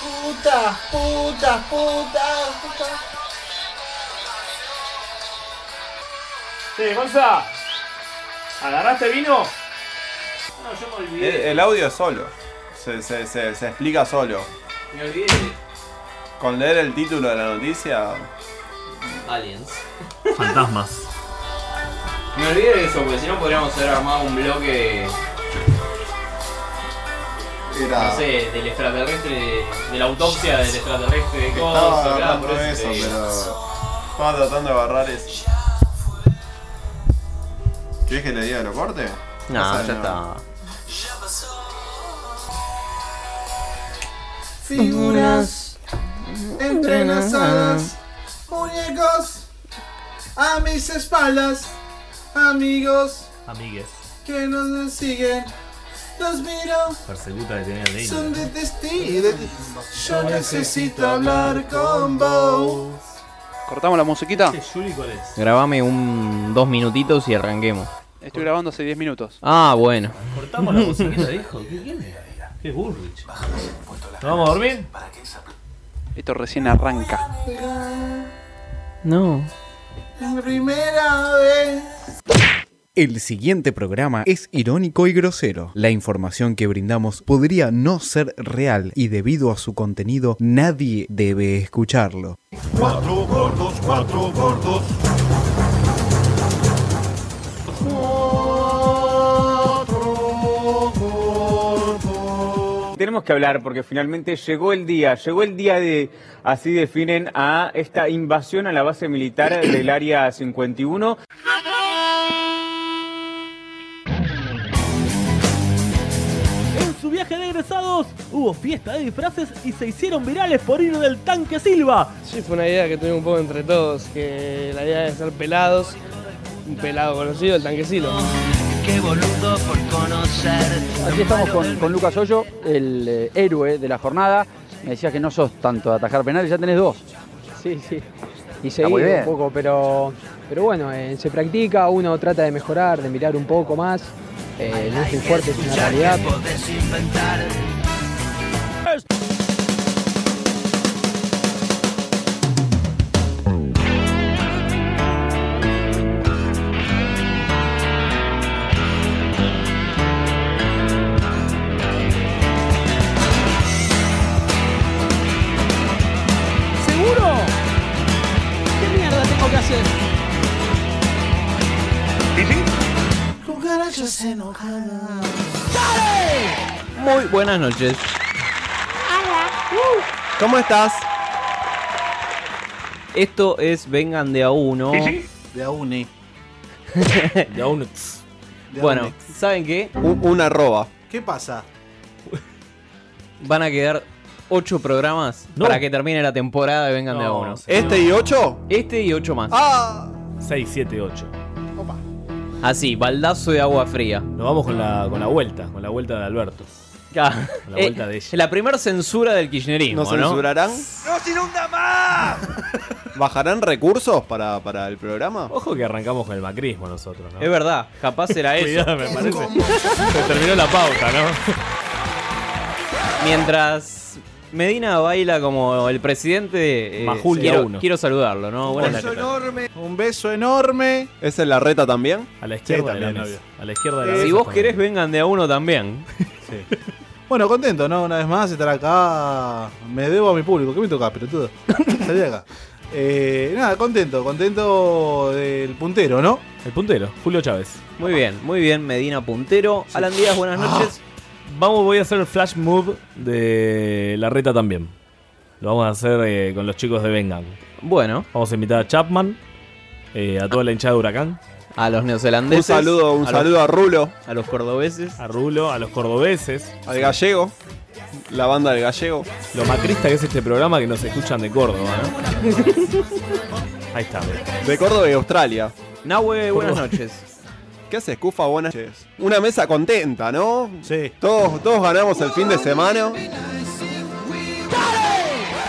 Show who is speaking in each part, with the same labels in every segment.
Speaker 1: puta, puta, puta, puta.
Speaker 2: Che, Gonza, ¿agarraste vino? No, yo me
Speaker 3: El,
Speaker 4: Eh,
Speaker 2: olvidé.
Speaker 3: Eh, el audio es solo. Se, se, se, se explica solo.
Speaker 2: Me olvidé.
Speaker 3: Con leer el título de la noticia.
Speaker 5: Aliens.
Speaker 6: Fantasmas.
Speaker 5: Me olvidé de eso, porque si no podríamos haber armado un bloque,
Speaker 1: Era.
Speaker 5: no sé, del extraterrestre, de la autopsia del extraterrestre, de
Speaker 3: Estaba
Speaker 5: cosas, claro,
Speaker 3: agarrando
Speaker 5: por eso
Speaker 3: eso,
Speaker 5: te digo.
Speaker 3: pero. Estaba tratando de agarrar eso. ¿Querés que le diga lo corte?
Speaker 7: No,
Speaker 3: Pasa
Speaker 7: ya
Speaker 3: de
Speaker 7: está.
Speaker 3: nuevo.
Speaker 1: Figuras entrelazadas, muñecos a mis espaldas, amigos
Speaker 6: Amigues.
Speaker 1: que nos siguen, los miro,
Speaker 6: Persecuta de tener de
Speaker 1: son
Speaker 6: India.
Speaker 1: detectives. Yo necesito hablar con vos.
Speaker 8: ¿Cortamos la musiquita?
Speaker 6: ¿Este Yuri cuál es?
Speaker 7: Grabame un dos minutitos y arranquemos.
Speaker 8: Estoy grabando hace 10 minutos.
Speaker 7: Ah, bueno.
Speaker 6: Cortamos la musiquita, dijo. ¿Qué quién era? ¿Qué es Bullrich? ¿Nos vamos a dormir?
Speaker 8: Esto recién arranca.
Speaker 7: No.
Speaker 1: Primera vez.
Speaker 9: El siguiente programa es irónico y grosero. La información que brindamos podría no ser real y debido a su contenido nadie debe escucharlo.
Speaker 4: Tenemos que hablar porque finalmente llegó el día, llegó el día de, así definen a esta invasión a la base militar del Área 51.
Speaker 10: En su viaje de egresados hubo fiesta de disfraces y se hicieron virales por ir del tanque Silva.
Speaker 11: Sí, fue una idea que tuvimos un poco entre todos, que la idea de ser pelados, un pelado conocido, el tanquecilo.
Speaker 8: Aquí estamos con, con Lucas Hoyo, el eh, héroe de la jornada. Me decías que no sos tanto de atajar penales, ya tenés dos.
Speaker 11: Sí, sí. Y
Speaker 8: muy
Speaker 11: seguido
Speaker 8: bien.
Speaker 11: un poco, pero, pero bueno, eh, se practica, uno trata de mejorar, de mirar un poco más. Eh, no estoy fuerte, es una realidad.
Speaker 10: ¿Seguro? ¿Qué mierda tengo que hacer?
Speaker 1: Cucarachas enojadas.
Speaker 7: Muy buenas noches. ¿Cómo estás? Esto es Vengan de a uno.
Speaker 1: De a une.
Speaker 6: De a uno.
Speaker 1: de a
Speaker 7: Bueno,
Speaker 1: une.
Speaker 7: ¿saben qué?
Speaker 3: Un, un arroba.
Speaker 1: ¿Qué pasa?
Speaker 7: Van a quedar ocho programas
Speaker 6: No.
Speaker 7: para que termine la temporada de Vengan de a
Speaker 6: No,
Speaker 7: uno.
Speaker 6: señor.
Speaker 3: ¿Este y 8?
Speaker 7: Este y ocho más.
Speaker 3: ¡Ah!
Speaker 6: 6, 7, 8.
Speaker 7: Así, baldazo de agua fría.
Speaker 6: Nos vamos con la, con la vuelta, con la vuelta de Alberto.
Speaker 7: Ya.
Speaker 6: La vuelta de ella.
Speaker 7: Ah, eh, La primera censura del kirchnerismo,
Speaker 3: ¿Nos
Speaker 7: ¿no?
Speaker 3: censurarán? ¡Nos inunda más! ¿Bajarán recursos para, para el programa?
Speaker 6: Ojo que arrancamos con el macrismo nosotros, ¿no?
Speaker 7: Es verdad, capaz era eso.
Speaker 6: Cuidado, me parece. Se terminó la pauta, ¿no?
Speaker 7: Mientras Medina baila como el presidente, eh,
Speaker 6: Majul de a
Speaker 7: quiero,
Speaker 6: uno.
Speaker 7: quiero saludarlo, ¿no? Buenas noches.
Speaker 1: enorme. Un beso enorme.
Speaker 3: ¿Es en la reta también?
Speaker 6: A la izquierda
Speaker 3: Sí,
Speaker 6: de la
Speaker 3: también
Speaker 6: mesa. A la izquierda de la
Speaker 7: Si
Speaker 6: mesa
Speaker 7: vos
Speaker 6: está
Speaker 7: querés,
Speaker 6: bien.
Speaker 7: vengan de a uno también.
Speaker 6: Sí.
Speaker 1: Bueno, contento, ¿no? Una vez más, estar acá. Me debo a mi público. ¿Qué me toca, pelotudo? Salí de acá. Eh, nada, contento, contento del puntero, ¿no?
Speaker 6: El puntero, Julio Chávez.
Speaker 7: Muy bien, muy bien, Medina Puntero. Alan Díaz, buenas
Speaker 6: Ah.
Speaker 7: noches.
Speaker 6: Vamos, voy a hacer el flash move de la reta también. Lo vamos a hacer eh, con los chicos de Vengan.
Speaker 7: Bueno,
Speaker 6: Vamos a invitar a Chapman, eh, a toda la hinchada de Huracán,
Speaker 7: a los
Speaker 3: Un
Speaker 7: neozelandeses.
Speaker 3: saludo, un
Speaker 7: a
Speaker 3: saludo a Rulo,
Speaker 7: Los, a los cordobeses.
Speaker 6: a Rulo, a los cordobeses,
Speaker 3: al gallego, la banda del gallego.
Speaker 6: lo macrista que es este programa que nos escuchan de Córdoba, ¿no? Ahí está. mira.
Speaker 3: De Córdoba y Australia.
Speaker 7: Nahue, buenas noches.
Speaker 3: ¿Qué haces, Cufa? Buenas noches. Una mesa contenta, ¿no?
Speaker 1: Sí.
Speaker 3: Todos, todos ganamos el fin de semana.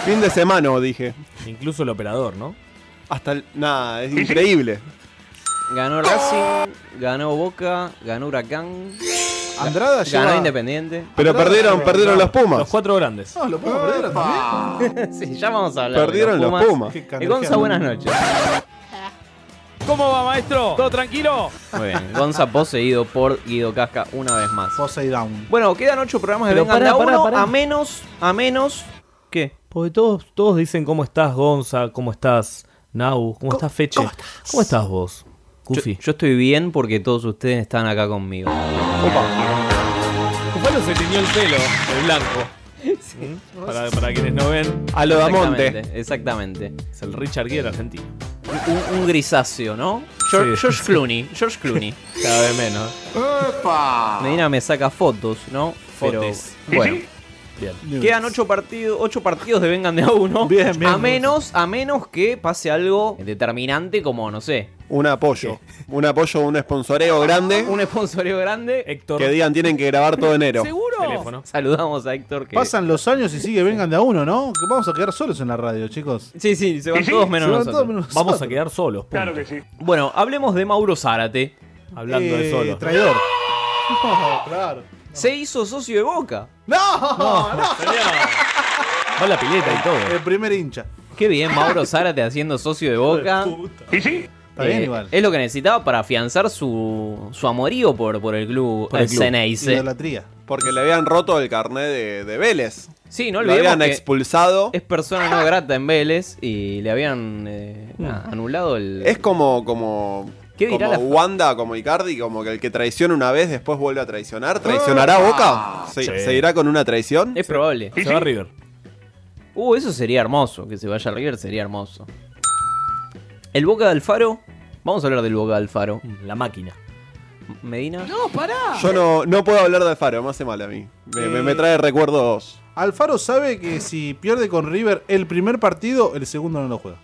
Speaker 3: Fin de semana, dije.
Speaker 6: Incluso el operador, ¿no?
Speaker 3: Hasta el. Nada, es increíble.
Speaker 7: Ganó Racing, ganó Boca, ganó Huracán.
Speaker 1: Andrada
Speaker 7: Ganó
Speaker 1: lleva-
Speaker 7: Independiente.
Speaker 3: Pero
Speaker 1: Andrada
Speaker 3: perdieron,
Speaker 1: lleva-
Speaker 3: perdieron los Pumas. Los
Speaker 6: cuatro grandes.
Speaker 1: No, los Pumas perdieron
Speaker 7: sí, ya vamos a hablar. de
Speaker 3: Perdieron los Pumas.
Speaker 7: Y
Speaker 3: Qué
Speaker 7: Gonza, buenas noches.
Speaker 12: ¿Cómo va, maestro? ¿Todo tranquilo?
Speaker 7: Muy bien. Gonza poseído por Guido Casca una vez más.
Speaker 1: Poseidón.
Speaker 7: Bueno, quedan ocho programas de
Speaker 6: Pero
Speaker 7: Vengan
Speaker 6: pará,
Speaker 7: de a
Speaker 6: pará,
Speaker 7: Uno,
Speaker 6: pará.
Speaker 7: A menos, a menos. ¿Qué?
Speaker 6: Porque todos, todos dicen cómo estás, Gonza, cómo estás, Nau, cómo estás, Feche. ¿Cómo estás, vos? Cufi.
Speaker 7: Yo, yo estoy bien porque todos ustedes están acá conmigo.
Speaker 6: Cufalo se tiñó el pelo, el blanco. ¿Mm? Para, para quienes no ven.
Speaker 7: A lo Damonte. Exactamente.
Speaker 6: Es el Richard Gere argentino.
Speaker 7: Un, un grisáceo, ¿no? George,
Speaker 6: Sí.
Speaker 7: George Clooney. George Clooney. Cada vez menos. Medina me saca fotos, ¿no?
Speaker 6: Fotos.
Speaker 7: Pero, bueno.
Speaker 6: Bien.
Speaker 7: Quedan ocho partidos, ocho partidos de vengan de a uno.
Speaker 6: Bien, bien.
Speaker 7: a menos, a menos que pase algo determinante como, no sé,
Speaker 3: Un apoyo. Un apoyo, un sponsoreo grande.
Speaker 7: Un sponsoreo grande.
Speaker 6: Héctor.
Speaker 3: Que digan, tienen que grabar todo enero.
Speaker 7: Teléfono. Saludamos a Héctor que
Speaker 1: Pasan los años y sigue vengan de a uno, ¿no? Que vamos a quedar solos en la radio, chicos.
Speaker 7: Sí, sí, se van todos menos
Speaker 1: Se van
Speaker 7: nosotros.
Speaker 1: todos menos nosotros.
Speaker 7: Vamos a
Speaker 6: quedar solos.
Speaker 7: Claro que sí. Bueno, hablemos de Mauro Zárate.
Speaker 1: Hablando de Eh, solo. traidor. claro.
Speaker 7: Se hizo socio de Boca.
Speaker 1: ¡No! ¡No!
Speaker 6: Va la pileta y todo.
Speaker 1: El primer hincha.
Speaker 7: Qué bien, Mauro Zárate haciendo socio de Boca.
Speaker 1: ¿Y sí? Está bien
Speaker 7: Eh,
Speaker 1: igual.
Speaker 7: Es lo que necesitaba para afianzar su, su amorío por, por el club
Speaker 3: Por el
Speaker 7: eh,
Speaker 3: club.
Speaker 7: Ceneice.
Speaker 1: Idolatría.
Speaker 3: Porque le habían roto el carnet de, de Vélez.
Speaker 7: Sí, no
Speaker 3: Lo
Speaker 7: olvidemos
Speaker 3: habían
Speaker 7: que
Speaker 3: expulsado.
Speaker 7: Es persona no grata en Vélez y le habían eh, nada, anulado el...
Speaker 3: Es como. como
Speaker 7: ¿Qué dirá
Speaker 3: como
Speaker 7: la-
Speaker 3: Wanda, como Icardi, como que el que traiciona una vez después vuelve a
Speaker 7: Ah.
Speaker 3: traicionar. ¿Traicionará a Boca? ¿Se-
Speaker 7: Sí.
Speaker 3: ¿Seguirá con una traición?
Speaker 7: Es probable.
Speaker 6: Ah, Se va a River.
Speaker 7: Uh, eso sería hermoso. Que se vaya a River sería hermoso. El Boca de Alfaro. Vamos a hablar del Boca de Alfaro.
Speaker 6: Mm, La máquina.
Speaker 7: Medina.
Speaker 12: No, pará.
Speaker 3: Yo no, no puedo hablar de Alfaro, me hace mal a mí. Me, me- me trae recuerdos.
Speaker 1: Alfaro sabe que si pierde con River el primer partido, el segundo no lo juega.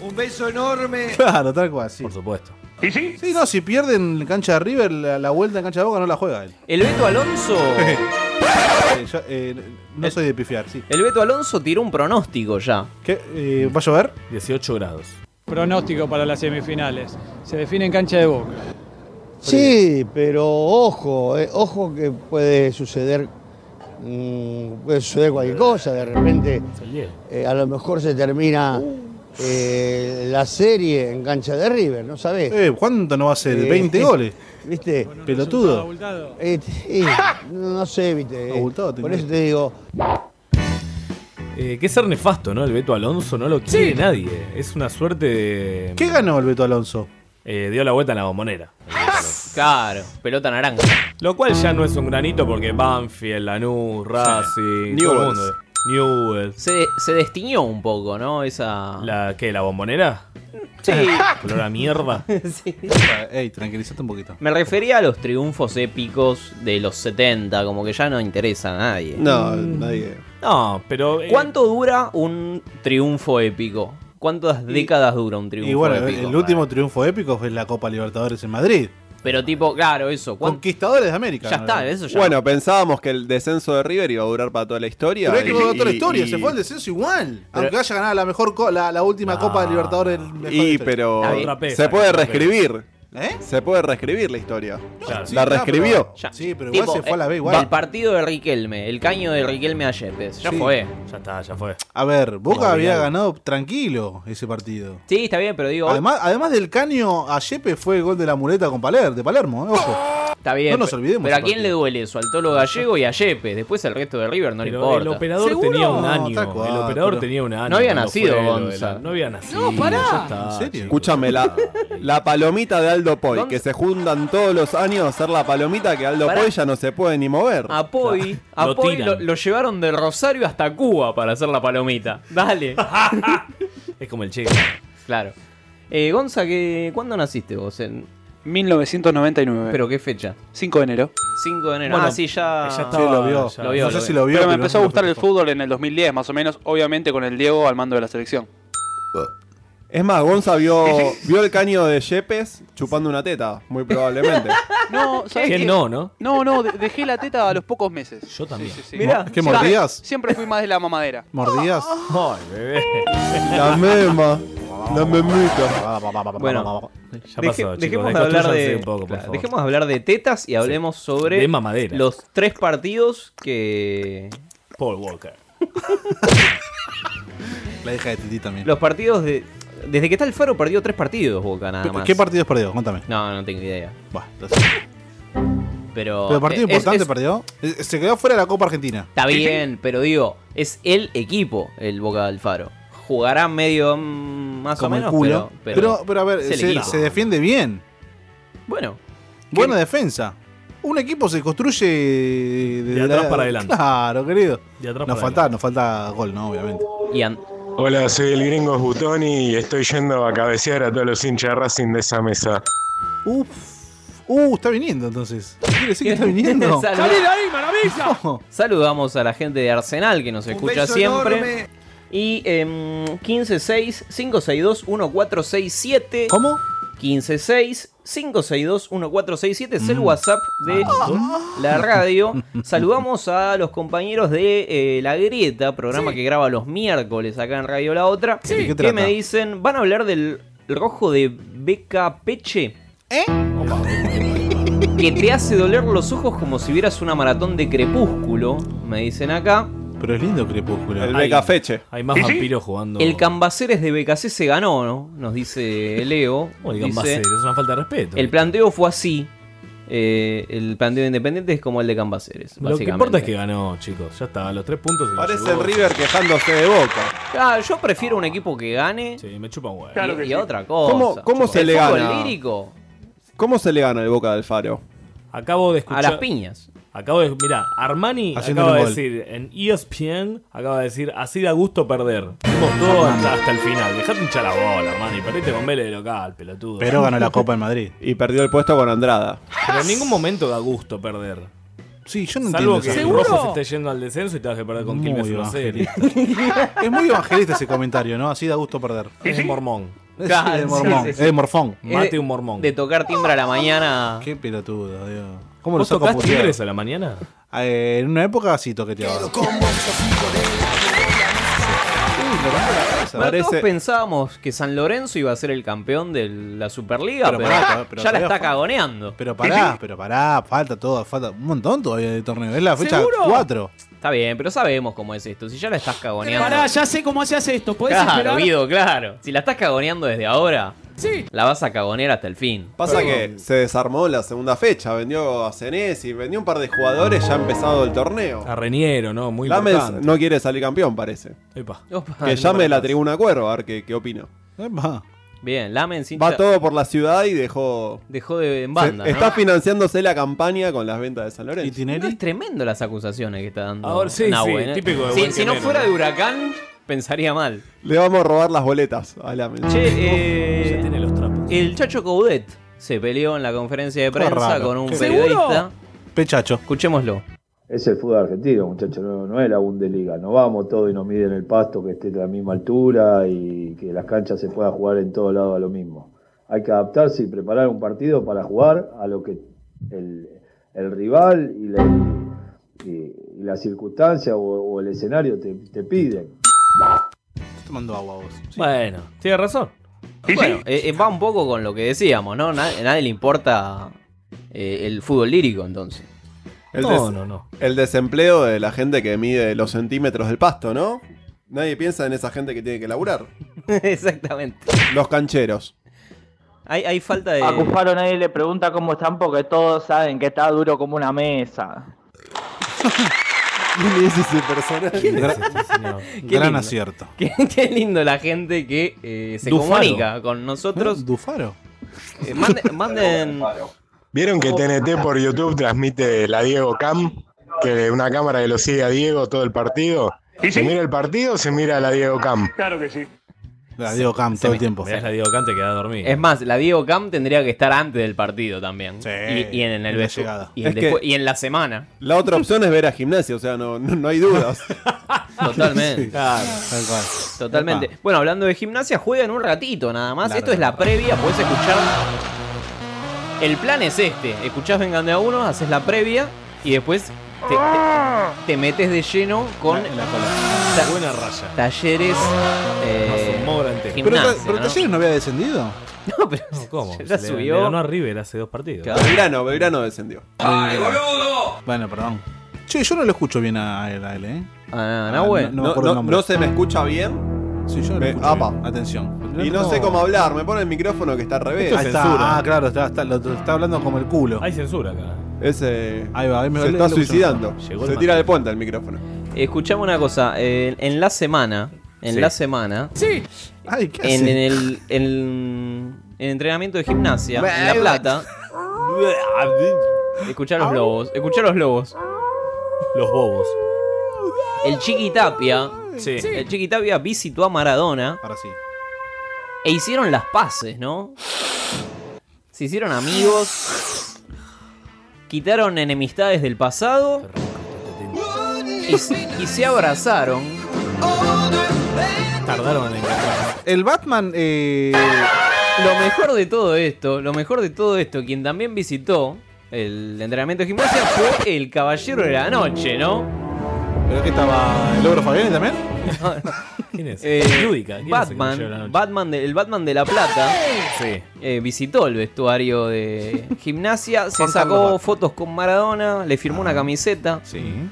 Speaker 13: Un beso enorme.
Speaker 1: Claro, tal cual, sí. Por
Speaker 6: supuesto.
Speaker 1: ¿Y sí? Sí, no, si pierden en cancha de River, la, la vuelta en cancha de Boca no la juega él.
Speaker 7: El Beto Alonso.
Speaker 1: Eh, yo, eh, no soy de pifiar, sí.
Speaker 7: El Beto Alonso tiró un pronóstico ya.
Speaker 1: ¿Qué? eh, ¿Va a llover?
Speaker 6: 18 grados.
Speaker 14: Pronóstico para las semifinales. Se define en cancha de Boca.
Speaker 10: Sí, pero ojo, eh, ojo que puede suceder, mm, puede suceder cualquier cosa. De repente, eh, a lo mejor se termina eh, la serie en cancha de River, ¿no sabés?
Speaker 1: Eh, ¿Cuánto no va a ser?
Speaker 10: Eh,
Speaker 1: ¿20 goles?
Speaker 10: ¿Viste?
Speaker 1: Pelotudo.
Speaker 10: Eh, t- eh, no sé, viste. eh, por eso te digo,
Speaker 6: Eh, qué ser nefasto, ¿no? El Beto Alonso no lo quiere nadie. Es una suerte de.
Speaker 1: ¿Qué ganó el Beto Alonso?
Speaker 6: Eh, dio la vuelta en la bombonera.
Speaker 7: Claro, pelota naranja.
Speaker 6: Lo cual ya no es un granito porque Banfield, Lanús, Racing, todo el
Speaker 7: Newell's.
Speaker 6: mundo. Newell's.
Speaker 7: Se, se destiñó un poco, ¿no? Esa.
Speaker 6: ¿La qué? ¿La bombonera?
Speaker 7: Sí.
Speaker 6: Color a mierda.
Speaker 1: Ey, tranquilízate un poquito.
Speaker 7: Me refería a los triunfos épicos de los 70, como que ya no interesa a nadie.
Speaker 3: No, nadie.
Speaker 6: No, pero. eh,
Speaker 7: ¿Cuánto dura un triunfo épico? ¿Cuántas décadas dura un triunfo
Speaker 1: Y bueno, el-
Speaker 7: épico?
Speaker 1: el último triunfo épico fue la Copa Libertadores en Madrid.
Speaker 7: Pero tipo, claro, eso. ¿cuán-
Speaker 1: Conquistadores de América.
Speaker 7: Ya está, eso ya.
Speaker 3: Bueno, pensábamos que el descenso de River iba a durar para toda la historia.
Speaker 1: Pero es que
Speaker 3: y-
Speaker 1: fue toda la
Speaker 3: y-
Speaker 1: historia,
Speaker 3: y-
Speaker 1: se fue al descenso igual.
Speaker 3: Pero-
Speaker 1: aunque haya ganado la mejor co- la, la última Copa de Libertadores del mejor
Speaker 3: Ah. Y
Speaker 1: historia.
Speaker 3: pero
Speaker 1: Está bien.
Speaker 3: se puede reescribir.
Speaker 1: ¿Eh?
Speaker 3: Se puede reescribir la historia.
Speaker 1: sí, está,
Speaker 3: la reescribió.
Speaker 1: pero- sí, pero igual se fue a la B igual.
Speaker 7: eh, El partido de Riquelme, el caño de Riquelme a Yepes. Ya
Speaker 1: Sí.
Speaker 7: fue.
Speaker 6: Ya está, ya fue.
Speaker 1: A ver, Boca
Speaker 7: Está
Speaker 1: había
Speaker 7: bien.
Speaker 1: ganado tranquilo ese partido.
Speaker 7: Sí, está bien, pero digo.
Speaker 1: Además, además del caño a Yepe fue el gol de la muleta con Paler, de Palermo, eh, ojo.
Speaker 7: está bien.
Speaker 1: no nos
Speaker 7: pero-
Speaker 1: olvidemos
Speaker 7: Pero ¿a
Speaker 1: ese
Speaker 7: quién le duele eso? Al Tolo Gallego y a Yepes. Después al resto de River no le
Speaker 6: Pero
Speaker 7: importa.
Speaker 6: el operador tenía un año.
Speaker 7: tal cual,
Speaker 6: el operador
Speaker 7: pero-
Speaker 6: tenía un año.
Speaker 7: No había
Speaker 6: cuando
Speaker 7: nacido,
Speaker 6: fue lo de
Speaker 7: Gonza.
Speaker 6: la- No había nacido.
Speaker 7: No, pará.
Speaker 6: ya está,
Speaker 3: ¿En
Speaker 6: chicos.
Speaker 3: Escúchame, la, la palomita de Aldo Poy, que se juntan todos los años a hacer la palomita que Aldo
Speaker 7: Pará.
Speaker 3: Poy ya no se puede ni mover.
Speaker 7: A Poi, a
Speaker 3: Lo
Speaker 7: Poi
Speaker 3: tiran.
Speaker 7: lo, lo llevaron de Rosario hasta Cuba para hacer la palomita. Dale.
Speaker 6: es como el Che.
Speaker 7: Claro. Eh, Gonza, ¿qué- ¿cuándo naciste vos? En... 1999. ¿Pero qué fecha? 5 de enero. 5 de enero.
Speaker 9: Bueno,
Speaker 7: ah, sí, ya.
Speaker 9: ya estaba, Sí, lo vio. ya.
Speaker 7: Lo vio,
Speaker 9: No
Speaker 7: lo
Speaker 9: sé
Speaker 7: vio.
Speaker 9: si lo vio, Pero me pero empezó a gustar el fútbol en el 2010, más o menos, obviamente con el Diego al mando de la selección.
Speaker 3: Es más, Gonza vio, vio el caño de Yepes chupando una teta, muy probablemente.
Speaker 9: No, ¿sabés
Speaker 3: Que
Speaker 9: qué?
Speaker 3: no, ¿no?
Speaker 9: No, no, de- dejé la teta a los pocos meses.
Speaker 6: Yo también.
Speaker 1: Mirá. ¿Qué, mordías?
Speaker 9: Siempre fui más de la mamadera.
Speaker 1: ¿Mordías?
Speaker 6: Ay, bebé.
Speaker 3: La mema.
Speaker 15: La memita.
Speaker 7: Bueno,
Speaker 6: Ya
Speaker 7: deje-
Speaker 6: pasó, chicos,
Speaker 7: dejemos, de hablar de,
Speaker 6: desconstrúyanse un poco, por
Speaker 7: claro,
Speaker 6: favor.
Speaker 7: dejemos de hablar de tetas y hablemos sobre
Speaker 6: De mamadera.
Speaker 7: los tres partidos que.
Speaker 6: Paul Walker.
Speaker 1: La hija de Titi también.
Speaker 7: Los partidos de. Desde que está el Faro perdió tres partidos, Boca, nada
Speaker 1: ¿Qué-
Speaker 7: más.
Speaker 1: ¿Qué partidos perdió? Contame.
Speaker 7: No, no tengo idea. Pero.
Speaker 1: ¿Pero partido
Speaker 7: eh, es-
Speaker 1: importante
Speaker 7: es-
Speaker 1: perdió? Eh, Se quedó fuera de la Copa Argentina.
Speaker 7: Está bien, pero digo, es el equipo el Boca del Faro. Jugará medio mm, más
Speaker 1: Como
Speaker 7: o
Speaker 1: el
Speaker 7: menos,
Speaker 1: culo.
Speaker 7: pero,
Speaker 1: Pero, pero a ver,
Speaker 7: es el
Speaker 1: se,
Speaker 7: equipo.
Speaker 1: se defiende bien.
Speaker 7: Bueno.
Speaker 1: Buena defensa. Un equipo se construye de,
Speaker 6: De atrás para adelante.
Speaker 1: Claro, querido.
Speaker 6: De atrás
Speaker 1: nos
Speaker 6: para
Speaker 1: falta, nos falta gol, ¿no? Obviamente.
Speaker 16: Hola, soy el gringo Butoni y estoy yendo a cabecear a todos los hinchas de Racing de esa mesa.
Speaker 1: Uf. Uh, está viniendo entonces. Quiere decir que está viniendo.
Speaker 7: Salud. Saludamos a la gente de Arsenal que nos escucha
Speaker 1: beso
Speaker 7: siempre.
Speaker 1: enorme.
Speaker 7: Y em, 156-562-1467.
Speaker 1: ¿Cómo?
Speaker 7: 156-562-1467 es
Speaker 1: Mm.
Speaker 7: el WhatsApp
Speaker 1: Ah,
Speaker 7: de la radio. Saludamos a los compañeros de eh, La Grieta, programa que graba los miércoles acá en Radio La Otra.
Speaker 1: ¿De qué
Speaker 7: Que
Speaker 1: trata?
Speaker 7: me dicen, ¿van a hablar del rojo de Beca Peche?
Speaker 1: ¿Eh?
Speaker 7: que te hace doler los ojos como si vieras una maratón de crepúsculo, me dicen acá.
Speaker 1: Pero es lindo crepúsculo.
Speaker 15: El Becafeche.
Speaker 6: Hay más
Speaker 7: Sí, sí.
Speaker 6: vampiros jugando.
Speaker 7: El Cambaceres de BKC se ganó, ¿no? Nos dice Leo.
Speaker 6: Oh, el
Speaker 7: Dice,
Speaker 6: Cambaceres, es una falta de respeto.
Speaker 7: El planteo fue así. Eh, el planteo de Independiente es como el de Cambaceres,
Speaker 6: Lo que
Speaker 7: básicamente.
Speaker 6: importa es que ganó, chicos. Ya está, los tres puntos. se los
Speaker 15: Parece
Speaker 6: llevó.
Speaker 15: el River quejándose de Boca.
Speaker 7: Ah, yo prefiero un equipo que gane. Sí,
Speaker 6: me chupa huevo.
Speaker 15: Claro que
Speaker 7: y
Speaker 15: sí.
Speaker 7: otra cosa.
Speaker 15: ¿Cómo- cómo se
Speaker 7: El
Speaker 15: le
Speaker 7: fútbol
Speaker 15: gana?
Speaker 7: lírico.
Speaker 15: ¿Cómo se le gana el Boca del Faro?
Speaker 6: Acabo de escuchar.
Speaker 7: A las piñas.
Speaker 6: Acabo de. Mirá, Armani
Speaker 15: Haciendo
Speaker 6: acaba
Speaker 15: un
Speaker 6: de
Speaker 15: gol.
Speaker 6: decir en E ESPN, acaba de decir, así da gusto perder. Fuimos todos hasta, hasta el final. Dejate hinchar la bola, Armani. Perdiste con Vélez de local, pelotudo.
Speaker 1: Pero ganó la Copa en Madrid.
Speaker 15: Y perdió el puesto con Andrada.
Speaker 6: Pero en ningún momento da gusto perder.
Speaker 1: Sí, yo no
Speaker 6: Salvo
Speaker 1: entiendo
Speaker 6: que
Speaker 1: esa
Speaker 6: el Rojo
Speaker 1: cosa.
Speaker 6: se esté yendo al descenso y te vas a perder con
Speaker 1: Muy
Speaker 6: Quilmes 1
Speaker 1: es muy evangelista ese comentario, ¿no? Así da gusto perder.
Speaker 6: Es mormón. Eh,
Speaker 1: Es de mormón.
Speaker 7: sí, sí, sí.
Speaker 1: Es de morfón.
Speaker 7: Es de- De tocar timbre a la mañana.
Speaker 1: Qué pelotudo, Dios. ¿Cómo lo
Speaker 6: ¿Vos
Speaker 1: saco
Speaker 6: tocás
Speaker 1: puteado?
Speaker 6: tigres a la mañana?
Speaker 1: Eh, en una época sí toqueteaba.
Speaker 7: Bueno, Todos
Speaker 1: Parece-
Speaker 7: pensábamos que San Lorenzo iba a ser el campeón de la Superliga, pero,
Speaker 1: Pero pará, pero
Speaker 7: ya la
Speaker 1: todavía
Speaker 7: está
Speaker 1: fal-
Speaker 7: cagoneando.
Speaker 1: Pero pará, pero pará, falta todo, falta un montón todavía de torneo. Es la fecha
Speaker 7: ¿Seguro?
Speaker 1: 4.
Speaker 7: Está bien, pero sabemos cómo es esto. Si ya la estás cagoneando.
Speaker 17: Pará, ya sé cómo se hace esto. ¿Podés
Speaker 7: claro,
Speaker 17: esperar?
Speaker 7: Guido, claro. Si la estás cagoneando desde ahora,
Speaker 17: Sí.
Speaker 7: la vas a cagonear hasta el fin.
Speaker 15: Pasa que se desarmó la segunda fecha, vendió a Senesi, vendió un par de jugadores ya ha empezado el torneo.
Speaker 6: A Reniero, ¿no? Muy
Speaker 15: Lames
Speaker 6: importante.
Speaker 15: no quiere salir campeón, parece.
Speaker 6: Epa.
Speaker 15: Que llame la tribuna Cuervo, a ver qué, qué opina.
Speaker 7: Bien, Lamen sin
Speaker 15: Va todo por la ciudad y dejó...
Speaker 7: Dejó de en banda.
Speaker 15: se-
Speaker 7: ¿no?
Speaker 15: Está financiándose la campaña con las ventas de San Lorenzo. ¿Y
Speaker 7: No, es tremendo las acusaciones que está dando.
Speaker 15: Ahora sí,
Speaker 7: Nahue,
Speaker 15: sí,
Speaker 7: ¿eh?
Speaker 15: típico de
Speaker 7: Si-
Speaker 15: buen
Speaker 7: si no
Speaker 15: quemero,
Speaker 7: fuera
Speaker 15: ¿no?
Speaker 7: de huracán, pensaría mal.
Speaker 15: Le vamos a robar las boletas a Lames.
Speaker 7: Che, eh,
Speaker 6: los trapos.
Speaker 7: El Chacho Coudet se peleó en la conferencia de prensa
Speaker 18: raro.
Speaker 7: con un
Speaker 18: ¿Seguro?
Speaker 7: periodista.
Speaker 1: Pechacho.
Speaker 7: Escuchémoslo.
Speaker 18: Es el fútbol argentino, muchachos, no, no es la Bundesliga. No vamos todos y nos miden el pasto que esté a la misma altura y que las canchas se pueda jugar en todo lado a lo mismo. Hay que adaptarse y preparar un partido para jugar a lo que el, el rival y la, y- y la circunstancia o, o el escenario te, te piden.
Speaker 1: Tomando agua vos.
Speaker 6: Bueno, tiene razón.
Speaker 7: Bueno, eh, eh, va un poco con lo que decíamos, ¿no? Na- A nadie le importa eh, el fútbol lírico, entonces.
Speaker 15: El
Speaker 7: No,
Speaker 15: des-
Speaker 7: no, no.
Speaker 15: El desempleo de la gente que mide los centímetros del pasto, ¿no? Nadie piensa en esa gente que tiene que laburar.
Speaker 7: Exactamente.
Speaker 15: Los cancheros.
Speaker 7: Hay, hay falta de.
Speaker 19: A Cufaro nadie le pregunta cómo están porque todos saben que está duro como una mesa.
Speaker 15: ¿Quién es ese personaje?
Speaker 7: Qué
Speaker 1: Gran
Speaker 7: lindo.
Speaker 1: acierto.
Speaker 7: Qué, qué lindo la gente que eh, se
Speaker 1: Dufaro. ¿Eh?
Speaker 7: comunica con nosotros.
Speaker 1: Dufaro.
Speaker 7: manden. manden-
Speaker 16: ¿Vieron que TNT por YouTube transmite la Diego Cam? Que una cámara que lo sigue a Diego todo el partido. Se mira el partido, se mira la Diego Cam.
Speaker 11: Claro que sí.
Speaker 1: La Diego Cam todo el tiempo.
Speaker 6: Mirás la Diego Cam, te quedás dormido.
Speaker 7: es más, la Diego Camp tendría que estar antes del partido también. y, y en el
Speaker 15: la
Speaker 7: vestu-
Speaker 15: llegada.
Speaker 7: y, en
Speaker 15: Es que-
Speaker 7: después- y en la semana.
Speaker 15: La otra opción es ver a gimnasia, o sea, no, no, no hay dudas.
Speaker 7: Totalmente.
Speaker 15: Sí.
Speaker 7: Totalmente. Bueno, hablando de gimnasia, juegan un ratito nada más. Esto es la previa, podés escuchar. El plan es este: escuchás Vengan de a uno, haces la previa y después te, te- te metes de lleno con
Speaker 6: Buena raya.
Speaker 7: talleres eh,
Speaker 6: hora entera.
Speaker 1: Pero, ta- pero Talleres no había descendido.
Speaker 6: No, pero ¿cómo?
Speaker 1: ya
Speaker 6: Se le-
Speaker 1: subió.
Speaker 6: le ganó a River hace dos partidos.
Speaker 3: Belgrano, Belgrano descendió.
Speaker 1: Bueno, perdón. Che, yo no lo escucho bien a él, a él, ¿eh?
Speaker 7: Ah,
Speaker 3: Nahue.
Speaker 1: No, no me
Speaker 3: No-
Speaker 1: acuerdo
Speaker 3: no-
Speaker 1: el nombre.
Speaker 3: no se me escucha bien.
Speaker 1: Sí, yo no lo
Speaker 3: Me-
Speaker 1: escucho
Speaker 3: apa.
Speaker 1: bien. Atención.
Speaker 3: Y no sé cómo hablar, me pone el micrófono que está al revés.
Speaker 1: Ahí está. Ah, claro, está, está- lo, está hablando como el culo.
Speaker 6: Hay censura acá.
Speaker 3: Ese.
Speaker 1: Ahí va, eh. ahí me
Speaker 3: Se está suicidando. Se tira de puente el micrófono.
Speaker 7: Escuchame una cosa, eh, en la semana, en
Speaker 3: Sí.
Speaker 7: la semana,
Speaker 3: Sí.
Speaker 1: Ay,
Speaker 7: en, en el en, en entrenamiento de gimnasia, en La Plata,
Speaker 1: Ah.
Speaker 7: escuchá los lobos, escuchá los lobos.
Speaker 6: Los bobos.
Speaker 7: El Chiqui Tapia, el Chiqui Tapia visitó a Maradona
Speaker 1: Ahora sí.
Speaker 7: e hicieron las paces, ¿no? Se hicieron amigos, quitaron enemistades del pasado y, se- y se abrazaron.
Speaker 6: Tardaron en
Speaker 1: El Batman, eh,
Speaker 7: Lo mejor de todo esto, lo mejor de todo esto, quien también visitó el entrenamiento de gimnasia fue el caballero de la noche, ¿no?
Speaker 1: ¿Pero que estaba el ogro Fabiani también?
Speaker 6: ¿Quién es?
Speaker 7: Eh,
Speaker 6: Yudica. ¿Quién es el caballero de
Speaker 7: Batman,
Speaker 6: la noche?
Speaker 7: Batman de- el Batman de la Plata
Speaker 6: Sí.
Speaker 7: eh, visitó el vestuario de gimnasia, se
Speaker 6: Juan Carlos
Speaker 7: sacó
Speaker 6: Batman.
Speaker 7: fotos con Maradona, le firmó una camiseta.
Speaker 1: Ah, Sí.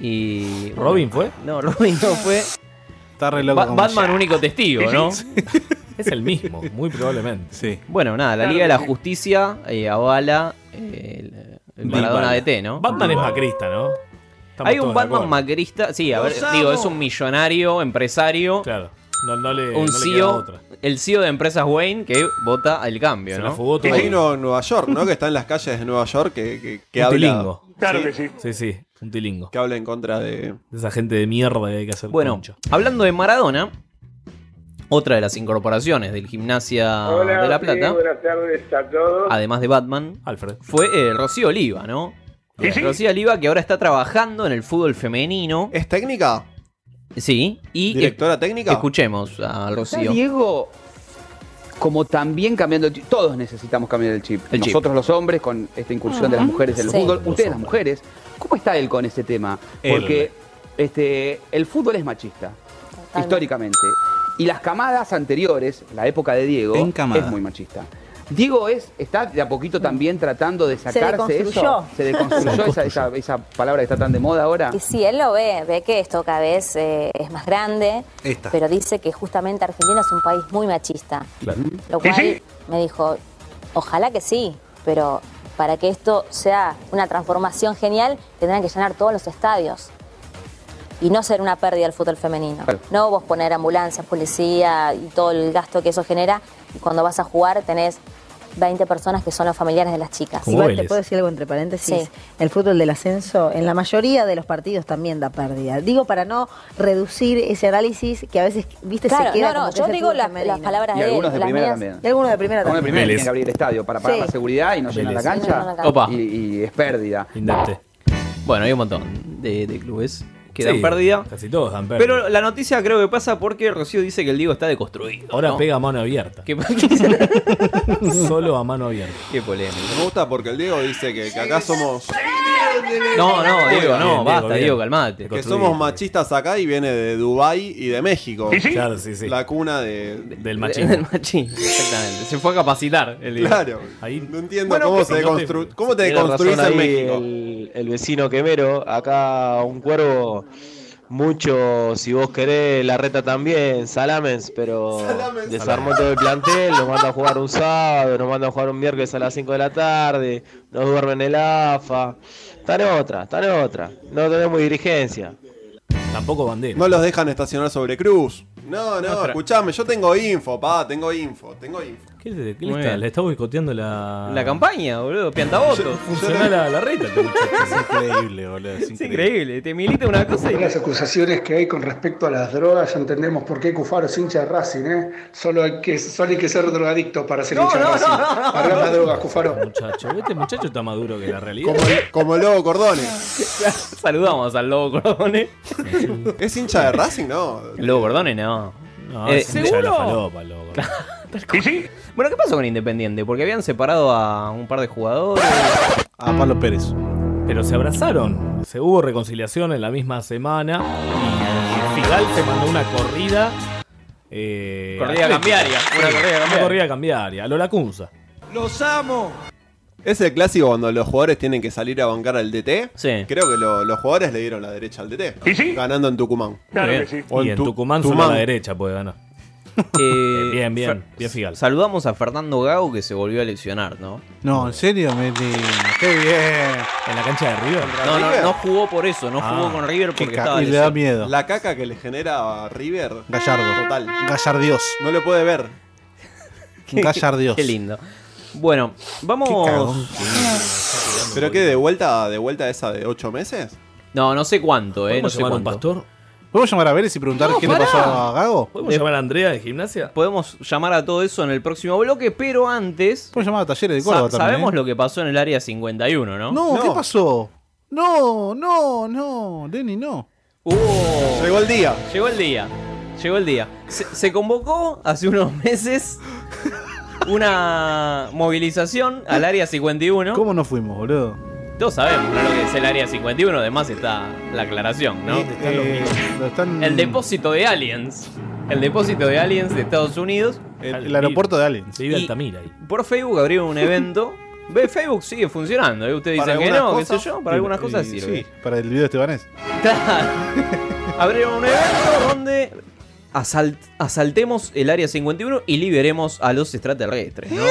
Speaker 7: Y.
Speaker 6: ¿Robin fue?
Speaker 7: No, Robin no fue.
Speaker 1: Está re loco
Speaker 7: Ba-
Speaker 1: como
Speaker 7: Batman,
Speaker 1: ya.
Speaker 7: único testigo, ¿no?
Speaker 6: Es el mismo, muy probablemente.
Speaker 1: Sí.
Speaker 7: Bueno, nada, la
Speaker 6: Claro
Speaker 7: Liga de
Speaker 6: que
Speaker 7: la
Speaker 6: sí.
Speaker 7: Justicia eh, avala eh, el, el Maradona
Speaker 6: Dybala.
Speaker 7: de T, ¿no?
Speaker 6: Batman es macrista, ¿no? Estamos
Speaker 7: Hay un
Speaker 6: todos de
Speaker 7: Batman
Speaker 6: acuerdo.
Speaker 7: macrista, sí, a ver,
Speaker 6: ¡Los
Speaker 7: digo,
Speaker 6: amo!
Speaker 7: es un millonario, empresario.
Speaker 6: Claro, no, no le.
Speaker 7: un
Speaker 6: no le queda
Speaker 7: CEO,
Speaker 6: otra.
Speaker 7: el CEO de Empresas Wayne que vota el cambio,
Speaker 6: Se
Speaker 7: ¿no?
Speaker 6: la fugó todo.
Speaker 3: Hay uno en Nueva York, ¿no? Que está en las calles de Nueva York que, que, que
Speaker 6: Un
Speaker 3: habla.
Speaker 6: tilingo.
Speaker 3: Claro
Speaker 6: que sí. Sí, sí, un tilingo.
Speaker 3: Que habla en contra de.
Speaker 6: De esa gente de mierda que hay que hacer.
Speaker 7: Bueno,
Speaker 6: concha.
Speaker 7: hablando de Maradona, otra de las incorporaciones del Gimnasia de La Plata,
Speaker 16: buenas tardes a todos.
Speaker 7: además de Batman,
Speaker 6: Alfred.
Speaker 7: fue eh, Rocío Oliva, ¿no? Eh, Rocío Oliva que ahora está trabajando en el fútbol femenino.
Speaker 3: ¿Es técnica?
Speaker 7: Sí. Y
Speaker 3: ¿Directora técnica?
Speaker 7: Escuchemos a Rocío.
Speaker 11: Diego, como también cambiando el chip, todos necesitamos cambiar el chip.
Speaker 7: El chip.
Speaker 11: Nosotros los hombres con esta incursión de las
Speaker 7: Ajá.
Speaker 11: mujeres en el
Speaker 7: Sí.
Speaker 11: fútbol,
Speaker 7: Los
Speaker 11: ustedes las mujeres, ¿cómo está él con ese tema?
Speaker 7: Él.
Speaker 11: Porque este, el fútbol es machista, históricamente. Y las camadas anteriores, la época de Diego,
Speaker 1: En camada.
Speaker 11: es muy machista. Diego es, está de a poquito también tratando de sacarse
Speaker 20: deconstruyó.
Speaker 11: eso. Se deconstruyó esa, esa- esa palabra que está tan de moda ahora.
Speaker 20: Y sí, él lo ve, ve que esto cada vez eh, es más grande,
Speaker 11: Esta.
Speaker 20: pero dice que justamente Argentina es un país muy machista. Lo cual me dijo, ojalá que sí, pero para que esto sea una transformación genial, tendrán que llenar todos los estadios. Y no ser una pérdida del fútbol femenino.
Speaker 11: Claro.
Speaker 20: No vos poner ambulancias, policía y todo el gasto que eso genera. Y cuando vas a jugar tenés 20 personas que son los familiares de las chicas.
Speaker 19: Igual te puedo decir algo entre paréntesis.
Speaker 20: Sí.
Speaker 19: El fútbol del ascenso, en la mayoría de los partidos también da pérdida. Digo para no reducir ese análisis que a veces, viste,
Speaker 20: Claro,
Speaker 19: se
Speaker 20: no,
Speaker 19: queda.
Speaker 20: no,
Speaker 19: como que
Speaker 20: yo
Speaker 19: es el
Speaker 20: digo
Speaker 19: fútbol
Speaker 20: las-
Speaker 19: femenino.
Speaker 20: las palabras
Speaker 11: Y de él, algunos de las primera mías. también.
Speaker 19: Y algunos de primera
Speaker 11: Con el
Speaker 19: también.
Speaker 11: primero
Speaker 19: Vélez.
Speaker 11: tienen que abrir el estadio para pagar
Speaker 19: Sí.
Speaker 11: la seguridad y no llenan la
Speaker 7: Vélez.
Speaker 11: cancha.
Speaker 7: No llenan la cancha. Opa.
Speaker 11: Y, y es pérdida.
Speaker 7: Bueno, hay un montón de, de clubes que
Speaker 6: Sí,
Speaker 7: dan pérdida.
Speaker 6: Casi todos dan pérdida.
Speaker 7: Pero la noticia creo que pasa porque Rocío dice que el Diego está deconstruido.
Speaker 6: Ahora
Speaker 7: ¿no?
Speaker 6: pega a mano abierta.
Speaker 7: Que-
Speaker 6: Solo a mano abierta.
Speaker 7: Qué polémica.
Speaker 3: Me gusta porque el Diego dice que, que acá somos.
Speaker 7: No, no, Diego, no,
Speaker 3: Bien, Diego,
Speaker 7: basta,
Speaker 3: bien.
Speaker 7: Diego, calmate.
Speaker 3: Que somos machistas acá y viene de Dubái y de México.
Speaker 7: ¿Y sí? Claro, sí, sí.
Speaker 3: La cuna de,
Speaker 7: del machismo. Del machismo, exactamente. Se fue a capacitar el Diego.
Speaker 3: Claro. No entiendo cómo, se deconstru- cómo te
Speaker 10: Tiene
Speaker 3: deconstruís
Speaker 10: razón
Speaker 3: en
Speaker 10: ahí
Speaker 3: México.
Speaker 10: El, el vecino quemero, acá un cuervo, mucho, si vos querés, la reta también, salamens, pero
Speaker 3: Salamens.
Speaker 10: desarmó todo el plantel, nos manda a jugar un sábado, nos manda a jugar un miércoles a las 5 de la tarde, nos duermen en el AFA. Están en otra, están en otra. No tenemos dirigencia.
Speaker 6: Tampoco bandera.
Speaker 3: No los dejan estacionar sobre Cruz. No, no,
Speaker 6: Otra.
Speaker 3: escuchame, yo tengo info, pa, tengo info, tengo info.
Speaker 6: ¿Qué, le- qué
Speaker 3: Muy
Speaker 6: le está?
Speaker 3: bien.
Speaker 6: Le está boicoteando la.
Speaker 7: La campaña, boludo, piantaboto.
Speaker 6: Funcionó la, la reta. este muchacho.
Speaker 1: Increíble, boludo. Es
Speaker 7: Es Este increíble, te milita una cosa y...
Speaker 21: Las acusaciones que hay con respecto a las drogas, ya entendemos por qué Cufaro es hincha de Racing, ¿eh? Solo hay que, solo hay que ser drogadicto para ser
Speaker 7: No,
Speaker 21: hincha de
Speaker 7: no,
Speaker 21: Racing.
Speaker 7: no, no, no.
Speaker 21: Largá las drogas, Cufaro.
Speaker 6: Muchacho, este muchacho está más duro que la realidad.
Speaker 3: Como el, como el lobo Cordones.
Speaker 7: Saludamos al Lobo Cordone.
Speaker 3: ¿Es hincha de Racing? No.
Speaker 7: El Lobo Cordone no.
Speaker 6: No,
Speaker 7: Eh,
Speaker 6: es hincha de la falopa, el Lobo
Speaker 7: Bueno, ¿qué pasó con Independiente? Porque habían separado a un par de jugadores.
Speaker 1: A Pablo Pérez.
Speaker 6: Pero se abrazaron. Se hubo reconciliación en la misma semana. Y Figal se mandó una corrida eh,
Speaker 7: Corrida cambiaria, una corrida
Speaker 6: Una
Speaker 7: cambiaria.
Speaker 6: corrida cambiaria. A lo Lacunza.
Speaker 22: ¡Los amo!
Speaker 15: Es el clásico cuando los jugadores tienen que salir a bancar al DT.
Speaker 6: Sí.
Speaker 15: Creo que lo- los jugadores le dieron la derecha al DT. Ganando en Tucumán.
Speaker 6: Muy bien.
Speaker 15: O
Speaker 6: Y en
Speaker 15: Tu-
Speaker 6: Tucumán solo a la derecha puede ganar.
Speaker 7: bien, bien, bien Eh, Saludamos a Fernando Gago que se volvió a lesionar, ¿no?
Speaker 1: No, en serio, Meli. Qué bien.
Speaker 6: En la cancha de River.
Speaker 7: No, no, no jugó por eso, no
Speaker 6: Ah.
Speaker 7: jugó con River porque estaba
Speaker 1: Y le da
Speaker 7: lesionado.
Speaker 1: miedo.
Speaker 15: La caca que le genera a River.
Speaker 1: Gallardo.
Speaker 15: Total.
Speaker 1: Gallardios.
Speaker 15: No le puede ver.
Speaker 7: Qué lindo. Bueno, vamos.
Speaker 15: ¿Pero qué? ¿De vuelta, de vuelta esa de 8 meses?
Speaker 7: No, no sé cuánto, eh. No
Speaker 15: ¿Podemos
Speaker 7: sé
Speaker 15: llamar a un
Speaker 7: cuánto. pastor?
Speaker 1: ¿Podemos llamar a Vélez y preguntar
Speaker 7: No,
Speaker 1: qué le
Speaker 7: pará.
Speaker 1: pasó a Gago?
Speaker 7: ¿Podemos llamar
Speaker 6: a Andrea de gimnasia?
Speaker 7: Podemos llamar a todo eso en el próximo bloque, pero antes.
Speaker 1: Podemos llamar a Talleres de Córdoba también,
Speaker 7: Sabemos
Speaker 1: ¿eh?
Speaker 7: lo que pasó en el área 51, ¿no?
Speaker 1: No, ¿qué pasó? No, no, no, Lenny, no.
Speaker 15: Llegó el día.
Speaker 7: Llegó el día. Llegó el día. Se, se convocó hace unos meses una movilización al área 51.
Speaker 1: ¿Cómo no fuimos, boludo?
Speaker 7: Todos sabemos ¿no? lo que es el área 51, además está la aclaración, ¿no?
Speaker 1: Eh, lo están-
Speaker 7: El depósito de aliens. El depósito de aliens de Estados Unidos.
Speaker 1: el aeropuerto de aliens.
Speaker 6: Se vive Altamira ahí.
Speaker 7: Por Facebook abrieron un evento. Ve, Facebook sigue funcionando. ¿eh? Ustedes
Speaker 1: Para
Speaker 7: dicen que no,
Speaker 1: algunas
Speaker 7: qué
Speaker 1: cosas,
Speaker 7: sé yo. Para
Speaker 1: y-
Speaker 7: algunas cosas
Speaker 1: y-
Speaker 7: sirve.
Speaker 1: Sí, para el video de Estebanés.
Speaker 7: Abrieron un evento donde asalt- asaltemos el área 51 y liberemos a los extraterrestres, ¿no?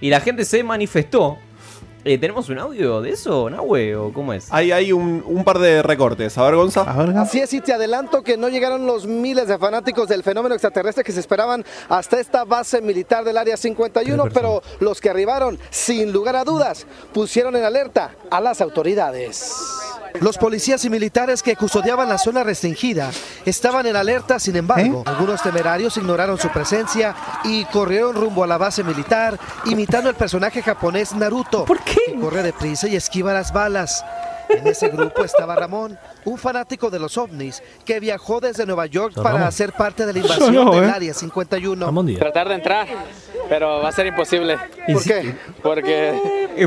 Speaker 7: Y la gente se manifestó. Eh, ¿Tenemos un audio de eso, Nahue? ¿O cómo es?
Speaker 15: Ahí hay un, un par de recortes. A ver, Gonza.
Speaker 23: Así es, y te adelanto que no llegaron los miles de fanáticos del fenómeno extraterrestre que se esperaban hasta esta base militar del Área 51, pero los que arribaron, sin lugar a dudas, pusieron en alerta a las autoridades. Los policías y militares que custodiaban la zona restringida estaban en alerta, sin embargo, algunos temerarios ignoraron su presencia y corrieron rumbo a la base militar, imitando al personaje japonés Naruto, que corre deprisa y esquiva las balas. En ese grupo estaba Ramón, un fanático de los ovnis que viajó desde Nueva York
Speaker 6: Don
Speaker 23: para
Speaker 6: Ramón.
Speaker 23: ser parte de la invasión
Speaker 6: Yo no,
Speaker 23: del
Speaker 6: ¿eh?
Speaker 23: Área 51.
Speaker 6: Ramón Díaz.
Speaker 9: Tratar de entrar, pero va a ser imposible.
Speaker 23: ¿Por qué?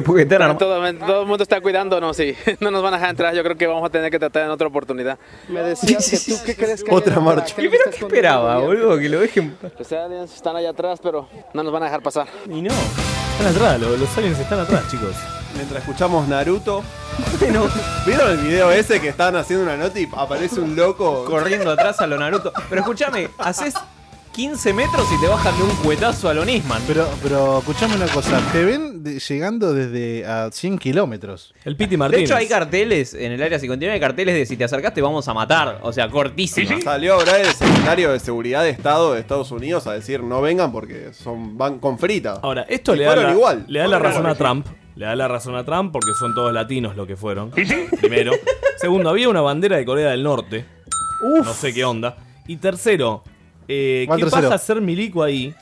Speaker 9: Porque todo, todo el mundo está cuidándonos y no nos van a dejar entrar. Yo creo que vamos a tener que tratar en otra oportunidad.
Speaker 23: Me decías que tú qué crees que
Speaker 9: Otra
Speaker 23: era para
Speaker 9: marcha.
Speaker 23: que
Speaker 9: ¿Y
Speaker 23: viste
Speaker 9: pero qué
Speaker 23: con-
Speaker 7: Esperaba, boludo, que lo dejen.
Speaker 9: Los aliens están allá atrás, pero no nos van a dejar pasar.
Speaker 7: Y no.
Speaker 6: Están atrás, lo- los, aliens están atrás, chicos.
Speaker 15: Mientras escuchamos Naruto. ¿Vieron el video ese que estaban haciendo una nota y aparece un loco?
Speaker 7: Corriendo atrás a lo Naruto. Pero escúchame, haces 15 metros y te bajan de un cuetazo a lo Nisman.
Speaker 1: Pero, pero escuchame una cosa, te ven de- llegando desde a 100 kilómetros.
Speaker 6: El Piti
Speaker 7: De hecho, hay carteles en el área 59, hay carteles de si te acercas te vamos a matar. O sea, cortísimo.
Speaker 15: Salió ahora el secretario de Seguridad de Estado de Estados Unidos a decir no vengan porque son van con frita.
Speaker 6: Ahora, esto
Speaker 15: Y
Speaker 6: le da,
Speaker 15: fueron
Speaker 6: la,
Speaker 15: igual.
Speaker 6: le da la
Speaker 15: Fueron
Speaker 6: razón a
Speaker 15: igual.
Speaker 6: Trump. Le da la razón a Trump porque son todos latinos los que fueron. Primero. Segundo, había una bandera de Corea del Norte. No sé qué onda. Y tercero, eh,
Speaker 1: ¿Cuál
Speaker 6: ¿qué
Speaker 1: tercero?
Speaker 6: pasa a ser milico ahí?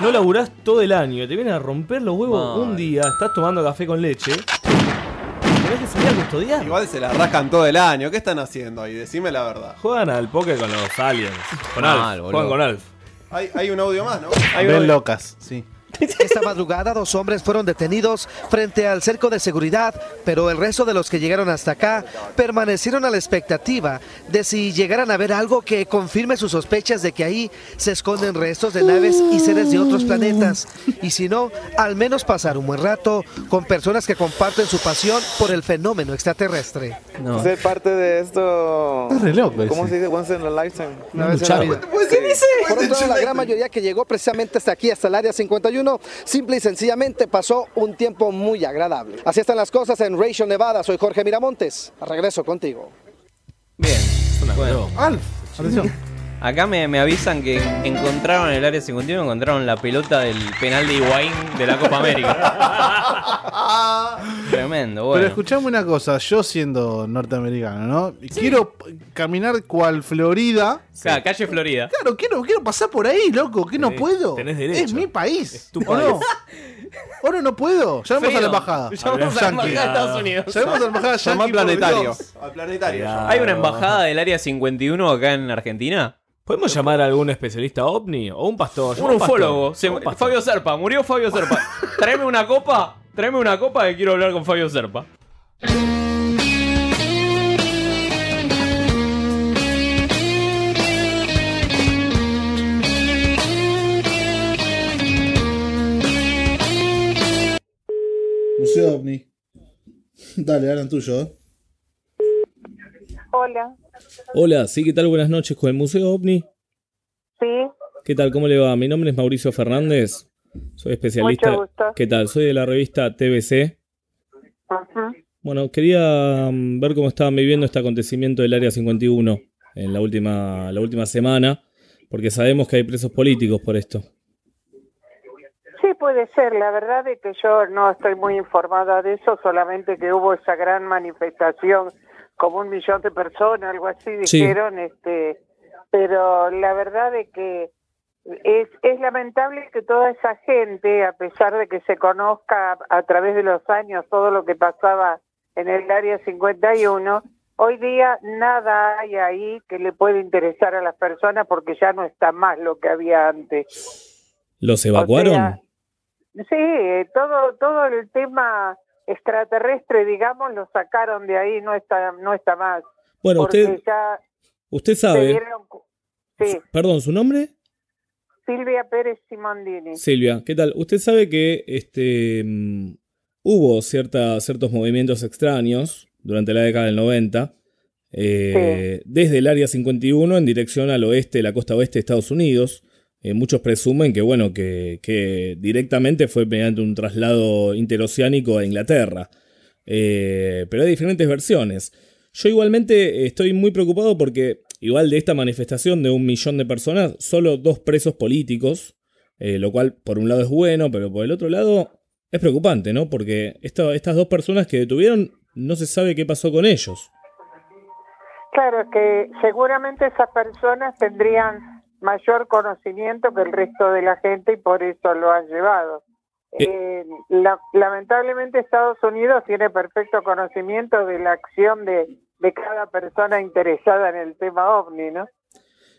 Speaker 6: No laburás todo el año, te vienen a romper los huevos un día, estás tomando café con leche. Tenés que salir a custodiar.
Speaker 15: Igual se la rascan todo el año. ¿Qué están haciendo ahí? Decime la verdad.
Speaker 6: Juegan al poke con los aliens. Con
Speaker 15: Mal,
Speaker 6: Alf.
Speaker 15: boludo.
Speaker 6: Juegan con Alf.
Speaker 15: Hay, hay un audio más, ¿no?
Speaker 1: Ven locas, sí.
Speaker 23: Esta madrugada dos hombres fueron detenidos frente al cerco de seguridad, pero el resto de los que llegaron hasta acá permanecieron a la expectativa de si llegaran a ver algo que confirme sus sospechas de que ahí se esconden restos de naves y seres de otros planetas. Y si no, al menos pasar un buen rato con personas que comparten su pasión por el fenómeno extraterrestre.
Speaker 9: Ser parte de esto.
Speaker 23: Está re loco
Speaker 9: ¿Cómo
Speaker 23: ese.
Speaker 9: se dice? Once in a lifetime.
Speaker 23: Una vez en la vida.
Speaker 7: Pues,
Speaker 23: Por
Speaker 10: Pues,
Speaker 23: otro lado, la gran mayoría que llegó precisamente hasta aquí, hasta el área 51, simple y sencillamente pasó un tiempo muy agradable. Así están las cosas en Ratio, Nevada. Soy Jorge Miramontes. Regreso contigo.
Speaker 7: Bueno. Acá me, me avisan que encontraron en el área 51, encontraron la pelota del penal de Higuaín de la Copa América. Tremendo,
Speaker 1: Pero
Speaker 7: bueno.
Speaker 1: escuchame una cosa, yo siendo norteamericano, ¿no? Quiero p- caminar cual Florida.
Speaker 7: O sea, calle Florida.
Speaker 1: Claro, quiero, quiero pasar por ahí, loco, que no puedo.
Speaker 6: tenés derecho.
Speaker 1: Es mi país.
Speaker 6: tu
Speaker 1: ¿O no?
Speaker 6: país.
Speaker 1: ¿O no, no puedo? Llamemos a la
Speaker 7: Freedom.
Speaker 1: embajada.
Speaker 7: Llamamos a la embajada de
Speaker 1: Yankee.
Speaker 7: Estados Unidos.
Speaker 1: Llamemos a la embajada
Speaker 15: Llamá
Speaker 1: yankee,
Speaker 15: al planetario.
Speaker 1: por Dios.
Speaker 15: Al planetario.
Speaker 7: ¿Hay una embajada del área 51 acá en Argentina?
Speaker 6: ¿Podemos llamar a algún especialista ovni o un pastor?
Speaker 7: Un ufólogo. Se- Fabio Serpa, murió Fabio Serpa. Tráeme una copa, tráeme una copa que quiero hablar con Fabio Serpa.
Speaker 1: Museo OVNI. Dale, Alan, tuyo, ¿eh?
Speaker 24: Hola,
Speaker 6: Hola, sí, ¿qué tal? Buenas noches con el Museo OVNI.
Speaker 24: sí,
Speaker 6: ¿Qué tal? ¿Cómo le va? Mi nombre es Mauricio Fernández. Soy especialista.
Speaker 24: Mucho gusto.
Speaker 6: ¿Qué tal? Soy de la revista TBC.
Speaker 24: Ajá.
Speaker 6: Bueno, quería mm, ver cómo estaban viviendo este acontecimiento del Área 51 en la última, la última semana, porque sabemos que hay presos políticos por esto.
Speaker 24: sí puede ser. La verdad es que yo no estoy muy informada de eso, solamente que hubo esa gran manifestación, como un millón de personas, algo así
Speaker 6: Sí.
Speaker 24: dijeron, este, pero la verdad es que es, es lamentable que toda esa gente, a pesar de que se conozca a- a través de los años todo lo que pasaba en el área 51, hoy día nada hay ahí que le pueda interesar a las personas porque ya no está más lo que había antes.
Speaker 6: ¿Los evacuaron?
Speaker 24: Sí, eh, todo todo el tema extraterrestre, digamos, lo sacaron de ahí, no está no está más.
Speaker 6: Bueno,
Speaker 24: Porque
Speaker 6: usted-
Speaker 24: ya
Speaker 6: Usted
Speaker 24: se
Speaker 6: sabe.
Speaker 24: dieron cu- Sí,
Speaker 6: Perdón, ¿su nombre?
Speaker 24: Silvia Pérez Simondini.
Speaker 6: Silvia, ¿qué tal? Usted sabe que este, mm, hubo cierta, ciertos movimientos extraños durante la década del 90, eh, desde el área 51 en dirección al oeste, la costa oeste de Estados Unidos. Eh, muchos presumen que, bueno, que, que directamente fue mediante un traslado interoceánico a Inglaterra. Eh, pero hay diferentes versiones. Yo igualmente eh, estoy muy preocupado porque, igual de esta manifestación de un millón de personas, solo dos presos políticos, eh, lo cual por un lado es bueno, pero por el otro lado es preocupante, ¿no? Porque esta- estas dos personas que detuvieron, no se sabe qué pasó con ellos.
Speaker 24: Claro, es que seguramente esas personas tendrían mayor conocimiento que el resto de la gente y por eso lo han llevado. Eh, la- lamentablemente Estados Unidos tiene perfecto conocimiento de la acción de, de cada persona interesada en el tema ovni, ¿no?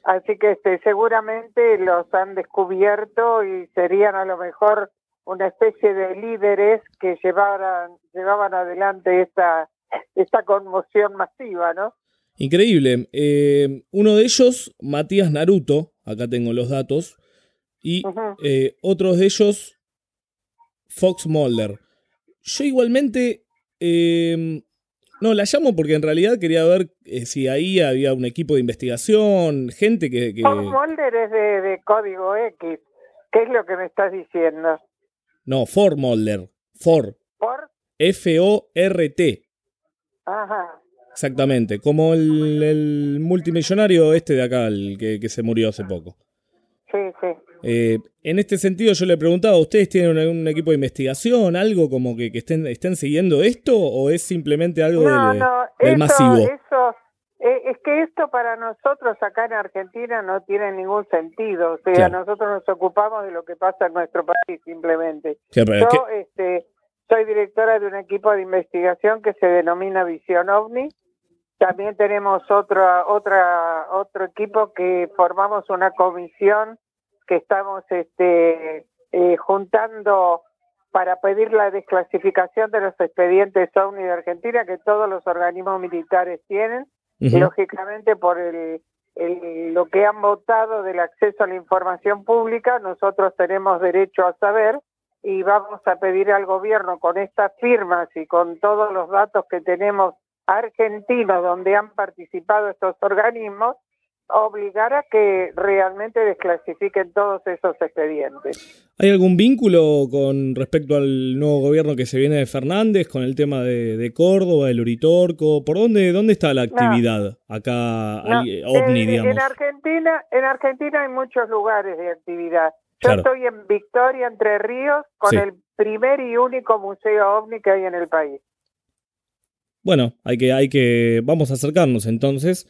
Speaker 24: Así que este, seguramente los han descubierto y serían a lo mejor una especie de líderes que llevaran, llevaban adelante esta, esta conmoción masiva, ¿no?
Speaker 6: Increíble. Eh, uno de ellos, Matías Naruto, acá tengo los datos, y eh, otros de ellos, Fox Mulder. Yo igualmente, eh, no, la llamo porque en realidad quería ver eh, si ahí había un equipo de investigación, gente que... que-
Speaker 24: Fox Mulder es de, de código X. ¿Qué es lo que me estás diciendo?
Speaker 6: No, For Mulder. For.
Speaker 24: ¿Por?
Speaker 6: F-O-R-T.
Speaker 24: Ajá.
Speaker 6: Exactamente, como el, el multimillonario este de acá, el que, que se murió hace poco.
Speaker 24: Sí, sí.
Speaker 6: Eh, en este sentido, yo le preguntaba, ¿ustedes tienen un, un equipo de investigación, algo como que, que estén, estén siguiendo esto o es simplemente algo
Speaker 24: No,
Speaker 6: del,
Speaker 24: no,
Speaker 6: eh, del
Speaker 24: eso,
Speaker 6: masivo?
Speaker 24: eso- eh, es que esto para nosotros acá en Argentina no tiene ningún sentido. O sea,
Speaker 6: Claro.
Speaker 24: nosotros nos ocupamos de lo que pasa en nuestro país simplemente.
Speaker 6: Sí, pero es
Speaker 24: Yo este, soy directora de un equipo de investigación que se denomina Visión OVNI. También tenemos otra, otra, otro equipo que formamos una comisión que estamos este, eh, juntando para pedir la desclasificación de los expedientes OVNI de Argentina que todos los organismos militares tienen,
Speaker 10: Ujú.
Speaker 24: lógicamente por el, el- lo que han votado del acceso a la información pública, nosotros tenemos derecho a saber y vamos a pedir al gobierno con estas firmas y con todos los datos que tenemos argentinos donde han participado estos organismos, obligar a que realmente desclasifiquen todos esos expedientes.
Speaker 6: ¿Hay algún vínculo con respecto al nuevo gobierno que se viene de Fernández, con el tema de, de Córdoba, del Uritorco? ¿Por dónde, dónde está la actividad acá,
Speaker 24: No, eh,
Speaker 6: ali- eh, ovni,
Speaker 24: en-
Speaker 6: digamos?
Speaker 24: En Argentina, en Argentina hay muchos lugares de actividad. Yo
Speaker 6: Claro.
Speaker 24: estoy en Victoria, Entre Ríos, con
Speaker 6: Sí.
Speaker 24: el primer y único museo ovni que hay en el país.
Speaker 6: Bueno, hay que, hay que, vamos a acercarnos entonces.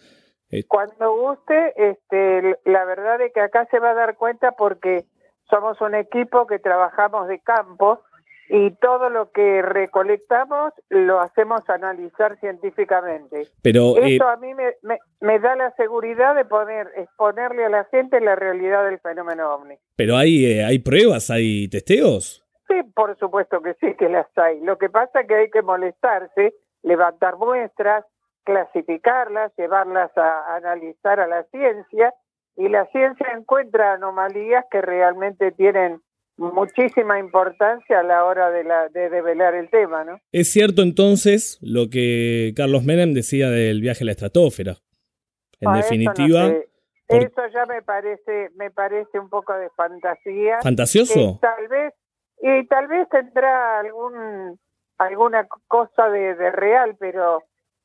Speaker 6: Eh,
Speaker 24: Cuando guste, este, la verdad es que acá se va a dar cuenta porque somos un equipo que trabajamos de campo y todo lo que recolectamos lo hacemos analizar científicamente.
Speaker 6: Pero, eh,
Speaker 24: Eso a mí me, me- me da la seguridad de poder exponerle a la gente la realidad del fenómeno ovni.
Speaker 6: pero hay, eh, hay pruebas, hay testeos.
Speaker 24: Sí, por supuesto que sí que las hay. Lo que pasa es que hay que molestarse, levantar muestras, clasificarlas, llevarlas a, a analizar a la ciencia y la ciencia encuentra anomalías que realmente tienen muchísima importancia a la hora de, la, de develar el tema, ¿no?
Speaker 6: Es cierto entonces lo que Carlos Menem decía del viaje a la estratosfera. En
Speaker 24: Ah, eso no
Speaker 6: definitiva,
Speaker 24: sé.
Speaker 6: por-
Speaker 24: Eso ya me parece, me parece un poco de fantasía.
Speaker 6: ¿Fantasioso?
Speaker 24: Y tal vez, y tal vez tendrá algún alguna cosa de, de real, pero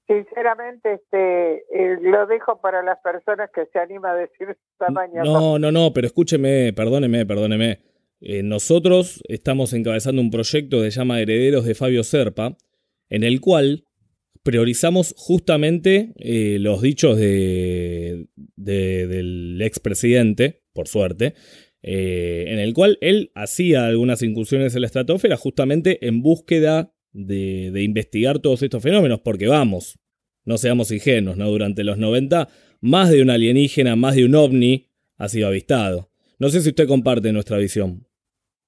Speaker 24: sinceramente este eh, lo dejo para las personas que se anima a decir tamaño.
Speaker 6: No, no, no, pero escúcheme, perdóneme, perdóneme. Eh, nosotros estamos encabezando un proyecto que se llama Herederos de Fabio Serpa, en el cual priorizamos justamente eh, los dichos de, de- del expresidente, por suerte, eh, en el cual él hacía algunas incursiones en la estratosfera justamente en búsqueda de, de investigar todos estos fenómenos, porque vamos, no seamos ingenuos, ¿no? Durante los 90, más de un alienígena, más de un ovni ha sido avistado. No sé si usted comparte nuestra visión.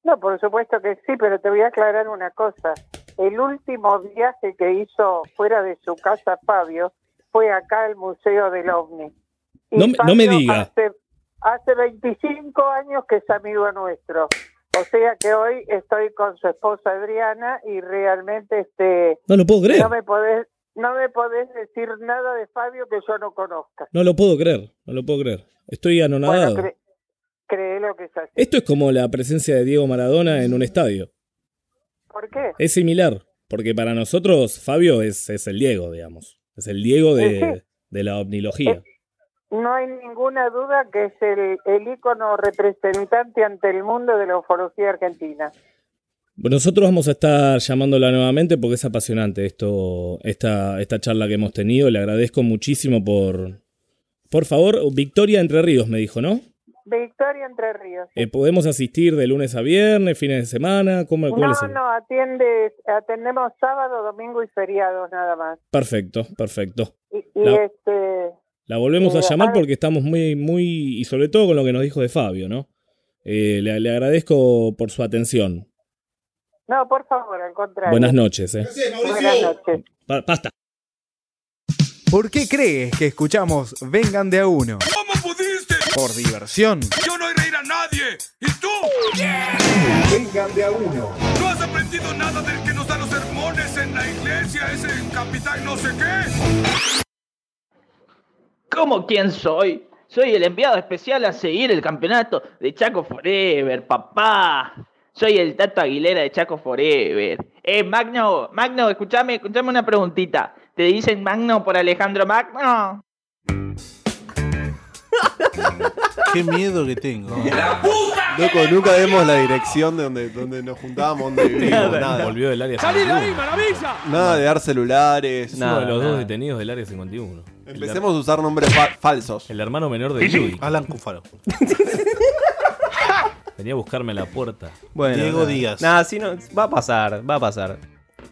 Speaker 24: No, por supuesto que sí, pero te voy a aclarar una cosa. El último viaje que hizo fuera de su casa Fabio fue acá al Museo del OVNI. Y
Speaker 6: No me- no me
Speaker 24: Fabio
Speaker 6: diga.
Speaker 24: Hace, hace 25 años que es amigo nuestro. O sea que hoy estoy con su esposa Adriana y realmente este
Speaker 6: No lo puedo creer.
Speaker 24: no me podés no me podés decir nada de Fabio que yo no conozca.
Speaker 6: No lo puedo creer, no lo puedo creer. Estoy anonadado.
Speaker 24: Cre- cree lo que es así.
Speaker 6: Esto es como la presencia de Diego Maradona en un estadio.
Speaker 24: ¿Por qué?
Speaker 6: Es similar, porque para nosotros Fabio es, es el Diego, digamos. Es el Diego de, de la ovnilogía.
Speaker 24: No hay ninguna duda que es el, el ícono representante ante el mundo de la ufología argentina.
Speaker 6: Nosotros vamos a estar llamándola nuevamente porque es apasionante esto, esta, esta charla que hemos tenido. Le agradezco muchísimo por... Por favor, Victoria Entre Ríos me dijo, ¿no?
Speaker 24: Victoria Entre Ríos.
Speaker 6: Eh, ¿Podemos asistir de lunes a viernes, fines de semana? ¿Cómo, cómo
Speaker 24: No,
Speaker 6: les-
Speaker 24: no, atiende, atendemos sábado, domingo y feriados nada más.
Speaker 6: Perfecto, perfecto.
Speaker 24: Y, y
Speaker 6: La-
Speaker 24: este,
Speaker 6: La volvemos a
Speaker 24: Eh,
Speaker 6: llamar
Speaker 24: ah.
Speaker 6: porque estamos muy, muy, y sobre todo con lo que nos dijo de Fabio, ¿no? Eh, le, le agradezco por su atención.
Speaker 24: no, por favor, al contrario.
Speaker 6: Buenas noches, eh.
Speaker 24: Buenas noches.
Speaker 6: Pa- Pasta.
Speaker 22: ¿Por qué crees que escuchamos Vengan de a uno?
Speaker 10: ¿Cómo pudiste?
Speaker 22: Por diversión.
Speaker 10: Yo no iré a reír a nadie. ¿Y tú? Vengan de a uno. ¿No has aprendido nada del que nos da los sermones en la iglesia, ese capitán no sé qué?
Speaker 19: ¿Cómo quién soy? Soy el enviado especial a seguir el campeonato de Chaco Forever, papá. Soy el Tato Aguilera de Chaco Forever. Eh, Magno, Magno, escúchame, escúchame una preguntita. ¿Te dicen Magno por Alejandro Magno?
Speaker 1: Qué miedo que tengo.
Speaker 15: Loco, nunca vemos la dirección de donde, donde nos juntábamos, donde vivimos,
Speaker 6: Nada.
Speaker 15: nada.
Speaker 6: Volvió del área
Speaker 15: Salí de ahí,
Speaker 6: maravilla!
Speaker 15: Nada de dar celulares.
Speaker 6: Es uno de los dos detenidos del área 51.
Speaker 15: Empecemos a usar nombres fa- falsos.
Speaker 6: El hermano menor de Luis. Alan Cufaro. Venía a buscarme a la puerta.
Speaker 1: Diego Díaz.
Speaker 7: Nada, así no, va a pasar, va a pasar.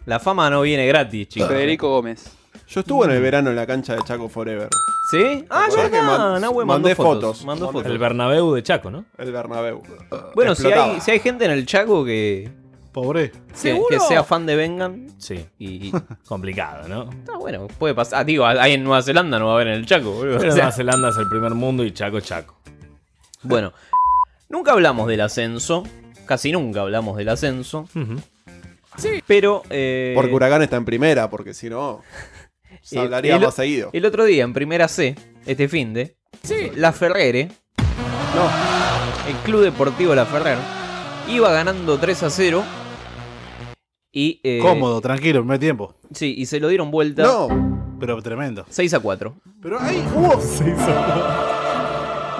Speaker 7: La fama no viene gratis, chicos.
Speaker 15: Federico
Speaker 7: Gómez.
Speaker 15: Yo estuve en el verano en la cancha de Chaco Forever.
Speaker 7: ¿Sí? Ah,
Speaker 15: Recuerdo
Speaker 7: ya
Speaker 15: que man-
Speaker 7: Nahue mandó
Speaker 15: mandé
Speaker 7: fotos,
Speaker 15: fotos.
Speaker 7: mandó fotos.
Speaker 6: El Bernabéu de Chaco, ¿no?
Speaker 15: El Bernabéu.
Speaker 7: Bueno, si
Speaker 15: Explotaba.
Speaker 7: hay, si hay gente en el Chaco que.
Speaker 1: Pobre.
Speaker 7: Que,
Speaker 6: ¿Seguro?
Speaker 7: que sea fan de Vengan.
Speaker 6: Sí.
Speaker 7: Y,
Speaker 6: Complicado, ¿no?
Speaker 7: Está bueno, puede pasar. Ah, digo, ahí en Nueva Zelanda no va a haber en el Chaco, boludo.
Speaker 6: Pero
Speaker 7: O sea,
Speaker 6: Nueva Zelanda es el primer mundo y Chaco, Chaco.
Speaker 7: Bueno, nunca hablamos del ascenso. Casi nunca hablamos del ascenso. Sí. Pero. eh,
Speaker 15: Porque Huracán está en primera, porque si no, se
Speaker 7: Eh,
Speaker 15: hablaría
Speaker 7: el-
Speaker 15: más seguido.
Speaker 7: El otro día, en primera C, este fin de. La Ferrere. El Club Deportivo La Ferrer. Iba ganando 3 a 0. Y. eh,
Speaker 1: Cómodo, tranquilo, primer tiempo.
Speaker 7: Sí, y se lo dieron vuelta.
Speaker 1: No. Pero tremendo.
Speaker 7: 6 a 4.
Speaker 1: Pero ahí hubo.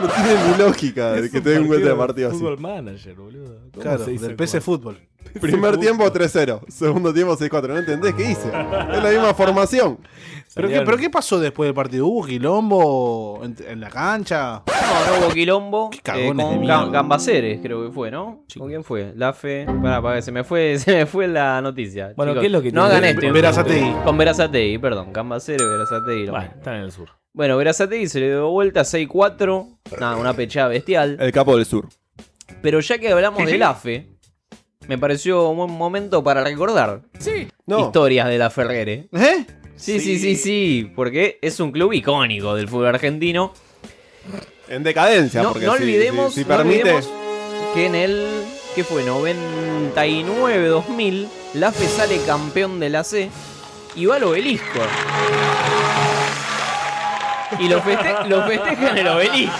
Speaker 15: No tiene ni lógica de que te den cuenta de partido así.
Speaker 6: Fútbol manager, boludo. ¿Cómo
Speaker 1: Claro,
Speaker 6: se dice
Speaker 1: del PC Fútbol.
Speaker 15: Primer tiempo 3-0, segundo tiempo 6-4. ¿No entendés qué hice? Es la misma formación.
Speaker 1: ¿Pero qué, ¿Pero qué pasó después del partido? ¿Hubo quilombo en, en la cancha?
Speaker 7: No, no hubo quilombo. Eh,
Speaker 1: cagones de
Speaker 7: con
Speaker 1: mierda.
Speaker 7: Gam- Gambaceres, creo que fue, ¿no? ¿Con quién fue? La fe. Pará, pará, se me fue, se me fue la noticia.
Speaker 6: Bueno,
Speaker 7: chicos.
Speaker 6: ¿qué es lo que
Speaker 7: No
Speaker 6: tiene
Speaker 7: hagan
Speaker 6: que-
Speaker 7: esto.
Speaker 6: Berazategui.
Speaker 7: Con Verazategui, perdón. Gambaceres, Verazategui. Bueno,
Speaker 6: están en el sur.
Speaker 7: Bueno, Verazategui se le dio vuelta 6-4. Nada, una pechada bestial.
Speaker 15: El capo del sur.
Speaker 7: Pero ya que hablamos del AFE, me pareció un buen momento para recordar historias de la Ferrere.
Speaker 1: ¿Eh?
Speaker 7: Sí, sí, sí, sí, porque es un club icónico del fútbol argentino.
Speaker 15: En decadencia,
Speaker 7: No,
Speaker 15: porque
Speaker 7: no
Speaker 15: si-
Speaker 7: olvidemos,
Speaker 15: si- si
Speaker 7: no
Speaker 15: permite-
Speaker 7: olvidemos que en el que fue 99-2000, la FE sale campeón de la C y va al obelisco. Y lo, feste- lo festeja en el obelisco.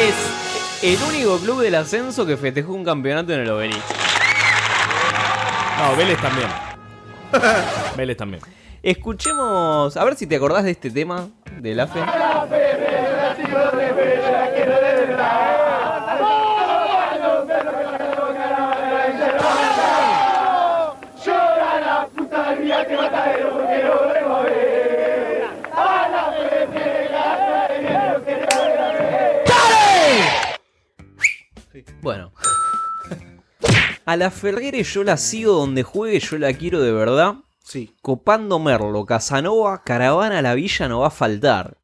Speaker 7: Es el único club del ascenso que festejó un campeonato en el obelisco.
Speaker 6: No, Vélez también. Vélez también.
Speaker 7: Escuchemos, a ver si te acordás de este tema de la FE.
Speaker 25: Llora la puta de mía que matadero porque no vuelvo a ver. A la bebé, la traidero que no vuelvo a ver.
Speaker 7: Bueno. A la Ferrere yo la sigo donde juegue, yo la quiero de verdad.
Speaker 1: Sí.
Speaker 7: Copando Merlo, Casanova, Caravana, la Villa no va a faltar.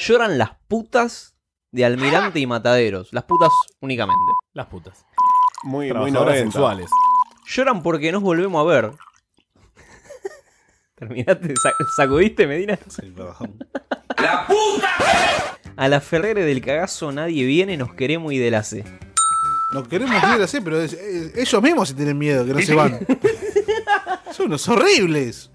Speaker 7: Lloran las putas de Almirante y Mataderos. Las putas únicamente.
Speaker 6: Las putas.
Speaker 3: Muy,
Speaker 6: muy Trabajadoras 90. sexuales.
Speaker 7: Lloran porque nos volvemos a ver. Terminaste, sa- sacudiste Medina.
Speaker 25: ¡La puta!
Speaker 7: A la Ferrere del cagazo nadie viene, nos queremos y de la C.
Speaker 1: Nos queremos ir así, pero es- es- ellos mismos se tienen miedo que no se van. Son unos horribles.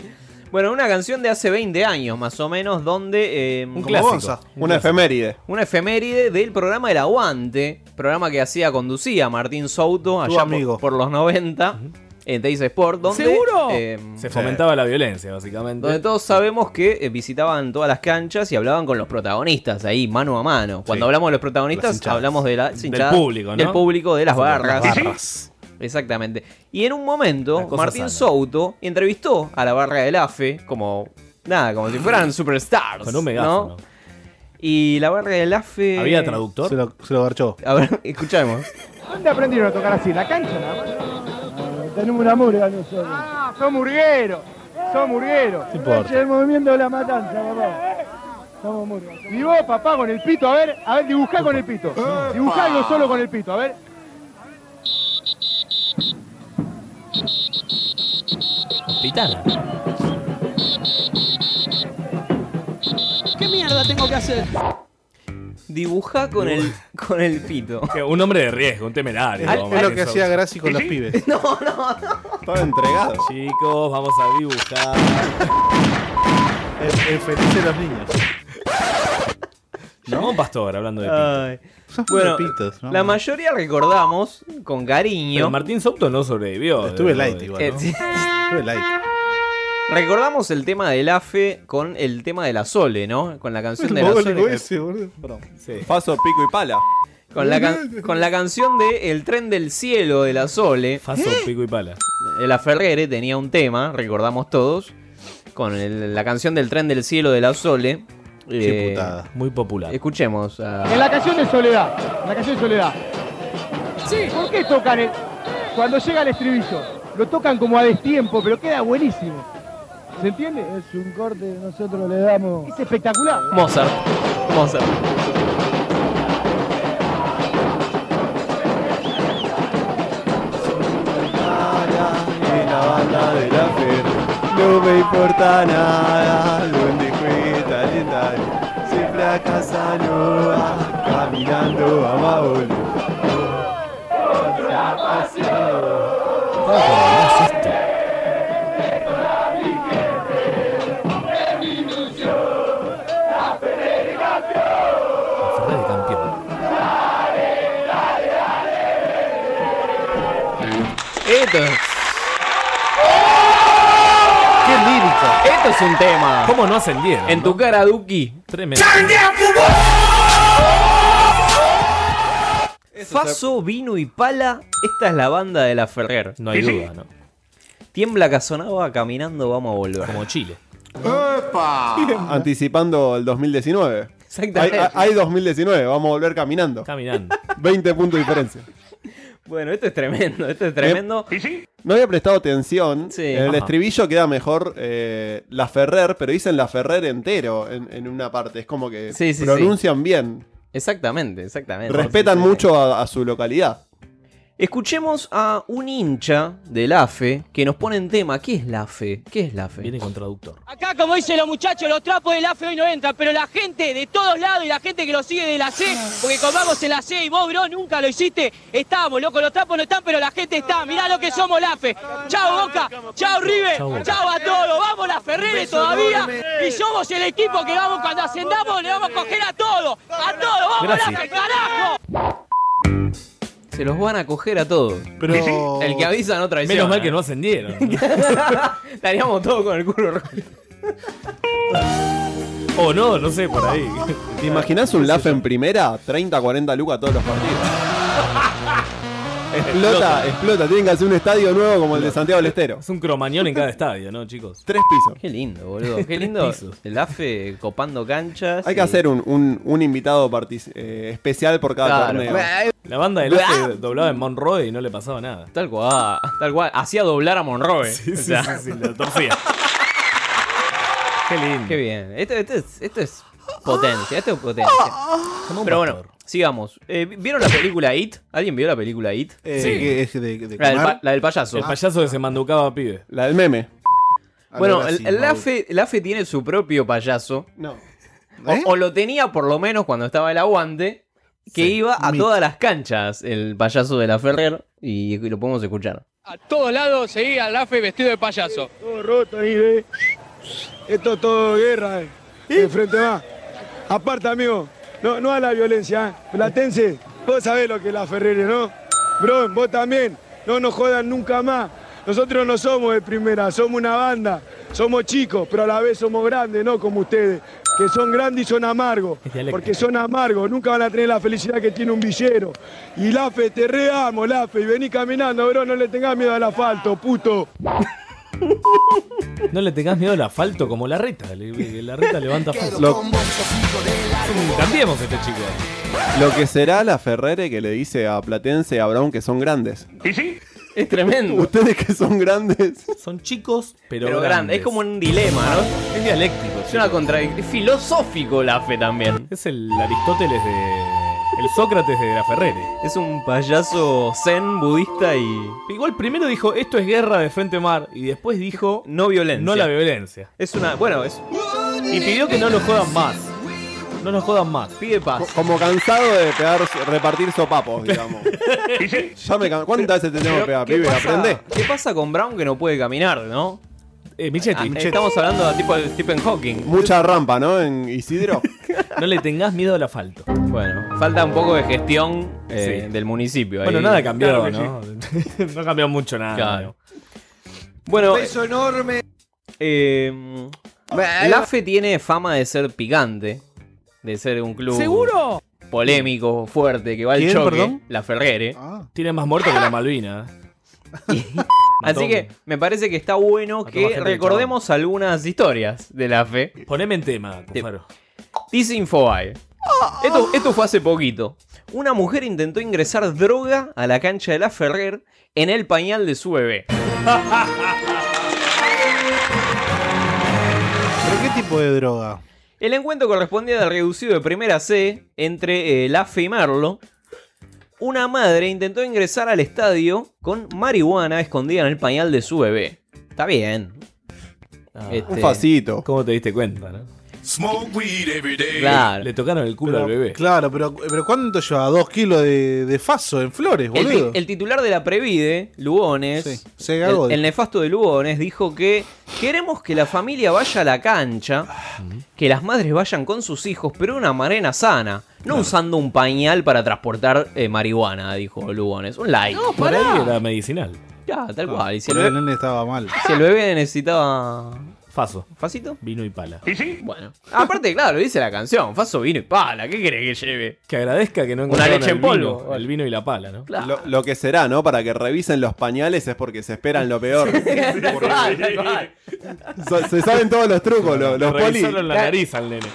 Speaker 7: Bueno, una canción de hace 20 años, más o menos, donde. eh, como
Speaker 3: clásico.
Speaker 7: Gonza.
Speaker 3: Una efeméride.
Speaker 7: Una efeméride del programa El Aguante, programa que hacía, conducía Martín Souto allá por- Por, los 90, en Teis Sport, donde.
Speaker 6: ¿Seguro?
Speaker 7: eh,
Speaker 6: Se fomentaba la violencia, básicamente.
Speaker 7: Donde todos sabemos que eh, visitaban todas las canchas y hablaban con los protagonistas ahí, mano a mano. Cuando
Speaker 6: Sí.
Speaker 7: hablamos de los protagonistas,
Speaker 6: hinchadas.
Speaker 7: hablamos de la,
Speaker 6: Del
Speaker 7: hinchada-
Speaker 6: público, ¿no?
Speaker 7: Del público, de las
Speaker 6: De las
Speaker 7: barras.
Speaker 6: barras.
Speaker 7: Exactamente. Y en un momento,
Speaker 6: cosa
Speaker 7: Martín
Speaker 6: sana.
Speaker 7: Souto entrevistó a la barra del AFE como. Nada, como si fueran superstars.
Speaker 6: Con
Speaker 7: ¿no?
Speaker 6: un megáfono.
Speaker 7: Y la barra del E AFE.
Speaker 6: ¿Había traductor?
Speaker 1: Se lo, se lo garchó.
Speaker 7: Eh, A ver, escuchemos.
Speaker 10: ¿Dónde aprendieron a tocar así? ¿La cancha nada Tenemos una murga nosotros. Ah, son murgueros. Son murgueros.
Speaker 1: No importa.
Speaker 10: El movimiento de la matanza, papá. Somos murgas. Y vos, papá, con el pito, a ver, a ver, dibujá con el pito. Dibujá algo solo con el pito, a ver.
Speaker 7: Pitana.
Speaker 26: ¿Qué mierda tengo que hacer?
Speaker 7: Dibuja con el, con el pito.
Speaker 6: Un hombre de riesgo, un temerario.
Speaker 7: Es- es
Speaker 6: como
Speaker 7: lo
Speaker 6: Martin
Speaker 7: que
Speaker 6: Souto.
Speaker 7: hacía Grassi con los pibes. No, no,
Speaker 6: no. Estaba entregado. Chicos, vamos a dibujar.
Speaker 1: El, feliz de los niños.
Speaker 6: Llamó a un pastor hablando de
Speaker 7: Ay.
Speaker 6: pito.
Speaker 7: Bueno, la mayoría recordamos con cariño.
Speaker 6: Pero Martín Souto no sobrevivió. eh,
Speaker 7: Estuve
Speaker 6: de-
Speaker 7: light
Speaker 6: de-
Speaker 7: igual, ¿no? Estuve light. Recordamos el tema del AFE con el tema de la Sole, ¿no? Con la canción de la Sole. que-
Speaker 3: Paso, pico y pala.
Speaker 7: Con la, can- con la canción de El tren del cielo de la Sole. Faso,
Speaker 6: pico y pala.
Speaker 7: La Ferrere tenía un tema, recordamos todos, con el- la canción del tren del cielo de la Sole.
Speaker 6: Qué
Speaker 7: putada.
Speaker 6: Muy popular.
Speaker 7: Escuchemos. a-
Speaker 10: En la canción de Soledad. En la canción de Soledad. Sí. ¿Por qué tocan el, cuando llega el estribillo? Lo tocan como a destiempo, pero queda buenísimo. ¿Se entiende? Es un corte, nosotros le damos. Es espectacular.
Speaker 7: Mozart. Mozart.
Speaker 3: la banda de la Fer. No me importa nada, lo indicuita letal. Siempre a casa nueva, caminando a Maol.
Speaker 6: Ferrari campeón.
Speaker 7: Esto es. ¡Qué lírica! Esto es un tema.
Speaker 6: ¿Cómo no ascendieron?
Speaker 7: En tu cara, Duki.
Speaker 6: Tremendo.
Speaker 7: Faso, vino y pala. Esta es la banda de la Ferrer.
Speaker 6: No hay duda, ¿no?
Speaker 7: Tiembla Casonaba caminando, vamos a volver.
Speaker 6: Como Chile.
Speaker 3: Anticipando el 2019. Hay,
Speaker 7: Exactamente.
Speaker 3: hay- hay 2019, vamos a volver caminando.
Speaker 6: Caminando.
Speaker 3: 20 puntos de diferencia.
Speaker 7: Bueno, esto es tremendo, esto es tremendo.
Speaker 3: No había prestado atención. En el
Speaker 7: Ajá.
Speaker 3: estribillo queda mejor eh, la Ferrer, pero dicen la Ferrer entero en, en una parte. Es como que
Speaker 7: Sí, sí,
Speaker 3: pronuncian bien.
Speaker 7: Exactamente, exactamente.
Speaker 3: Respetan mucho a, a su localidad.
Speaker 7: Escuchemos a un hincha del AFE que nos pone en tema. ¿Qué es la AFE? ¿Qué es la AFE? Viene con traductor.
Speaker 10: Acá, como dicen los muchachos, los trapos del AFE hoy no entran, pero la gente de todos lados y la gente que lo sigue de la C, porque comamos en la C y vos, bro, nunca lo hiciste, estamos, loco, los trapos no están, pero la gente está. Mirá lo que somos la AFE. Chao Boca, chao River,
Speaker 27: Chao, Boca.
Speaker 10: chao a todos, vamos la Ferreres
Speaker 27: beso
Speaker 10: todavía
Speaker 27: enorme.
Speaker 10: y somos el equipo que vamos cuando ascendamos, le vamos a coger a todos, a todos, vamos la
Speaker 7: Gracias.
Speaker 10: AFE, carajo.
Speaker 7: Se los van a coger a todos.
Speaker 1: Pero-
Speaker 7: El que avisa no traiciona.
Speaker 1: Menos mal que
Speaker 7: no ascendieron. Estaríamos todos con el culo roto.
Speaker 6: O no, no sé, por ahí.
Speaker 3: ¿Te imaginas un LAF en primera? 30, 40 lucas todos los partidos. Explota, explota. Tienen que hacer un estadio nuevo como el de Santiago del Estero.
Speaker 6: Es un cromañón en cada estadio, ¿no, chicos?
Speaker 3: Tres pisos.
Speaker 7: Qué lindo, boludo. Qué
Speaker 6: Tres
Speaker 7: lindo.
Speaker 6: pisos.
Speaker 7: El AFE copando canchas.
Speaker 3: Hay que
Speaker 7: y-
Speaker 3: hacer un, un- un invitado partici- eh, especial por cada
Speaker 7: Claro.
Speaker 3: torneo.
Speaker 6: La banda del Ace doblaba en Monroe y no le pasaba nada.
Speaker 7: Tal cual, tal cual. Hacía doblar a Monroe.
Speaker 6: Sí,
Speaker 7: O
Speaker 6: sí,
Speaker 7: sea.
Speaker 6: sí, sí, lo torcía. Qué lindo.
Speaker 7: Qué bien. Esto, esto es, esto es potencia, esto es potencia.
Speaker 6: Como un
Speaker 7: Pero
Speaker 6: pastor.
Speaker 7: bueno, sigamos. Eh, ¿Vieron la película It? ¿Alguien vio la película It?
Speaker 1: Eh, Sí. que es de- de
Speaker 7: la, del
Speaker 1: comer.
Speaker 7: pa- la del payaso. Ah.
Speaker 6: El payaso que se manducaba a pibe.
Speaker 3: La del meme.
Speaker 7: Bueno, el, el AFE, el AFE tiene su propio payaso.
Speaker 3: No.
Speaker 7: O-
Speaker 1: ¿Eh?
Speaker 7: O, lo tenía por lo menos cuando estaba el aguante, que iba a todas las canchas el payaso de la Ferrer y, y lo podemos escuchar.
Speaker 28: A todos lados seguía al AFE vestido de payaso.
Speaker 25: Todo roto ahí, ve. Esto es todo guerra, eh. De frente va. Aparte, amigo, no, no a la violencia, eh. Platense, vos sabés lo que es la Ferreres, ¿no? Bro, vos también. No nos jodan nunca más. Nosotros no somos de primera, somos una banda. Somos chicos, pero a la vez somos grandes, ¿no? Como ustedes. Que son grandes y son amargos. Porque son amargos, nunca van a tener la felicidad que tiene un villero. Y la fe, te reamo, la fe. Y vení caminando, bro, no le tengas miedo al asfalto, puto.
Speaker 6: No le tengas miedo al asfalto como la reta. le- La reta levanta asfalto. Cambiemos este chico.
Speaker 3: Lo que será la Ferrere que le dice a Platense y a Brown que son grandes.
Speaker 7: ¿Y sí? Es tremendo.
Speaker 3: Ustedes que son grandes.
Speaker 6: Son chicos, pero,
Speaker 7: Pero grande, es como un dilema, ¿no?
Speaker 6: Es dialéctico.
Speaker 7: Es una contradicción. Es filosófico el AFE también.
Speaker 6: Es el Aristóteles de. El Sócrates de la Ferrere.
Speaker 7: Es un payaso zen, budista y.
Speaker 6: Igual primero dijo esto es guerra de frente mar y después dijo
Speaker 7: no violencia.
Speaker 6: No la violencia.
Speaker 7: Es una. Bueno, es.
Speaker 6: Y pidió que no lo jodan más. No nos jodan más.
Speaker 7: Pide paz.
Speaker 3: Como cansado de pegar, repartir sopapos, digamos. ya me can- ¿Cuántas veces te tengo que pegar,
Speaker 7: ¿Qué
Speaker 3: pibe?
Speaker 7: pasa-
Speaker 3: Aprendé.
Speaker 7: ¿Qué pasa con Brown que no puede caminar, no? Ah,
Speaker 6: Eh, Michetti,
Speaker 7: Estamos hablando de tipo de Stephen Hawking.
Speaker 3: Mucha rampa, ¿no? En Isidro.
Speaker 6: no le tengas miedo al asfalto.
Speaker 7: Bueno, falta un poco de gestión eh,
Speaker 6: Sí.
Speaker 7: del municipio.
Speaker 6: Bueno,
Speaker 7: ahí.
Speaker 6: nada cambió, ¿no? no cambió mucho nada.
Speaker 7: Claro. Bueno,
Speaker 6: Beso
Speaker 7: enorme. la FE tiene fama de ser picante, de ser un club
Speaker 6: ¿Seguro?
Speaker 7: polémico, fuerte, que va al
Speaker 6: ¿Quién,
Speaker 7: choque,
Speaker 6: perdón? Ah.
Speaker 7: la Ferrere.
Speaker 3: Ah.
Speaker 6: Tiene más muerto que la Malvina. ¿eh?
Speaker 7: Así
Speaker 6: Matón.
Speaker 7: que me parece que está bueno
Speaker 6: a
Speaker 7: que
Speaker 6: gente que
Speaker 7: recordemos algunas historias de la fe.
Speaker 6: Poneme en tema, Cufaro.
Speaker 7: Dice Infobae. Esto, esto fue hace poquito. Una mujer intentó ingresar droga a la cancha de la Ferrer en el pañal de su bebé.
Speaker 1: ¿Pero qué tipo de droga?
Speaker 7: El encuentro correspondía al reducido de primera C entre eh, Lafe y Merlo. Una madre intentó ingresar al estadio con marihuana escondida en el pañal de su bebé. Está bien.
Speaker 6: Ah.
Speaker 7: Este,
Speaker 3: Un facito.
Speaker 6: ¿Cómo te diste cuenta, no?
Speaker 29: Smoke weed every day.
Speaker 6: Le tocaron el culo
Speaker 1: Pero-
Speaker 6: al bebé.
Speaker 1: Claro, pero, pero ¿cuánto lleva? Dos kilos de, de faso en flores,
Speaker 7: El,
Speaker 1: boludo.
Speaker 7: ti- el titular de la Previde, Lugones,
Speaker 1: se cagó
Speaker 7: el,
Speaker 1: de-
Speaker 7: el nefasto de Lugones, dijo que queremos que la familia vaya a la cancha, que las madres vayan con sus hijos, pero de una manera sana, no usando un pañal para transportar eh, marihuana, dijo Lugones. Un like.
Speaker 6: No, Por pará. ahí era medicinal.
Speaker 7: Ya, tal
Speaker 1: Ah,
Speaker 7: cual. Y si el
Speaker 1: pero el
Speaker 7: bebé-
Speaker 1: nene estaba mal.
Speaker 7: si el bebé necesitaba
Speaker 6: Faso.
Speaker 7: ¿Facito?
Speaker 6: Vino y pala.
Speaker 7: ¿Y sí? Bueno. Aparte, claro, dice la canción. Faso, vino y pala. ¿Qué querés que lleve?
Speaker 6: Que agradezca que
Speaker 7: Una
Speaker 6: no encontraron
Speaker 7: leche
Speaker 6: el
Speaker 7: en polvo.
Speaker 6: vino, el vino y la pala, ¿no?
Speaker 3: Lo, lo que será, ¿no? Para que revisen los pañales es porque se esperan lo peor. So- se saben todos los trucos, lo- los,
Speaker 6: Le
Speaker 3: polis.
Speaker 6: revisaron la nariz al nene.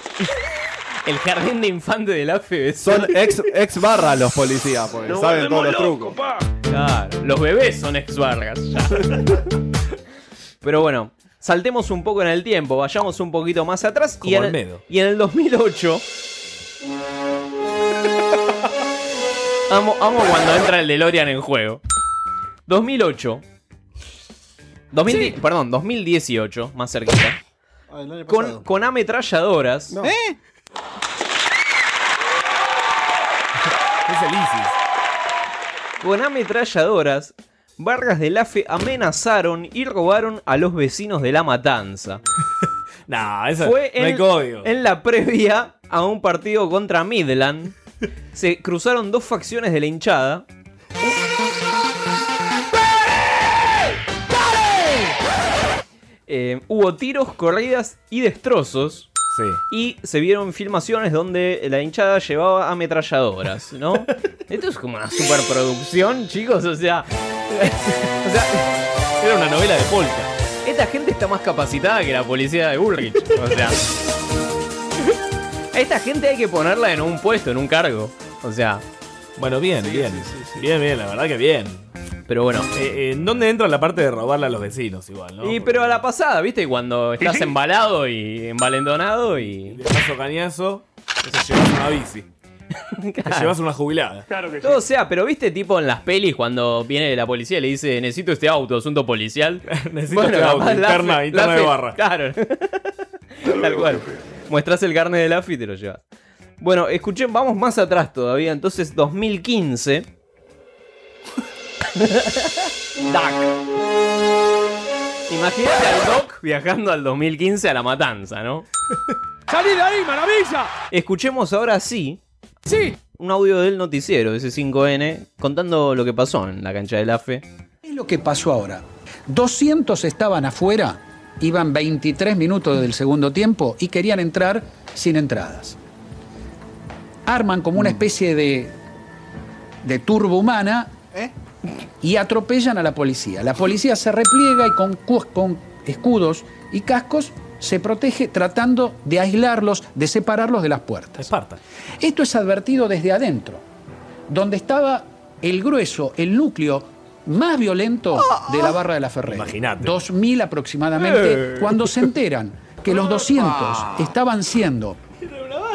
Speaker 7: El jardín de infante del AFB.
Speaker 3: Son ex, ex barra los policías, porque
Speaker 7: Nos
Speaker 3: saben todos
Speaker 7: volvemos
Speaker 3: los trucos.
Speaker 7: Claro, los bebés son ex Vargas. Pero bueno, saltemos un poco en el tiempo, vayamos un poquito más atrás. y,
Speaker 6: Como
Speaker 7: en el,
Speaker 6: Olmedo.
Speaker 7: y en el 2008. Amo, amo cuando entra el DeLorean en juego. 2008. 2000 Perdón, 2018, más cerquita. Con, con ametralladoras. ¿Eh?
Speaker 6: Es el ISIS.
Speaker 7: Con ametralladoras, Vargas de Lafe amenazaron y robaron a los vecinos de La Matanza.
Speaker 6: Nah, eso
Speaker 7: Fue
Speaker 6: no hay
Speaker 7: en,
Speaker 6: código.
Speaker 7: en la previa a un partido contra Midland. Se cruzaron dos facciones de la hinchada. Eh, hubo tiros, corridas y destrozos. Y se vieron filmaciones donde la hinchada llevaba ametralladoras, ¿no? Esto es como una superproducción, chicos. O sea, o sea, era una novela de polka. Esta gente está más capacitada que la policía de Bullrich. O sea, a esta gente hay que ponerla en un puesto, en un cargo. O sea,
Speaker 6: Bueno, bien, bien. Bien, bien, la verdad que bien.
Speaker 7: Pero bueno.
Speaker 6: Eh, eh, ¿En dónde entra la parte de robarle a los vecinos igual, no?
Speaker 7: y pero a la pasada, ¿viste? Cuando estás embalado y envalentonado y.
Speaker 6: Paso cañazo, te llevas una bici. Te llevas una jubilada.
Speaker 7: Todo sea, pero viste tipo en las pelis cuando viene la policía y le dice, necesito este auto, asunto policial.
Speaker 6: Necesito este auto,
Speaker 7: capaz
Speaker 6: interna-
Speaker 7: Lafi-
Speaker 6: interna de
Speaker 7: Lafi-
Speaker 6: barra.
Speaker 7: Claro. Tal cual. Muestras el carnet de Lafi y te lo llevas. Bueno, escuchen, vamos más atrás todavía. Entonces, 2015. Imagínate al Doc viajando al 2015 a la matanza, ¿no?
Speaker 30: ¡Salí de ahí, maravilla!
Speaker 7: Escuchemos ahora sí. Sí. Un audio del noticiero, ese 5N, contando lo que pasó en la cancha de la fe.
Speaker 11: ¿Qué es lo que pasó ahora? 200 estaban afuera, iban 23 minutos del segundo tiempo y querían entrar sin entradas. Arman como una especie de, de turbo humana y atropellan a la policía. La policía se repliega y con, cu- con escudos y cascos se protege tratando de aislarlos, de separarlos de las puertas. Esto es advertido desde adentro, donde estaba el grueso, el núcleo más violento de la barra de la Ferrera. Imagínate. 2.000
Speaker 6: Eh.
Speaker 11: aproximadamente, cuando se enteran que los 200 estaban siendo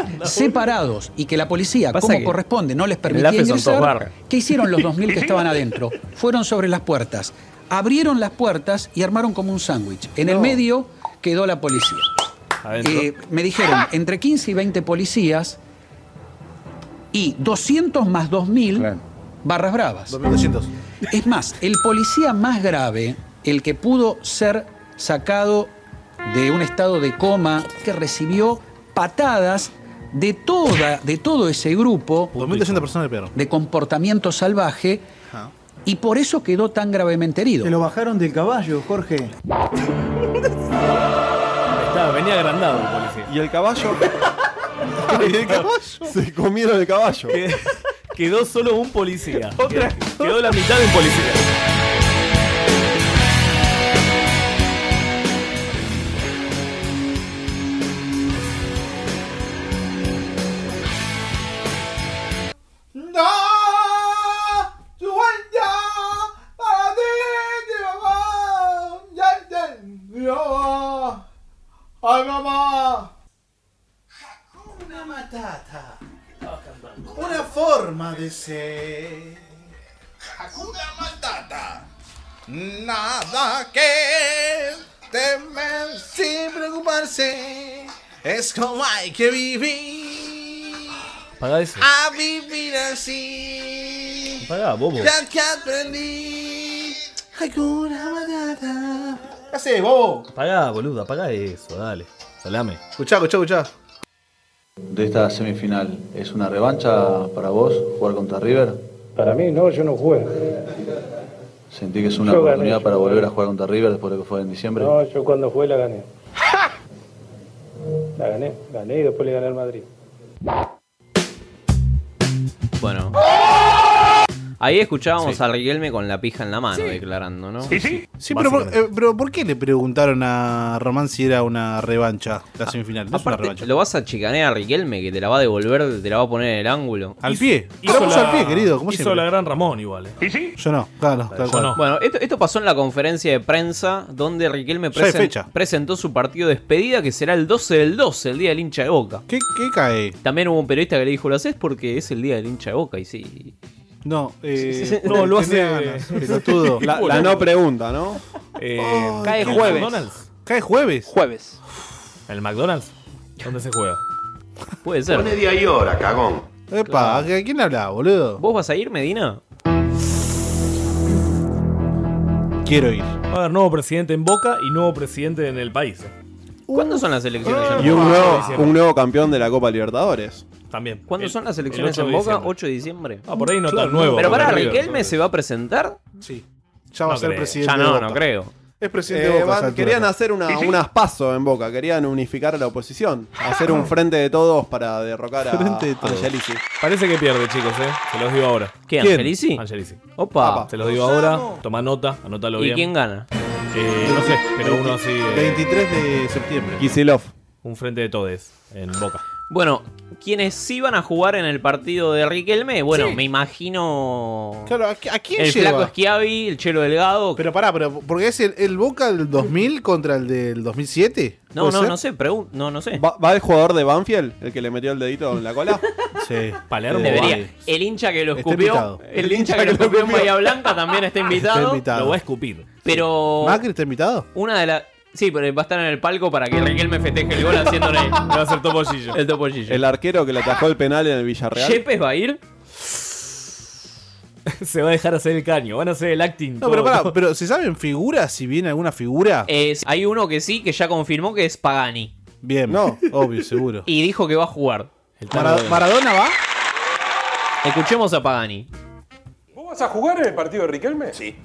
Speaker 6: Ah,
Speaker 11: separados y que la policía,
Speaker 7: Pasa
Speaker 11: como
Speaker 7: que
Speaker 11: corresponde, no les
Speaker 7: en
Speaker 11: permitía
Speaker 7: el AFE son todos
Speaker 11: ingresar,
Speaker 7: barra.
Speaker 11: ¿qué hicieron los 2.000 que estaban adentro? Fueron sobre las puertas, abrieron las puertas y armaron como un sándwich. En el medio quedó la policía. Eh, me dijeron, entre 15 y 20 policías y 200 más 2.000 barras bravas. 2.200. Es más, el policía más grave, el que pudo ser sacado de un estado de coma, que recibió patadas de, toda, de todo ese grupo de comportamiento salvaje
Speaker 6: Ah.
Speaker 11: y por eso quedó tan gravemente herido.
Speaker 31: Te lo bajaron del caballo, Jorge.
Speaker 6: Estaba, venía agrandado el policía.
Speaker 3: Y el caballo. ¿Y el caballo? Se comieron el caballo.
Speaker 6: Quedó solo un policía. Quedó la mitad de un policía.
Speaker 10: ¡Ay, mamá! Una matata.
Speaker 1: Una forma de ser.
Speaker 10: Hakuna Matata. Nada que temer sin preocuparse. Es como hay que vivir.
Speaker 6: Paga eso.
Speaker 10: A vivir así.
Speaker 6: Paga, bobo.
Speaker 10: Ya que aprendí. Hakuna Matata.
Speaker 1: ¿Qué haces, bobo?
Speaker 3: Apagá, boludo, apagá eso, dale. Salame.
Speaker 1: Escuchá, escuchá, escuchá.
Speaker 16: de esta semifinal? ¿Es una revancha para vos jugar contra River?
Speaker 18: Para mí no, yo no jugué.
Speaker 16: ¿Sentí que es una
Speaker 18: Yo gané,
Speaker 16: oportunidad
Speaker 18: yo
Speaker 16: para
Speaker 18: gané.
Speaker 16: volver a jugar contra River después de lo que fue en diciembre?
Speaker 18: No, yo cuando jugué la gané. La gané, gané y después le gané al Madrid.
Speaker 7: Bueno.
Speaker 1: ¡Oh!
Speaker 7: Ahí escuchábamos al Riquelme con la pija en la mano declarando, ¿no? Sí, sí.
Speaker 1: Sí, pero por, eh, pero ¿por qué le preguntaron a Román si era una revancha la
Speaker 7: Ah,
Speaker 1: semifinal? No es una revancha.
Speaker 7: Lo vas a chicanear a Riquelme que te la va a devolver, te la va a poner en el ángulo.
Speaker 1: Al pie. Te la puso al pie, querido, como
Speaker 7: hizo
Speaker 1: siempre.
Speaker 7: la
Speaker 6: gran Ramón igual.
Speaker 7: eh.
Speaker 1: ¿Y sí? Yo no, claro, tal cual.
Speaker 7: Bueno, esto, esto pasó en la conferencia de prensa donde Riquelme
Speaker 1: Ya hay
Speaker 7: presen-
Speaker 1: fecha.
Speaker 7: presentó su partido de despedida que será el 12 del 12, el día del hincha de Boca.
Speaker 1: ¿Qué, cae?
Speaker 7: También hubo un periodista que le dijo, lo haces porque es el día del hincha de Boca y sí.
Speaker 1: No, eh,
Speaker 3: Sí, sí, sí. No, lo hace-
Speaker 1: tenía ganas, pelotudo.
Speaker 3: La- la no pregunta, ¿no?
Speaker 6: Eh,
Speaker 1: Oh,
Speaker 7: cae
Speaker 1: ¿qué
Speaker 7: jueves.
Speaker 1: McDonald's? ¿Cae jueves?
Speaker 9: Jueves.
Speaker 6: ¿El McDonald's? ¿Dónde se juega?
Speaker 7: Puede ser.
Speaker 1: Pone día y hora,
Speaker 7: cagón.
Speaker 1: Epa, ¿a qué- a quién habla, boludo?
Speaker 7: ¿Vos vas a ir, Medina?
Speaker 1: Quiero ir.
Speaker 6: Va a haber nuevo presidente en Boca y nuevo presidente en el país. Ah.
Speaker 7: ¿Cuándo son las elecciones? ya?
Speaker 3: Y un nuevo, un nuevo campeón de la Copa Libertadores.
Speaker 6: También.
Speaker 7: ¿Cuándo
Speaker 6: El-
Speaker 7: son las
Speaker 6: el
Speaker 7: elecciones
Speaker 6: 8
Speaker 7: en
Speaker 6: de
Speaker 7: Boca?
Speaker 6: diciembre.
Speaker 7: 8 de diciembre.
Speaker 6: Ah, por ahí no tan nuevo,
Speaker 7: Pero
Speaker 6: porque
Speaker 7: pará,
Speaker 6: River-
Speaker 7: ¿Riquelme se va a presentar?
Speaker 1: Sí. Ya va a
Speaker 7: No
Speaker 1: ser
Speaker 7: creo.
Speaker 1: presidente.
Speaker 7: Ya no,
Speaker 1: de Boca.
Speaker 7: no creo.
Speaker 1: Es presidente de
Speaker 3: Eh,
Speaker 1: Boca.
Speaker 3: van-
Speaker 1: a esa altura.
Speaker 3: querían hacer una,
Speaker 1: Sí, sí.
Speaker 3: unas pasos en Boca, querían unificar a la oposición, hacer un frente de todos para derrocar a
Speaker 6: Frente de todos.
Speaker 3: Angelici.
Speaker 6: Parece que pierde, chicos, ¿eh? Se los digo ahora.
Speaker 3: ¿Quién?
Speaker 7: ¿Angelici?
Speaker 6: Angelici.
Speaker 7: Opa.
Speaker 6: Se los digo ahora. Toma nota, anótalo
Speaker 7: ¿Y
Speaker 6: bien.
Speaker 7: quién gana?
Speaker 6: Eh, no sé, pero uno así. eh,
Speaker 1: 23 de septiembre.
Speaker 3: Kisilov.
Speaker 6: Un frente de todes en Boca.
Speaker 7: Bueno, quienes sí van a jugar en el partido de Riquelme, bueno, me imagino.
Speaker 1: Claro, ¿a, qui- a quién
Speaker 7: el
Speaker 1: lleva?
Speaker 7: flaco Schiavi, el chelo delgado.
Speaker 1: Pero pará, pero porque es el, el Boca del 2000 contra el del 2007.
Speaker 7: No,
Speaker 1: ¿puede
Speaker 7: no,
Speaker 1: ser?
Speaker 7: no sé, pregun- no, no sé.
Speaker 3: ¿Va, va el jugador de Banfield, el que le metió el dedito en la cola?
Speaker 1: sí.
Speaker 6: Palermo.
Speaker 7: Debería.
Speaker 6: va.
Speaker 7: El hincha que lo
Speaker 3: Está
Speaker 7: escupió.
Speaker 3: invitado.
Speaker 7: El hincha que lo escupió en Bahía Blanca también está invitado.
Speaker 1: invitado.
Speaker 6: Lo voy a escupir.
Speaker 7: Pero.
Speaker 1: ¿Macri está invitado?
Speaker 7: Una de las. Sí, pero va a estar en el palco para que Riquelme festeje el gol haciéndole.
Speaker 6: Va a ser topollillo.
Speaker 7: El topollillo.
Speaker 3: El arquero que le atajó el penal en el Villarreal.
Speaker 7: ¿Yepes va a ir?
Speaker 6: se va a dejar hacer el caño. Van a hacer el acting.
Speaker 1: No, pero pará, pero ¿se saben figuras? Si viene alguna figura.
Speaker 7: Eh, hay uno que sí, que ya confirmó que es Pagani.
Speaker 1: Bien. No, obvio, seguro.
Speaker 7: Y dijo que va a jugar.
Speaker 1: Mara- ¿Maradona va?
Speaker 7: Escuchemos a Pagani.
Speaker 29: ¿Vos vas a jugar en el partido de Riquelme? Sí.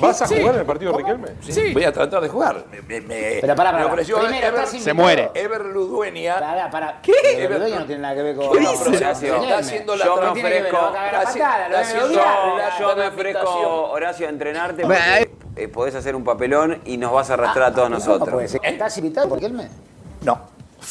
Speaker 29: ¿Vas a jugar en el partido de Riquelme?
Speaker 20: Sí.
Speaker 29: Voy a tratar de jugar.
Speaker 20: Pero pará,
Speaker 29: me
Speaker 20: pará.
Speaker 29: ofreció
Speaker 20: Primero,
Speaker 29: Ever-
Speaker 20: estás
Speaker 29: se
Speaker 20: invitado.
Speaker 29: muere.
Speaker 20: Ever Ludueña. Pará, pará.
Speaker 29: ¿Qué?
Speaker 20: Ever Ludueña Eh, no tiene nada que ver con.
Speaker 29: ¿Qué dice?
Speaker 20: Está
Speaker 29: Está haciendo la
Speaker 20: Yo me tiene que ver,
Speaker 29: transfresco.
Speaker 20: lo va a cagar a
Speaker 29: Está haci-
Speaker 20: patada, lo
Speaker 29: está
Speaker 20: va a
Speaker 29: haciendo
Speaker 20: odiar.
Speaker 29: la
Speaker 20: Yo me
Speaker 29: transfresco,
Speaker 20: Horacio, a entrenarte porque,
Speaker 29: podés hacer un papelón y nos vas a
Speaker 20: arrastrar
Speaker 29: a todos
Speaker 20: ¿Cómo puede ser? ¿Estás invitado por Riquelme? Ah, No.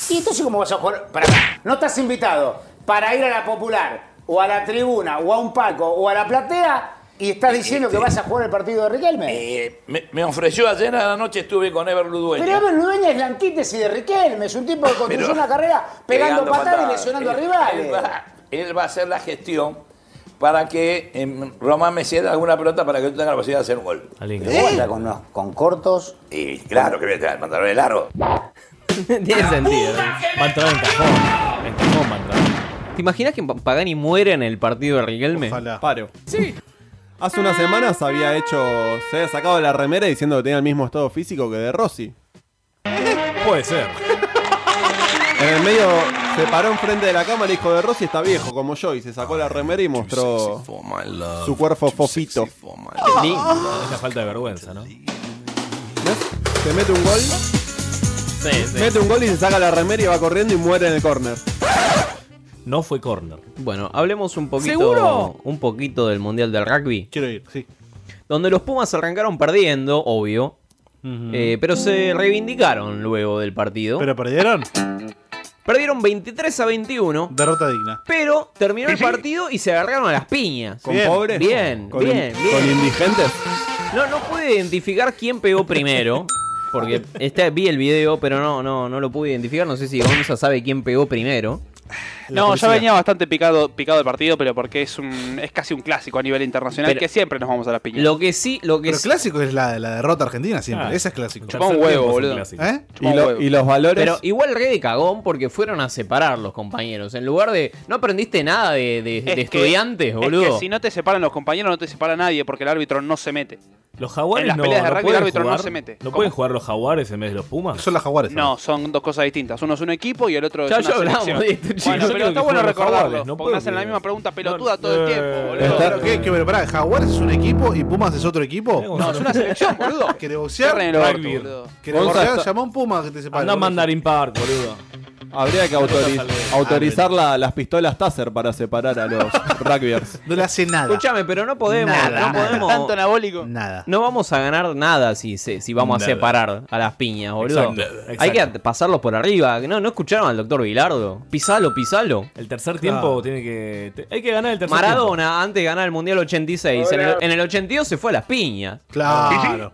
Speaker 20: ¿Y entonces cómo vas a jugar? Pará, no estás invitado para ir a la popular, o a la tribuna, o a un palco, o a la platea, y este- Eh, estás diciendo que vas a jugar el partido de Riquelme.
Speaker 29: Me, me ofreció ayer a la noche, estuve con Ever Ludueña.
Speaker 20: Pero Ever Ludueña es la antítesis de Riquelme, es un tipo que construyó
Speaker 29: Pero-
Speaker 20: una carrera pegando, patadas, y lesionando a
Speaker 29: Él-
Speaker 20: rivales.
Speaker 29: Él va, él va a hacer la gestión para que em, Román me ceda alguna pelota para que yo tenga la posibilidad de hacer un gol.
Speaker 20: ¿Cómo anda con, los- con cortos?
Speaker 29: Y claro que voy a tener el pantalón de largo.
Speaker 7: Tiene sentido.
Speaker 6: Va a entrar en cajón. En cajón va a entrar.
Speaker 7: ¿Te imaginas que Pa- Pagani muere en el partido de Riquelme?
Speaker 3: Paro. Sí. Hace unas semanas había hecho. Se había sacado la remera diciendo que tenía el mismo estado físico que de Rossi.
Speaker 6: Puede ser.
Speaker 3: En el medio se paró enfrente de la cámara y dijo: De Rossi está viejo como yo. Y se sacó la remera y mostró su cuerpo fofito.
Speaker 6: Lindo. Es la falta de vergüenza, ¿no?
Speaker 3: Se mete un gol. Mete un gol y se saca la remera y va corriendo y muere en el córner.
Speaker 6: No fue corner.
Speaker 7: Bueno, hablemos un poquito,
Speaker 6: ¿Seguro?
Speaker 7: un poquito del Mundial del Rugby.
Speaker 1: Quiero ir, sí.
Speaker 7: Donde los Pumas arrancaron perdiendo, obvio. eh, pero se reivindicaron luego del partido.
Speaker 1: ¿Pero perdieron?
Speaker 7: Perdieron 23 a 21.
Speaker 1: Derrota digna.
Speaker 7: Pero terminó el partido y se agarraron a las piñas.
Speaker 3: ¿Con pobres?
Speaker 7: Bien,
Speaker 3: ¿Con
Speaker 7: bien,
Speaker 3: in-
Speaker 7: bien.
Speaker 3: ¿Con indigentes?
Speaker 7: No, no pude identificar quién pegó primero. Porque este, vi el video, pero no, no, no lo pude identificar. No sé si Gonza sabe quién pegó primero.
Speaker 9: No, ya venía bastante picado, picado el partido, pero porque es un, es casi un clásico a nivel internacional
Speaker 7: Pero-
Speaker 9: que siempre nos vamos a las piñas.
Speaker 7: Lo que sí, lo que
Speaker 1: Pero
Speaker 7: sí-
Speaker 1: clásico es la, la derrota argentina siempre.
Speaker 7: Ah.
Speaker 1: Esa es clásico.
Speaker 9: Chupá un huevo, boludo.
Speaker 1: ¿Eh?
Speaker 9: Chupá un huevo.
Speaker 7: Pero igual re de cagón porque fueron a separar los compañeros. En lugar de. No aprendiste nada de, de- de
Speaker 9: Es que-
Speaker 7: estudiantes,
Speaker 9: es
Speaker 7: boludo.
Speaker 9: que si no te separan los compañeros, no te separa nadie porque el árbitro no se mete.
Speaker 6: Los jaguares
Speaker 9: En las
Speaker 6: no,
Speaker 9: peleas de
Speaker 6: no
Speaker 9: rugby
Speaker 6: pueden
Speaker 9: el árbitro
Speaker 6: jugar-
Speaker 9: no se mete.
Speaker 6: ¿No
Speaker 9: ¿Cómo?
Speaker 6: pueden jugar los jaguares en vez de los pumas?
Speaker 1: Son los jaguares.
Speaker 9: No, son dos cosas distintas. Uno es un equipo y el otro es
Speaker 6: Ya-
Speaker 9: una
Speaker 6: ya hablamos
Speaker 9: selección.
Speaker 6: de esto, chicos.
Speaker 9: Bueno,
Speaker 6: Yo
Speaker 9: pero
Speaker 6: creo
Speaker 9: está
Speaker 6: que
Speaker 9: bueno
Speaker 6: fueron los
Speaker 9: recordarlo,
Speaker 6: jaguares, no
Speaker 9: porque
Speaker 6: puedo
Speaker 9: hacen la
Speaker 6: olvidar.
Speaker 9: misma pregunta pelotuda todo el tiempo, boludo.
Speaker 1: eh, Pero, ¿qué, qué, pero pará, ¿Jaguares es un equipo y Pumas es otro equipo?
Speaker 9: No, es una selección, boludo.
Speaker 1: ¿Querés boxear?
Speaker 9: Cierren el orto, boludo.
Speaker 1: ¿Querés
Speaker 3: Gonza
Speaker 1: boxear?
Speaker 3: está-
Speaker 1: Llamá a un Puma que te separe.
Speaker 6: Anda a
Speaker 1: boludo.
Speaker 6: Mandarin Park, boludo.
Speaker 3: Habría que autori-
Speaker 6: Ah,
Speaker 3: autorizar la- las pistolas Taser para separar a los rugbyers.
Speaker 1: No le hace nada.
Speaker 7: Escuchame, pero no podemos. no podemos.
Speaker 9: Tanto anabólico.
Speaker 1: Nada.
Speaker 7: No vamos a ganar nada si, se- si vamos
Speaker 6: Nada.
Speaker 7: a separar a las piñas, boludo.
Speaker 6: Exacto,
Speaker 7: Hay que
Speaker 6: exacto.
Speaker 7: at- pasarlos por arriba. No, no escucharon al doctor Vilardo. Pisalo, pisalo.
Speaker 6: El tercer tiempo tiene que. te- hay que ganar el tercer tiempo.
Speaker 7: Maradona, antes de ganar el Mundial 86, en el,
Speaker 6: Hola.
Speaker 7: en el 82 se fue a las piñas.
Speaker 1: Claro.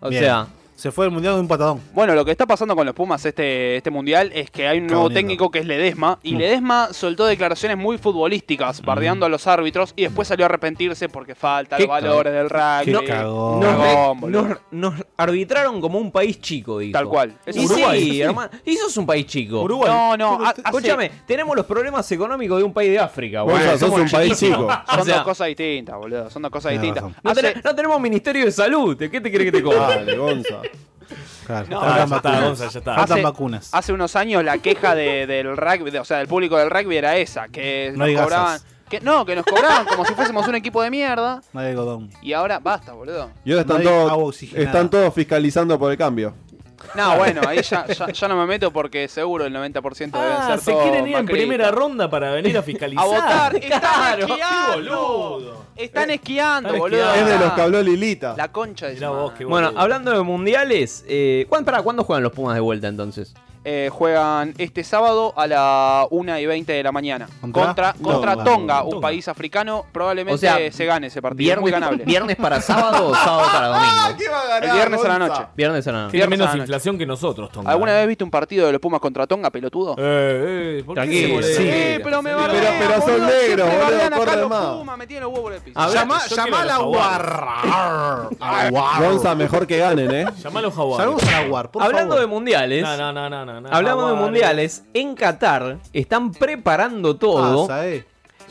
Speaker 7: O
Speaker 1: Bien.
Speaker 7: sea,
Speaker 1: Se fue el mundial de un patadón.
Speaker 9: Bueno, lo que está pasando con los Pumas este, este mundial es que hay un nuevo técnico que es Ledesma.
Speaker 6: Mm.
Speaker 9: Y Ledesma soltó declaraciones muy futbolísticas, bardeando a los árbitros. Y después salió a arrepentirse porque falta
Speaker 7: Qué
Speaker 9: los valores del rugby.
Speaker 7: No-
Speaker 9: Cagón,
Speaker 7: nos,
Speaker 9: boludo.
Speaker 7: nos- nos arbitraron como un país chico, dijo.
Speaker 9: Tal cual. Es
Speaker 7: Y
Speaker 9: Uruguay.
Speaker 7: sí, hermano. Y sos un país chico.
Speaker 9: Uruguay. No, no, ha- hace-
Speaker 7: Escúchame, tenemos los problemas económicos de un país de África,
Speaker 9: Vos
Speaker 7: boludo.
Speaker 9: ya sos
Speaker 7: Somos
Speaker 9: un país
Speaker 7: chiquitos.
Speaker 9: chico.
Speaker 7: Ah, O
Speaker 9: Son
Speaker 7: sea,
Speaker 9: dos cosas distintas, boludo. Son dos cosas
Speaker 7: Tenés
Speaker 9: distintas.
Speaker 7: razón. no, ten- no tenemos Ministerio de Salud. ¿Qué te crees que te coma?
Speaker 9: Dale,
Speaker 3: Gonza.
Speaker 1: Claro,
Speaker 9: No,
Speaker 1: faltan
Speaker 9: Ah, ya está,
Speaker 1: vacunas.
Speaker 9: Gonza, ya está.
Speaker 1: Faltan
Speaker 9: Hace-
Speaker 1: vacunas.
Speaker 9: Hace unos años la queja de- del rugby, de- o sea, del público del rugby era esa, que
Speaker 1: No
Speaker 9: nos
Speaker 1: hay gasas.
Speaker 9: cobraban. Que, no, que nos cobraban como si fuésemos un equipo de mierda.
Speaker 1: No hay algodón.
Speaker 9: Y ahora basta, boludo.
Speaker 3: Y ahora están,
Speaker 1: No hay agua
Speaker 3: todos,
Speaker 1: oxigenada.
Speaker 3: están todos fiscalizando por el cambio.
Speaker 9: No, bueno, ahí ya, ya, ya no me meto porque seguro el 90% deben
Speaker 6: Ah,
Speaker 9: ser
Speaker 6: se
Speaker 9: todos
Speaker 6: quieren ir en
Speaker 9: macristas.
Speaker 6: primera ronda para venir a
Speaker 9: A
Speaker 6: fiscalizar.
Speaker 9: votar, están
Speaker 6: Claro, qué
Speaker 9: esquiando. Están esquiando,
Speaker 7: Eh, Están
Speaker 9: boludo.
Speaker 7: esquiando. Es de los que
Speaker 3: habló Lilita.
Speaker 9: La concha de su madre.
Speaker 7: Bueno, hablando de mundiales, eh, ¿cuán- pará, ¿cuándo juegan los Pumas de vuelta entonces?
Speaker 9: Eh, juegan este sábado a la 1 y 20 de la mañana.
Speaker 7: ¿Contra?
Speaker 9: Contra, contra
Speaker 7: Tonga.
Speaker 9: Tonga, un
Speaker 7: Tonga.
Speaker 9: país africano. Probablemente
Speaker 7: O sea,
Speaker 9: se gane ese partido. es
Speaker 7: Viernes,
Speaker 9: muy ganable.
Speaker 7: ¿Viernes para sábado o sábado para domingo?
Speaker 3: va a
Speaker 9: ganar, El viernes a la Gonza? noche.
Speaker 7: Viernes a la noche.
Speaker 9: Tiene Viernes menos a la noche.
Speaker 6: inflación que nosotros, Tonga.
Speaker 9: ¿Alguna vez viste un partido de los Pumas contra Tonga, pelotudo?
Speaker 6: Eh, eh, ¿por qué
Speaker 7: Tranquilo,
Speaker 6: se molesta?
Speaker 7: sí.
Speaker 9: Eh, pero me bardean,
Speaker 6: Pero- pero son
Speaker 9: boludo, siempre
Speaker 6: negros, boludo,
Speaker 9: bardean acá
Speaker 6: por
Speaker 9: los
Speaker 6: demás.
Speaker 9: Pumas, me tienen los huevos por el piso.
Speaker 6: Habla-
Speaker 1: Llama,
Speaker 6: yo
Speaker 1: llama a la
Speaker 6: quiero los jaguares.
Speaker 1: guarra.
Speaker 3: Gonza, mejor que ganen, ¿eh?
Speaker 6: Llamalo
Speaker 1: Saludos a la guar, por
Speaker 7: Hablando
Speaker 1: favor.
Speaker 7: de mundiales.
Speaker 6: No, no, no, no, no, no.
Speaker 7: hablando de
Speaker 6: Jaguares.
Speaker 7: mundiales, en Qatar están preparando todo.
Speaker 1: Ah, ¿sabés?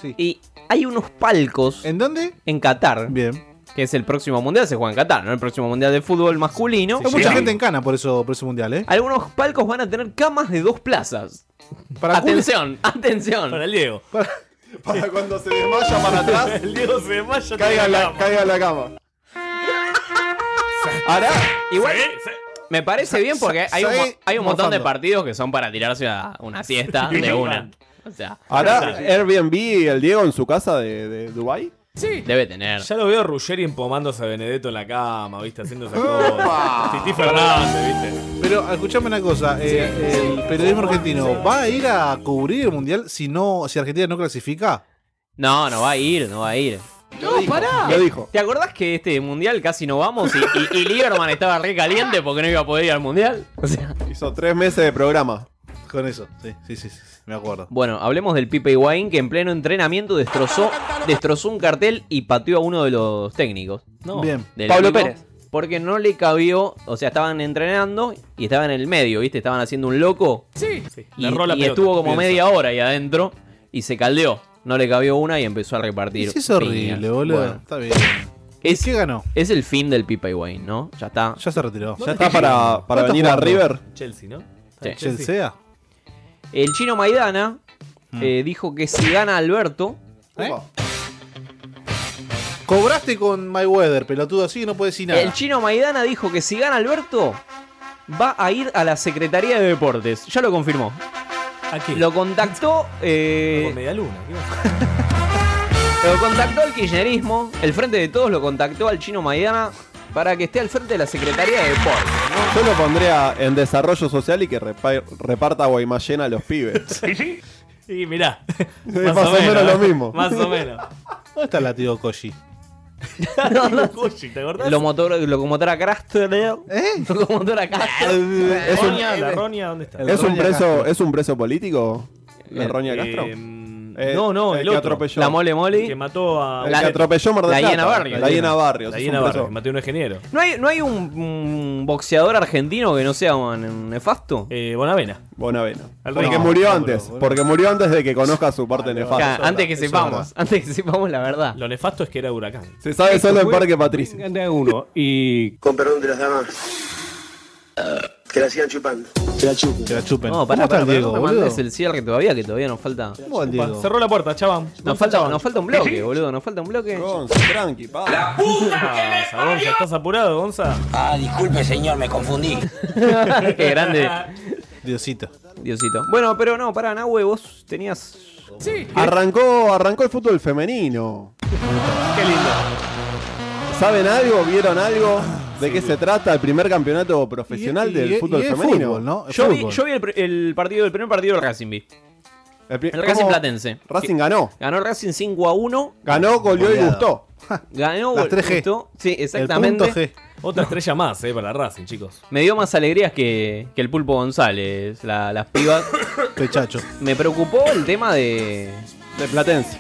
Speaker 7: Y hay unos palcos.
Speaker 1: ¿En dónde?
Speaker 7: En Qatar.
Speaker 1: Bien.
Speaker 7: Que es el próximo mundial, se juega en Qatar, ¿no? El próximo mundial de fútbol masculino.
Speaker 1: Hay mucha gente en cana por eso, por ese mundial, ¿eh?
Speaker 7: Algunos palcos van a tener camas de dos plazas. atención, atención.
Speaker 6: Para el Diego.
Speaker 3: Para cuando se desmaya para atrás,
Speaker 6: el Diego se desmaya.
Speaker 3: caiga en la, caiga en la cama.
Speaker 7: Ahora, igual. Me parece bien porque hay un, mo-
Speaker 3: Seguí
Speaker 7: hay un montón de
Speaker 3: morfando.
Speaker 7: partidos que son para tirarse a una siesta de una. O sea,
Speaker 3: ¿Hará Airbnb el Diego en su casa de, de Dubái?
Speaker 6: Sí.
Speaker 7: Debe tener.
Speaker 6: Ya lo veo a Ruggeri empomándose a Benedetto en la cama, ¿viste? Haciendo esa cosa. Titi Fernández, ¿viste?
Speaker 1: Pero escuchame una cosa, eh, el periodismo argentino va a ir a cubrir el mundial si no, si Argentina no clasifica.
Speaker 7: no, no va a ir, no va a ir.
Speaker 32: No, pará.
Speaker 7: Eh, ¿Te acordás que este mundial casi no vamos y, y, y Lieberman estaba re caliente porque no iba a poder ir al mundial?
Speaker 3: Hizo tres meses de programa.
Speaker 1: Con eso, sí, sí, sí, sí, me acuerdo.
Speaker 7: Bueno, hablemos del Pipe Higuaín que en pleno entrenamiento destrozó, destrozó un cartel y pateó a uno de los técnicos.
Speaker 1: No. Bien.
Speaker 7: Del
Speaker 1: Pablo
Speaker 7: equipo,
Speaker 1: Pérez.
Speaker 7: Porque no le cabió, o sea, estaban entrenando y estaban en el medio, ¿viste? Estaban haciendo un loco.
Speaker 6: Sí.
Speaker 7: Y,
Speaker 6: Le erró la
Speaker 7: y
Speaker 6: pelota,
Speaker 7: estuvo como
Speaker 6: piensa.
Speaker 7: media hora ahí adentro y se caldeó. No le cabió una y empezó a repartir.
Speaker 1: Sí, es horrible,
Speaker 7: piñas.
Speaker 1: boludo.
Speaker 7: Bueno,
Speaker 1: Está bien.
Speaker 7: es,
Speaker 1: ¿Qué ganó?
Speaker 7: es el fin del Pipe Higuaín, ¿no? Ya está.
Speaker 1: Ya se retiró.
Speaker 3: Ya está para, para
Speaker 7: ¿Dónde
Speaker 3: venir
Speaker 7: está
Speaker 3: a
Speaker 7: jugando?
Speaker 3: River.
Speaker 6: Chelsea, ¿no?
Speaker 7: Sí.
Speaker 1: Chelsea. Mm.
Speaker 7: El chino Maidana eh, dijo que si gana Alberto.
Speaker 1: ¿Eh? Cobraste con My Weather, pelotudo así, no puedes decir nada.
Speaker 7: El chino Maidana dijo que si gana Alberto, va a ir a la Secretaría de Deportes. Ya lo confirmó. Lo contactó. eh, lo contactó el kirchnerismo. El frente de todos lo contactó al chino Maidana para que esté al frente de la Secretaría de Deportes.
Speaker 3: Yo lo pondría en desarrollo social y que repa- reparta Guaymallén a los pibes.
Speaker 6: Y mirá.
Speaker 3: más o menos lo mismo.
Speaker 6: ¿eh? Más o menos.
Speaker 1: ¿Dónde está la tío Koji?
Speaker 6: Uy, ¿Te acordás?
Speaker 7: Locomotora, locomotora Craster.
Speaker 1: ¿Eh?
Speaker 7: Locomotora Craster.
Speaker 3: Es un-
Speaker 6: Roña, la Roña, ¿dónde está?
Speaker 3: ¿Es un, preso, ¿Es un preso político? ¿La
Speaker 7: El-
Speaker 3: Roña
Speaker 6: eh,
Speaker 3: Castro?
Speaker 7: mm,
Speaker 3: Eh,
Speaker 6: no, no, el,
Speaker 3: el que
Speaker 6: otro.
Speaker 3: atropelló. La Mole Mole.
Speaker 6: El que mató a.
Speaker 3: El que atropelló a Mar del
Speaker 6: La
Speaker 3: Plata.
Speaker 6: Hiena Barrios.
Speaker 3: La Hiena Barrios,
Speaker 6: La
Speaker 3: es
Speaker 6: Hiena
Speaker 3: un preso.
Speaker 6: Barrios, que mató a un ingeniero.
Speaker 7: ¿No hay, ¿No hay un, un boxeador argentino que no sea un nefasto?
Speaker 6: Eh, Bonavena.
Speaker 3: Bonavena.
Speaker 7: Al
Speaker 3: Porque
Speaker 7: Río.
Speaker 3: murió
Speaker 7: No,
Speaker 3: antes.
Speaker 7: boludo.
Speaker 3: Porque murió antes de que conozca su parte nefasta.
Speaker 7: antes que sepamos, antes que sepamos la verdad.
Speaker 6: Lo nefasto es que era huracán.
Speaker 3: Se sabe
Speaker 6: Esto
Speaker 3: solo en
Speaker 6: fue-
Speaker 3: Parque Patricio.
Speaker 6: Grande uno y.
Speaker 10: Con perdón de las damas. Que la sigan chupando.
Speaker 1: Que la chupen. Que la chupen.
Speaker 7: No,
Speaker 1: ¿Cómo
Speaker 7: pará,
Speaker 1: está
Speaker 7: pará,
Speaker 1: el
Speaker 7: pará,
Speaker 1: Diego,
Speaker 7: no me
Speaker 1: boludo?
Speaker 7: mandes el cierre todavía, que todavía nos falta.
Speaker 1: ¿Cómo el Diego?
Speaker 6: Cerró la puerta, chabón.
Speaker 7: Nos falta, nos falta un bloque, boludo, nos falta un bloque. Ah,
Speaker 3: tranqui, pa.
Speaker 6: Gonza, Gonza, ¿estás apurado, Gonza?
Speaker 10: Ah, disculpe, señor, me confundí.
Speaker 7: Qué grande.
Speaker 1: Diosito.
Speaker 7: Diosito. Bueno, pero no, pará, Nahue, vos tenías.
Speaker 6: Sí.
Speaker 3: Arrancó, arrancó el fútbol femenino.
Speaker 6: Qué lindo.
Speaker 3: ¿Saben algo? ¿Vieron algo? ¿De qué se trata el primer campeonato profesional
Speaker 1: Ah, y-
Speaker 3: del
Speaker 1: y-
Speaker 3: fútbol
Speaker 1: y es
Speaker 3: femenino?
Speaker 1: fútbol, ¿no?
Speaker 7: Yo vi, yo vi el, pr- el partido, el primer partido del Racing vi.
Speaker 3: El,
Speaker 7: El Racing
Speaker 3: ¿cómo?
Speaker 7: Platense.
Speaker 3: Racing ganó.
Speaker 7: Ganó Racing 5 a 1.
Speaker 3: Ganó, goleó y
Speaker 7: Goleado.
Speaker 3: gustó.
Speaker 7: Ganó
Speaker 3: Las
Speaker 7: gol-
Speaker 3: 3G.
Speaker 7: gustó. Sí,
Speaker 3: El
Speaker 7: exactamente.
Speaker 3: punto G.
Speaker 7: Otra estrella más, eh, para Racing, chicos. Me dio más alegrías que, que el Pulpo González, la- las pibas.
Speaker 1: Pechacho.
Speaker 7: Me preocupó el tema de.
Speaker 3: De Platense.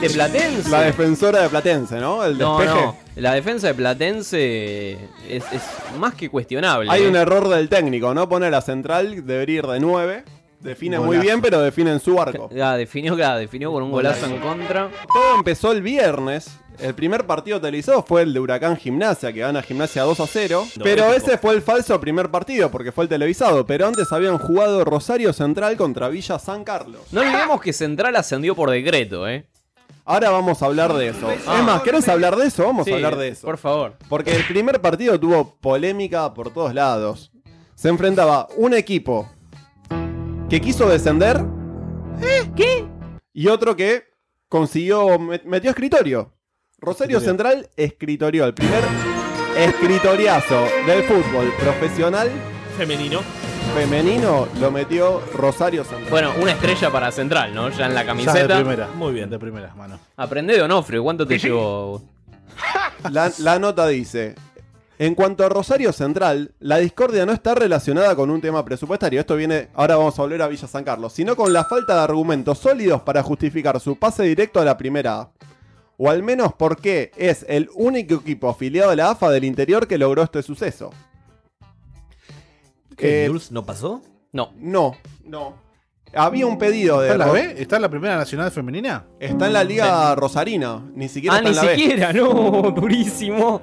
Speaker 7: ¿De Platense?
Speaker 3: La defensora de Platense, ¿no? El
Speaker 7: No,
Speaker 3: despeje.
Speaker 7: no. La defensa de Platense es, es más que cuestionable.
Speaker 3: Hay
Speaker 7: eh.
Speaker 3: un error del técnico, ¿no? Poner a central, debería ir de 9. Define muy
Speaker 7: Golazo.
Speaker 3: bien, pero define en su arco.
Speaker 7: Ya, definió, claro, definió con un golazo en contra.
Speaker 3: Todo empezó el viernes. El primer partido televisado fue el de Huracán Gimnasia, que gana Gimnasia 2 a 0. Pero
Speaker 7: Doméstico.
Speaker 3: ese fue el falso primer partido, porque fue el televisado. Pero antes habían jugado Rosario Central contra Villa San Carlos.
Speaker 7: No olvidemos que Central ascendió por decreto, ¿eh?
Speaker 3: Ahora vamos a hablar de eso.
Speaker 7: Ah.
Speaker 3: Es más, ¿querés hablar de eso? Vamos
Speaker 7: Sí,
Speaker 3: a hablar de eso.
Speaker 7: Por favor.
Speaker 3: Porque el primer partido tuvo polémica por todos lados. Se enfrentaba un equipo que quiso descender.
Speaker 7: ¿Qué?
Speaker 3: Y otro que consiguió. met- metió escritorio. Rosario Central escritorió. El primer escritoriazo del fútbol profesional
Speaker 7: Femenino.
Speaker 3: femenino lo metió Rosario Central.
Speaker 7: Bueno, una estrella para Central, ¿no? Ya en la camiseta.
Speaker 3: primera.
Speaker 7: Muy bien.
Speaker 1: De primera mano.
Speaker 7: Aprende de Onofre, ¿cuánto te llevó?
Speaker 3: La, la nota dice: En cuanto a Rosario Central, la discordia no está relacionada con un tema presupuestario. Esto viene, ahora vamos a volver a Villa San Carlos, sino con la falta de argumentos sólidos para justificar su pase directo a la primera A. O al menos porque es el único equipo afiliado a la AFA del interior que logró este suceso.
Speaker 22: ¿Qué,
Speaker 3: Eh,
Speaker 22: Dulce no pasó?
Speaker 7: No.
Speaker 3: No, no. Había un pedido de.
Speaker 1: ¿Está en la
Speaker 3: Ro-
Speaker 1: B? ¿Eh? ¿Está en la primera nacional femenina?
Speaker 3: Está en la Liga Rosarina. Ni siquiera
Speaker 1: Ah,
Speaker 3: está en
Speaker 1: ni
Speaker 3: la B.
Speaker 1: siquiera,
Speaker 7: no, durísimo.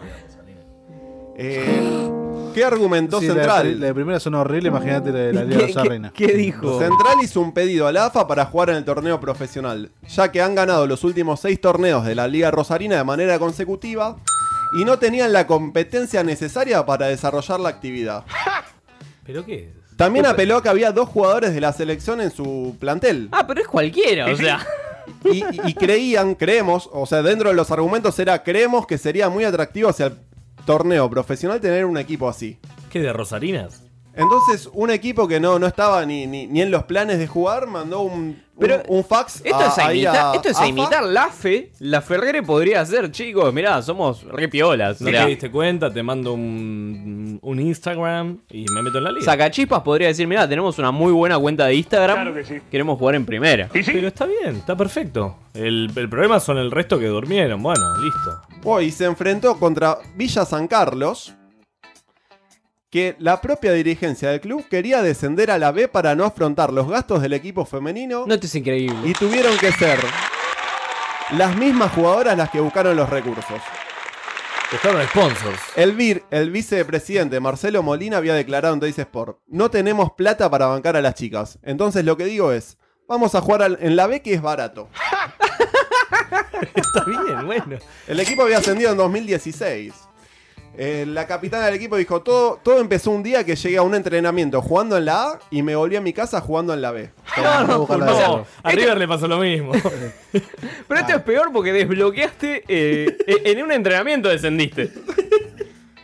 Speaker 3: Eh, ¿Qué argumentó
Speaker 1: Sí, la de
Speaker 3: Central?
Speaker 1: pri- La, de primera son horrible, imagínate la de la Liga
Speaker 3: ¿Qué-
Speaker 1: Rosarina.
Speaker 3: qué- qué Central hizo un pedido a la AFA para jugar en el torneo profesional, ya que han ganado los últimos seis torneos de la Liga Rosarina de manera consecutiva y no tenían la competencia necesaria para desarrollar la actividad.
Speaker 22: ¿Pero qué es?
Speaker 3: También apeló a que había dos jugadores de la selección en su plantel.
Speaker 7: Ah, pero es cualquiera, o sea.
Speaker 3: Y, y- y creían, creemos, o sea, dentro de los argumentos era creemos que sería muy atractivo hacia el torneo profesional tener un equipo así.
Speaker 22: ¿Qué de Rosarinas?
Speaker 3: Entonces, un equipo que no, no estaba ni, ni, ni en los planes de jugar mandó un, un, un fax
Speaker 7: Esto
Speaker 3: a-
Speaker 7: es
Speaker 22: Ah,
Speaker 7: a,
Speaker 3: ahí
Speaker 7: imitar,
Speaker 3: a
Speaker 7: esto es a
Speaker 3: AFA.
Speaker 7: imitar la fe. La Ferrere podría ser, chicos. Mirá, somos repiolas.
Speaker 22: No te diste cuenta, te mando un, un Instagram y me meto en la liga.
Speaker 7: Sacachispas podría decir, mirá, tenemos una muy buena cuenta de Instagram.
Speaker 22: Claro que sí.
Speaker 7: Queremos jugar en primera.
Speaker 22: Pero está bien, está perfecto. El, el problema son el resto que durmieron. Bueno, listo.
Speaker 3: Hoy se enfrentó contra Villa San Carlos, que la propia dirigencia del club quería descender a la B para no afrontar los gastos del equipo femenino.
Speaker 7: No, esto es increíble.
Speaker 3: Y tuvieron que ser las mismas jugadoras las que buscaron los recursos.
Speaker 22: Buscaron sponsors.
Speaker 3: El, vir- el vicepresidente Marcelo Molina había declarado en Days Sport: No tenemos plata para bancar a las chicas. Entonces lo que digo es: Vamos a jugar al- en la B que es barato.
Speaker 22: Está bien, bueno.
Speaker 3: El equipo había ascendido en 2016. Eh, la capitana del equipo dijo: todo, todo empezó un día que llegué a un entrenamiento jugando en la A y me volví a mi casa jugando en la B.
Speaker 7: No, no, no.
Speaker 22: A River le pasó lo mismo.
Speaker 7: Pero esto es peor porque desbloqueaste eh, en en un entrenamiento descendiste.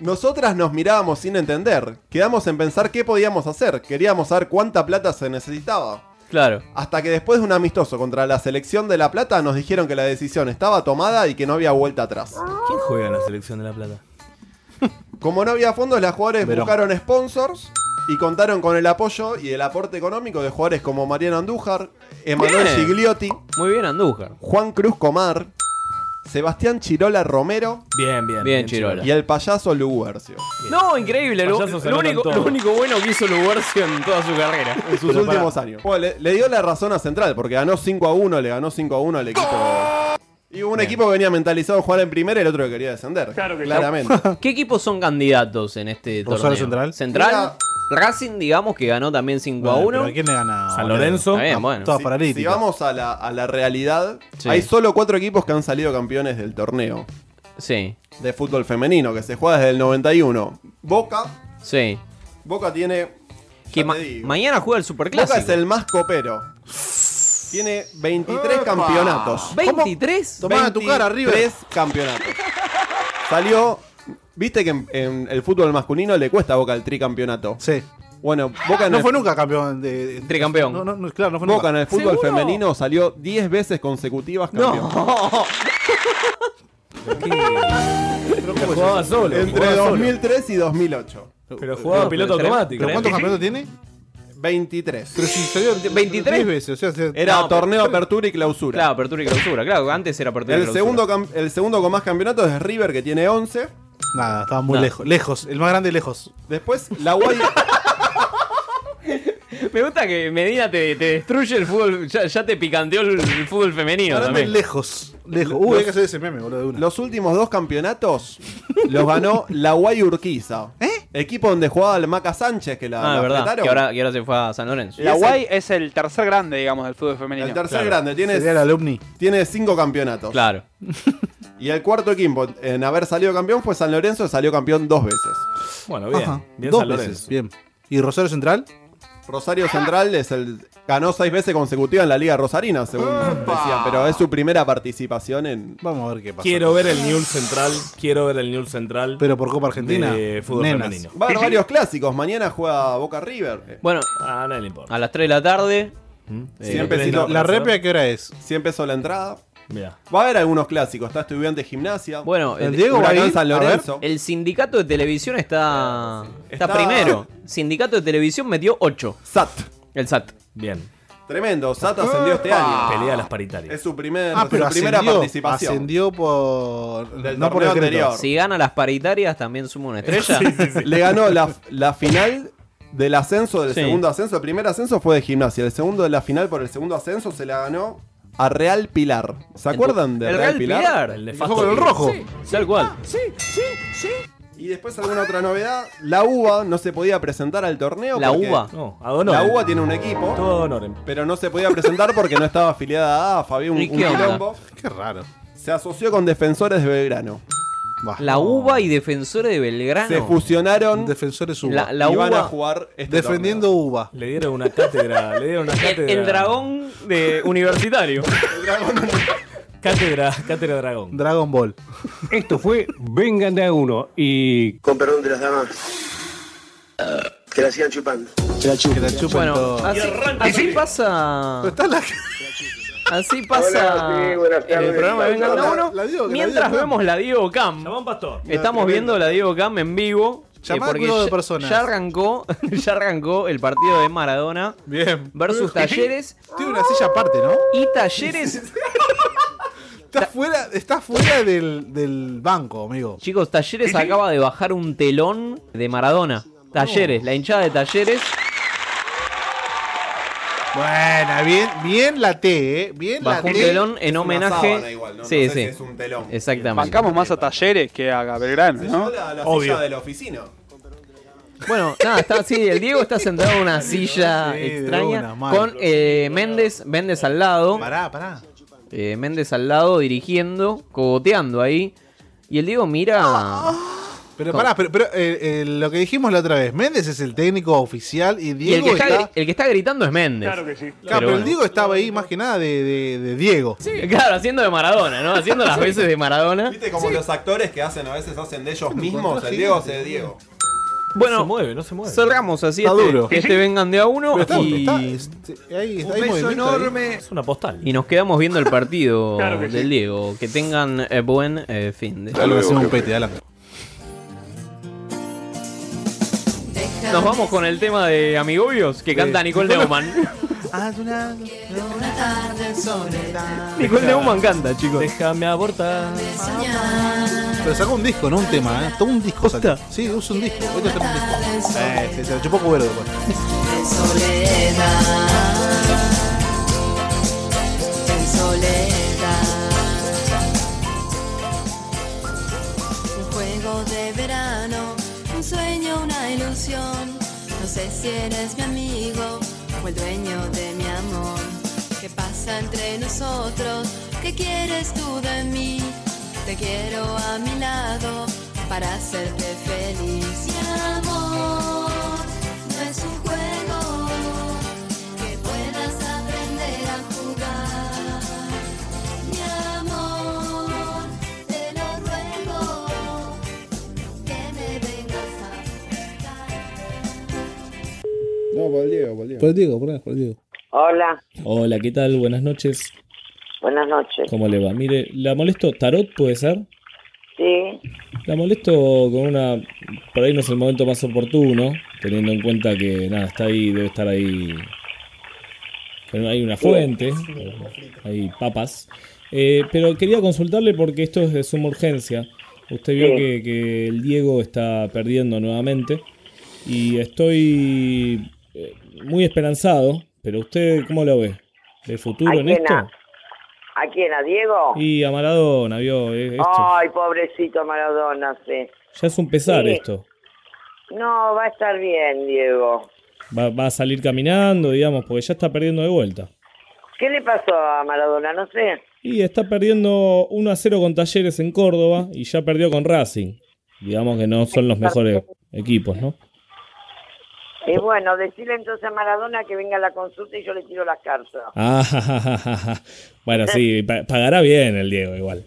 Speaker 3: Nosotras nos mirábamos sin entender. Quedamos en pensar qué podíamos hacer. Queríamos saber cuánta plata se necesitaba.
Speaker 7: Claro.
Speaker 3: Hasta que después de un amistoso contra la selección de La Plata nos dijeron que la decisión estaba tomada y que no había vuelta atrás.
Speaker 22: ¿Quién juega en la selección de La Plata?
Speaker 3: Como no había fondos, las jugadores
Speaker 22: Verón.
Speaker 3: buscaron sponsors y contaron con el apoyo y el aporte económico de jugadores como Mariano Andújar, Emanuel
Speaker 7: Bien.
Speaker 3: Gigliotti,
Speaker 7: Muy bien, Andújar.
Speaker 3: Juan Cruz Comar, Sebastián Chirola Romero
Speaker 22: Bien, bien.
Speaker 7: Bien, Chirola.
Speaker 3: y el payaso Luguercio.
Speaker 7: No, increíble. Lo,
Speaker 3: Payasos
Speaker 7: lo
Speaker 3: anotan
Speaker 7: único,
Speaker 3: todo.
Speaker 7: lo único bueno que hizo Luguercio en toda su carrera.
Speaker 3: En sus últimos años. Bueno, le, le dio la razón a Central porque ganó 5 a 1, le ganó 5 a 1 al equipo. Y un equipo que venía mentalizado a jugar en primera y el otro que quería descender. claramente.
Speaker 7: ¿Qué equipos son candidatos en este
Speaker 3: Rosario Central.
Speaker 7: torneo? Central. Racing, digamos que ganó también 5 a 1.
Speaker 1: ¿Pero a quién le gana?
Speaker 7: San Lorenzo. Está bien,
Speaker 3: Ah,
Speaker 7: bueno.
Speaker 3: si- Si vamos a la, a la realidad,
Speaker 7: Sí.
Speaker 3: hay solo cuatro equipos que han salido campeones del torneo.
Speaker 7: Sí.
Speaker 3: De fútbol femenino, que se juega desde el 91. Boca.
Speaker 7: Sí.
Speaker 3: Boca tiene.
Speaker 7: Que ma- mañana juega el Superclásico.
Speaker 3: Boca es el más copero. Tiene 23 campeonatos.
Speaker 7: ¿23?
Speaker 3: Tomá tu cara, River. 23 campeonatos. Salió. Viste que en, en el fútbol masculino le cuesta a Boca el tricampeonato.
Speaker 1: Sí.
Speaker 3: Bueno, Boca en
Speaker 1: No
Speaker 3: el-
Speaker 1: fue nunca campeón de. de-
Speaker 7: Tricampeón.
Speaker 1: No, no, no, claro, no fue
Speaker 3: Boca en
Speaker 1: nunca.
Speaker 3: el fútbol femenino salió 10 veces consecutivas campeón. Pero jugaba solo. Pues, eh, Entre
Speaker 6: jugaba solo.
Speaker 3: 2003 y 2008.
Speaker 22: Pero jugaba piloto automático.
Speaker 3: ¿Pero cuántos campeonatos
Speaker 1: tiene?
Speaker 3: 23.
Speaker 1: Pero si salió
Speaker 7: 23
Speaker 1: veces, o sea, se-
Speaker 3: Era
Speaker 7: No,
Speaker 3: torneo apertura y clausura.
Speaker 7: Claro, apertura y clausura. Claro, antes era apertura y
Speaker 3: El
Speaker 7: clausura.
Speaker 3: segundo, cam- el segundo con más campeonatos es River, que tiene 11.
Speaker 1: Nada, estaba muy
Speaker 3: No.
Speaker 1: lejos. Lejos, el más grande lejos.
Speaker 3: Después, la Guay.
Speaker 7: Me gusta que Medina te, te destruye el fútbol. Ya, ya te picanteó el, el fútbol femenino
Speaker 3: Ahora
Speaker 7: también.
Speaker 1: lejos. Lejos.
Speaker 3: Uy, hay que hacer
Speaker 1: ese meme, boludo, de una.
Speaker 3: Los últimos dos campeonatos los ganó la Guay Urquiza.
Speaker 1: ¿Eh?
Speaker 3: Equipo donde jugaba el Maca Sánchez, que la,
Speaker 7: Ah,
Speaker 3: la
Speaker 7: es verdad.
Speaker 3: apretaron.
Speaker 7: Que ahora, que ahora se fue a San Lorenzo.
Speaker 23: La Guay es el tercer grande, digamos, del fútbol femenino.
Speaker 3: El tercer grande tiene,
Speaker 1: alumni.
Speaker 3: tiene cinco campeonatos.
Speaker 7: Claro.
Speaker 3: Y el cuarto equipo en haber salido campeón fue San Lorenzo, que salió campeón dos veces.
Speaker 22: Bueno,
Speaker 1: Ajá, dos veces. Bien. ¿Y Rosario Central?
Speaker 3: Rosario Central es el, ganó seis veces consecutivas en la Liga Rosarina, según decían, pero es su primera participación en.
Speaker 1: Vamos a ver qué pasa.
Speaker 22: Quiero ver el Newell Central. Quiero ver el Newell Central.
Speaker 1: Pero por Copa Argentina.
Speaker 22: De fútbol
Speaker 1: nenas.
Speaker 22: femenino.
Speaker 3: Va a haber varios clásicos. Mañana juega Boca River.
Speaker 7: Bueno,
Speaker 1: Ah,
Speaker 22: a nadie le importa.
Speaker 7: A las 3 de la tarde.
Speaker 3: Cien
Speaker 7: Eh,
Speaker 3: pesitos-
Speaker 7: ¿La repia
Speaker 1: qué hora es?
Speaker 3: 100 pesos la entrada. Va a haber algunos clásicos. Está estudiante de gimnasia.
Speaker 7: Bueno,
Speaker 3: Huracán
Speaker 7: ir-
Speaker 3: San Lorenzo.
Speaker 7: El sindicato de televisión está, está,
Speaker 3: Está-
Speaker 7: primero. Sindicato de televisión metió 8.
Speaker 3: SAT.
Speaker 7: El SAT.
Speaker 22: Bien.
Speaker 3: Tremendo. SAT ascendió este
Speaker 22: ¡Epa!
Speaker 3: año.
Speaker 22: Pelea a las paritarias.
Speaker 3: Es su, primer,
Speaker 1: Ah, pero
Speaker 3: su primera
Speaker 1: ascendió,
Speaker 3: participación.
Speaker 1: Ascendió por.
Speaker 3: Del
Speaker 1: no por
Speaker 3: torneo
Speaker 1: el
Speaker 3: anterior.
Speaker 7: Si gana las paritarias, también suma una estrella.
Speaker 3: Le ganó la, la final del ascenso, del
Speaker 7: Sí.
Speaker 3: segundo ascenso. El primer ascenso fue de gimnasia. El segundo de la final por el segundo ascenso se la ganó a Real Pilar. ¿Se acuerdan de
Speaker 7: El
Speaker 3: Real,
Speaker 7: Real
Speaker 3: Pilar?
Speaker 7: Pilar, el nefasto Que fue con el Pilar. rojo. Sí, tal cual.
Speaker 10: Ah,
Speaker 3: sí, sí, sí. Y después alguna otra novedad. La UBA no se podía presentar al torneo.
Speaker 7: La
Speaker 3: porque-
Speaker 7: UBA.
Speaker 22: No,
Speaker 3: La UBA tiene un equipo.
Speaker 22: Todo honoren.
Speaker 3: Pero no se podía presentar porque no estaba afiliada a AFA. Había un,
Speaker 7: ¿Y
Speaker 3: un
Speaker 7: qué onda?
Speaker 3: quilombo.
Speaker 1: Qué raro.
Speaker 3: Se asoció con Defensores de Belgrano.
Speaker 7: La UBA y Defensores de Belgrano.
Speaker 3: Se fusionaron.
Speaker 1: Defensores
Speaker 7: UBA. La- la
Speaker 3: y van
Speaker 7: UBA
Speaker 3: a jugar este
Speaker 1: Defendiendo UBA.
Speaker 22: Le dieron una cátedra. le dieron una
Speaker 7: El,
Speaker 22: cátedra.
Speaker 7: el dragón de universitario.
Speaker 22: Cátedra, cátedra dragón.
Speaker 1: Dragon Ball.
Speaker 33: Esto fue Vengan de a uno y.
Speaker 24: Con perdón de las damas. Que la sigan chupando.
Speaker 1: Que la chupen.
Speaker 7: Bueno,
Speaker 1: todo.
Speaker 7: así, así pasa. Así pasa.
Speaker 24: Hola, sí, buenas tardes.
Speaker 7: el programa de Vengan de a
Speaker 24: La-
Speaker 7: uno.
Speaker 24: la Diego- la
Speaker 7: mientras
Speaker 24: Diego Cam.
Speaker 7: vemos la Diego Cam.
Speaker 22: Pastor.
Speaker 7: Estamos viendo la Diego Cam en vivo. eh,
Speaker 1: Llamada al
Speaker 7: porque
Speaker 1: cuidado de
Speaker 7: ya-
Speaker 1: personas.
Speaker 7: Ya arrancó, ya arrancó el partido de Maradona
Speaker 1: Bien.
Speaker 7: versus Talleres.
Speaker 1: Tiene una silla aparte, ¿no?
Speaker 7: Y Talleres.
Speaker 1: Está fuera, está fuera del, del banco, amigo.
Speaker 7: Chicos, Talleres acaba de bajar un telón de Maradona. Talleres, la hinchada de Talleres.
Speaker 1: Bueno, bien, bien la T, ¿eh? Bien la
Speaker 7: Bajo un
Speaker 1: T.
Speaker 7: telón en homenaje. Sí, sí. Exactamente.
Speaker 23: Bancamos más a Talleres que a Belgrano, ¿no?
Speaker 3: silla de la oficina.
Speaker 7: Bueno, nada, está así. El Diego está sentado en una silla
Speaker 1: Sí, de
Speaker 7: extraña
Speaker 1: una, mal.
Speaker 7: con eh, Méndez, Méndez al lado.
Speaker 1: Pará, pará.
Speaker 7: Eh, Méndez al lado dirigiendo, cogoteando ahí. Y el Diego mira.
Speaker 1: Pero pará, pero, pero, eh, eh, lo que dijimos la otra vez, Méndez es el técnico oficial y
Speaker 7: Y el
Speaker 1: Diego
Speaker 7: que,
Speaker 1: está.
Speaker 7: está, gri- el que está gritando es Méndez.
Speaker 1: Claro
Speaker 7: que sí.
Speaker 1: Claro, pero el Diego estaba ahí más que nada de, de- de Diego.
Speaker 7: Claro, haciendo de Maradona, Ah, ¿no? Haciendo las veces de Maradona.
Speaker 3: ¿Viste como los actores que hacen a veces hacen de ellos mismos? El Diego hace de Diego.
Speaker 7: Bueno,
Speaker 22: mueve, no se mueve.
Speaker 7: cerramos así.
Speaker 22: Está
Speaker 7: este,
Speaker 22: duro.
Speaker 7: este vengan de a uno.
Speaker 22: Pero está-
Speaker 7: y...
Speaker 22: está-
Speaker 1: Ahí
Speaker 3: Un beso enorme.
Speaker 22: Es una postal.
Speaker 7: y nos quedamos viendo el partido
Speaker 22: Claro que
Speaker 7: del Diego. Que tengan eh, buen eh, fin de
Speaker 1: Dale, hacemos un pete, Alan.
Speaker 7: Nos vamos con el tema de Amigobios que canta Nicole Neumann.
Speaker 1: Haz una, una tarde en soledad.
Speaker 7: Nicole Neumann canta, chicos.
Speaker 22: Déjame abortar.
Speaker 1: Pero sacó un disco, no un tema, ¿eh? Todo un disco sacó. Sí, usa un disco. Ahorita saca un disco. Eh, sí, se lo chupó pues. cubero después.
Speaker 19: En soledad, en soledad. Un juego de verano, un sueño, una ilusión. No sé si eres mi amigo o el dueño de mi amor. ¿Qué pasa entre nosotros? ¿Qué quieres tú de mí? Te quiero a mi lado para hacerte feliz. Mi amor no es un juego que puedas aprender a jugar. Mi amor, te lo ruego que me vengas a
Speaker 3: No, por el Diego, por el
Speaker 6: Por Diego, por, por Diego.
Speaker 34: Hola,
Speaker 6: Hola, ¿qué tal? Buenas noches.
Speaker 34: buenas noches.
Speaker 6: ¿Cómo le va? Mire, ¿la molesto Tarot, puede ser?
Speaker 35: Sí.
Speaker 6: La molesto con una. Por ahí no es el momento más oportuno, teniendo en cuenta que nada, está ahí, debe estar ahí. Pero hay una fuente, hay papas. Eh, pero quería consultarle porque esto es de suma urgencia. Usted vio
Speaker 35: Sí.
Speaker 6: que, que el Diego está perdiendo nuevamente. Y estoy eh, muy esperanzado. Pero usted, ¿cómo lo ve? ¿Ve futuro
Speaker 35: ¿A
Speaker 6: en
Speaker 35: quién,
Speaker 6: esto?
Speaker 35: a, ¿A quién? ¿A Diego?
Speaker 6: Y a Maradona, vio. eh, Esto.
Speaker 35: Ay, pobrecito Maradona, sí.
Speaker 6: Ya es un pesar
Speaker 35: Ah, Sí.
Speaker 6: esto.
Speaker 35: No, va a estar bien, Diego.
Speaker 6: Va, va a salir caminando, digamos, porque ya está perdiendo de vuelta.
Speaker 35: ¿Qué le pasó a Maradona? No sé.
Speaker 6: Y está perdiendo 1 a 0 con Talleres en Córdoba y ya perdió con Racing. Digamos que no son los mejores equipos, ¿no?
Speaker 35: Y bueno, decirle entonces a Maradona que venga a la consulta y yo le tiro las cartas.
Speaker 6: Ah, ja, ja, ja, ja, ja. Bueno, sí, pa- pagará bien el Diego igual.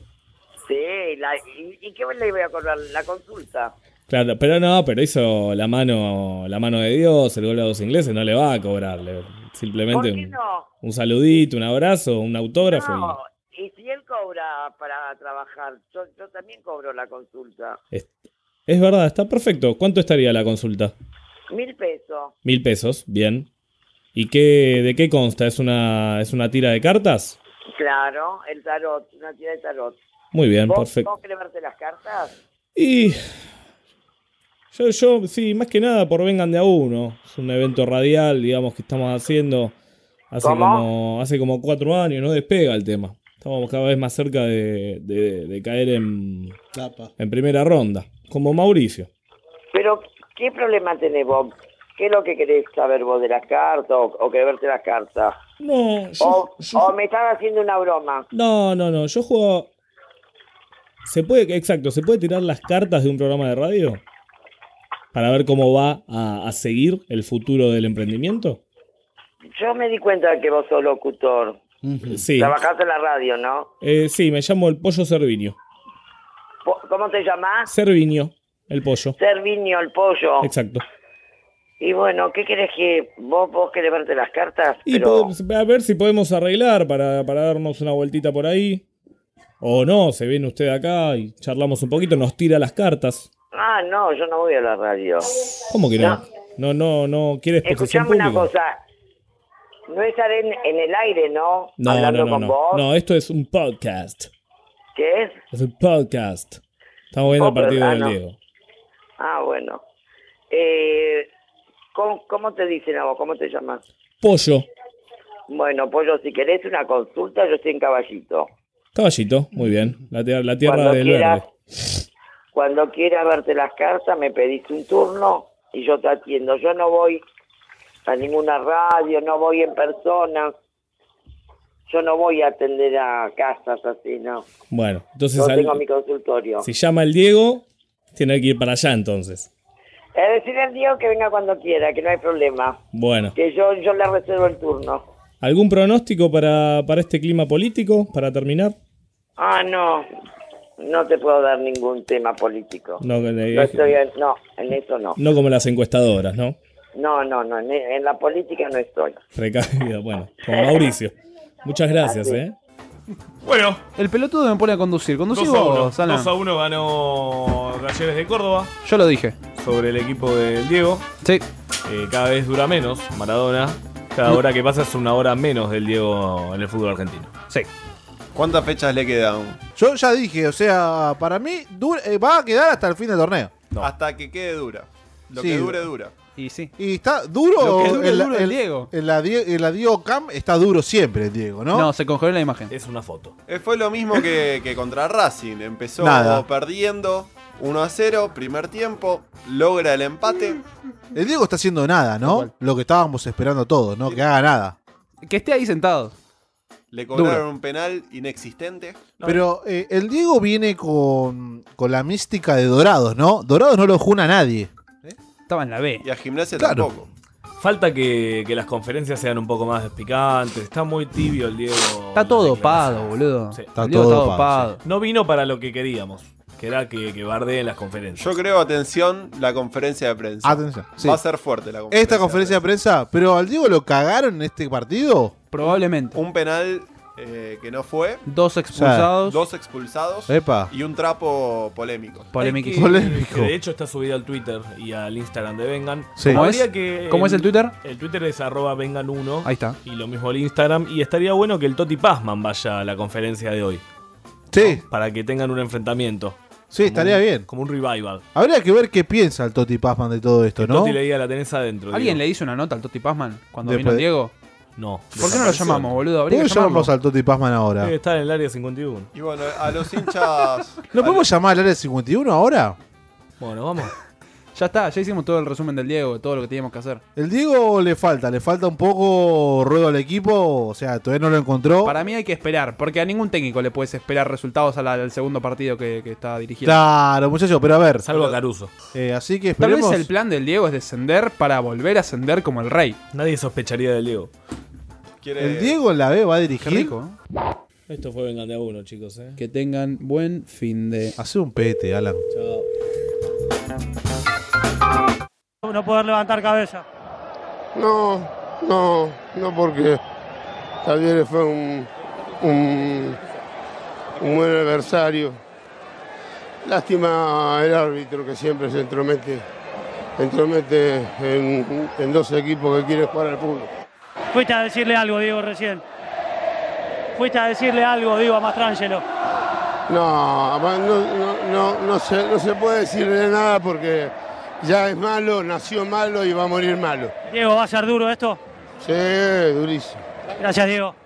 Speaker 35: Sí, la- y, ¿y qué le voy a acordar? La consulta.
Speaker 6: Claro, pero no, pero hizo la mano la mano de Dios, el gol a los ingleses, no le va a cobrar. le- simplemente
Speaker 35: ¿Por qué
Speaker 6: un,
Speaker 35: no?
Speaker 6: un saludito, un abrazo, un autógrafo.
Speaker 35: No, y si él cobra para trabajar, yo, yo también cobro la consulta.
Speaker 6: y- es, es verdad, está perfecto. ¿Cuánto estaría la consulta?
Speaker 35: Mil pesos.
Speaker 6: Mil pesos, bien. ¿Y qué, de qué consta? ¿Es una, ¿Es una tira de cartas?
Speaker 35: Claro, el tarot, una tira de tarot.
Speaker 6: Muy bien,
Speaker 35: ¿Vos-
Speaker 6: perfecto.
Speaker 35: ¿Vos querés verte las cartas?
Speaker 6: Y. Yo, yo, sí, más que nada por vengan de a uno. Es un evento radial, digamos, que estamos haciendo hace
Speaker 35: ¿Cómo?
Speaker 6: como hace como cuatro años, no despega el tema. Estamos cada vez más cerca de, de- de caer en, en primera ronda, como Mauricio.
Speaker 35: Pero, ¿qué problema tenés vos? ¿Qué es lo que querés saber vos de las cartas o, o querés verte las cartas?
Speaker 6: No,
Speaker 35: o, o me están haciendo una broma.
Speaker 6: No, no, no, yo juego... Se puede, exacto, se puede tirar las cartas de un programa de radio para ver cómo va a- a seguir el futuro del emprendimiento.
Speaker 35: Yo me di cuenta que vos sos locutor.
Speaker 6: Sí.
Speaker 35: Trabajás en la radio, ¿no?
Speaker 6: Eh, sí, me llamo el pollo Cerviño.
Speaker 35: Po- ¿Cómo te llamás?
Speaker 6: Cerviño, el pollo.
Speaker 35: Serviño, el pollo.
Speaker 6: Exacto.
Speaker 35: Y bueno, ¿qué querés que vos, vos querés verte las cartas?
Speaker 6: Y podemos- a ver si podemos arreglar para, para darnos una vueltita por ahí. O no, se viene usted acá y charlamos un poquito, nos tira las cartas.
Speaker 35: Ah, no, yo no voy a la radio.
Speaker 6: ¿Cómo que no? No, no, no, quiere exposición
Speaker 35: Escuchame una
Speaker 6: pública.
Speaker 35: cosa. No estaré en, en el aire, ¿no?
Speaker 6: No,
Speaker 35: Hablando
Speaker 6: no, no,
Speaker 35: con
Speaker 6: no.
Speaker 35: vos.
Speaker 6: No, esto es un podcast.
Speaker 35: ¿Qué es?
Speaker 6: Es un podcast. Estamos viendo
Speaker 35: Oh,
Speaker 6: el partido
Speaker 35: pero- ah,
Speaker 6: del
Speaker 35: no.
Speaker 6: Diego.
Speaker 35: Ah, bueno. Eh, ¿cómo, cómo te dicen a vos? ¿Cómo te llamas?
Speaker 6: Pollo,
Speaker 35: Bueno, Pollo, si querés una consulta, yo estoy en Caballito.
Speaker 6: caballito, muy bien. La, tierra- la tierra
Speaker 35: Cuando
Speaker 6: del
Speaker 35: quieras,
Speaker 6: verde.
Speaker 35: cuando quieras verte las cartas, me pedís un turno y yo te atiendo. Yo no voy a ninguna radio, no voy en persona. Yo no voy a atender a casas así, no.
Speaker 6: Bueno, entonces
Speaker 35: Yo
Speaker 6: al-
Speaker 35: tengo mi consultorio.
Speaker 6: si llama el Diego, tiene que ir para allá entonces.
Speaker 35: Es decir, al Diego que venga cuando quiera, que no hay problema.
Speaker 6: Bueno.
Speaker 35: Que yo, yo le reservo el turno.
Speaker 6: ¿Algún pronóstico para, para este clima político, para terminar?
Speaker 35: Ah, no. No te puedo dar ningún tema político.
Speaker 6: No, que le-
Speaker 35: No estoy en, no, en eso no.
Speaker 6: no como las encuestadoras, ¿no?
Speaker 35: No, no, no. En, en la política no estoy.
Speaker 6: Recaída, bueno, como Mauricio. Muchas gracias,
Speaker 35: Ah,
Speaker 6: ¿eh?
Speaker 1: Bueno. El pelotudo me pone a conducir. Conducí
Speaker 22: 2 a 1.
Speaker 1: vos, Alan.
Speaker 22: 2 a 1 ganó Talleres de Córdoba
Speaker 1: Yo lo dije.
Speaker 22: sobre el equipo del Diego. Eh,
Speaker 1: Sí.
Speaker 22: cada vez dura menos Maradona. Cada
Speaker 1: No.
Speaker 22: hora que pasa es una hora menos del Diego en el fútbol argentino.
Speaker 1: Sí.
Speaker 3: ¿Cuántas fechas le quedan?
Speaker 1: Yo ya dije, o sea, para mí dura- eh, va a quedar hasta el fin del torneo.
Speaker 3: Hasta que quede dura. Lo
Speaker 1: Sí.
Speaker 3: que dure, dura.
Speaker 1: Y sí. Y está duro.
Speaker 3: Lo que dure,
Speaker 1: el,
Speaker 3: duro el Diego.
Speaker 1: El, la die- el la Diego Cam está duro siempre, el Diego, ¿no?
Speaker 3: No,
Speaker 1: se congeló la imagen.
Speaker 22: Es una foto.
Speaker 3: Eh, Fue lo mismo que, que contra Racing. Empezó
Speaker 1: Nada.
Speaker 3: perdiendo 1 a 0, primer tiempo, logra el empate.
Speaker 1: El Diego está haciendo nada, ¿no? Lo que estábamos esperando todos, ¿no? Que haga nada.
Speaker 23: Que esté ahí sentado.
Speaker 3: Le cobraron
Speaker 1: Duro.
Speaker 3: un penal inexistente.
Speaker 1: Pero eh, el Diego viene con, con la mística de Dorados, ¿no? Dorados no lo juna nadie.
Speaker 23: Estaba en la B.
Speaker 3: Y a gimnasia
Speaker 1: Claro.
Speaker 3: tampoco.
Speaker 22: Falta que, que las conferencias sean un poco más picantes. Está muy tibio el Diego.
Speaker 23: Está todo dopado, boludo.
Speaker 22: Está
Speaker 23: El Diego
Speaker 22: todo
Speaker 23: está
Speaker 22: dopado,
Speaker 23: dopado.
Speaker 22: No vino para lo que queríamos, que era que, que bardeen las conferencias.
Speaker 3: Yo creo, atención, la conferencia de prensa.
Speaker 1: Atención, sí.
Speaker 3: Va a ser fuerte la conferencia.
Speaker 1: Esta conferencia de prensa, pero al Diego lo cagaron en este partido.
Speaker 23: Probablemente.
Speaker 3: Un penal eh, que no fue.
Speaker 36: Dos expulsados.
Speaker 3: Dos expulsados.
Speaker 1: Epa.
Speaker 3: Y un trapo polémico.
Speaker 6: Hay que-
Speaker 1: Polémico.
Speaker 6: que de hecho está subido al Twitter y al Instagram de Vengan.
Speaker 1: Sí.
Speaker 37: ¿Cómo
Speaker 6: Habría
Speaker 37: es?
Speaker 6: que-
Speaker 37: ¿Cómo es el Twitter?
Speaker 6: El Twitter es arroba vengan1.
Speaker 37: Ahí está.
Speaker 6: Y lo mismo el Instagram. Y estaría bueno que el Toti Pazman vaya a la conferencia de hoy.
Speaker 1: Sí.
Speaker 6: Para que tengan un enfrentamiento.
Speaker 1: Sí, estaría
Speaker 6: un-
Speaker 1: bien.
Speaker 6: Como un revival.
Speaker 1: Habría que ver qué piensa el Toti Pazman de todo esto, ¿no?
Speaker 6: Toti le diga la tenés adentro.
Speaker 9: ¿Alguien le hizo una nota al Toti Pazman cuando
Speaker 1: Después-
Speaker 9: vino Diego?
Speaker 6: No.
Speaker 9: ¿Por qué no lo
Speaker 6: desapareció.
Speaker 9: llamamos, boludo?
Speaker 1: ¿Por
Speaker 9: Habría
Speaker 1: qué
Speaker 9: que llamarlo. Eh,
Speaker 1: llamamos al Toti Pazman ahora?
Speaker 6: Debe estar en el área 51.
Speaker 3: Y bueno, a los hinchas.
Speaker 1: ¿No podemos llamar al área 51 ahora?
Speaker 6: Bueno, vamos.
Speaker 9: ya está, ya hicimos todo el resumen del Diego, de todo lo que teníamos que hacer.
Speaker 1: El Diego le falta, le falta un poco ruedo al equipo, o sea, todavía no lo encontró.
Speaker 9: Para mí hay que esperar, porque a ningún técnico le puedes esperar resultados a la- al segundo partido que, que está dirigiendo.
Speaker 1: Claro, muchachos, pero a ver.
Speaker 6: Salvo a Caruso.
Speaker 1: Eh, así que
Speaker 9: Tal
Speaker 1: esperemos.
Speaker 9: vez el plan del Diego es descender para volver a ascender como el rey.
Speaker 6: Nadie sospecharía del Diego.
Speaker 1: El Diego en la B va a dirigir.
Speaker 6: Esto fue Vengan de a uno, chicos. eh.
Speaker 9: Que tengan buen fin de.
Speaker 1: Hace un pete, Alan.
Speaker 6: Chao.
Speaker 10: No poder levantar cabeza.
Speaker 34: No, no, no porque Talleres fue un, un, un buen adversario. Lástima el árbitro que siempre se entromete, entromete en, en dos equipos que quieren jugar al fútbol.
Speaker 10: Fuiste a decirle algo, Diego, recién. Fuiste a decirle algo, Diego, a Mastrangelo.
Speaker 34: No, no, no, no, no se, no se puede decirle nada porque ya es malo, nació malo y va a morir malo.
Speaker 10: Diego, ¿va a ser duro esto?
Speaker 34: Sí, durísimo.
Speaker 10: Gracias, Diego.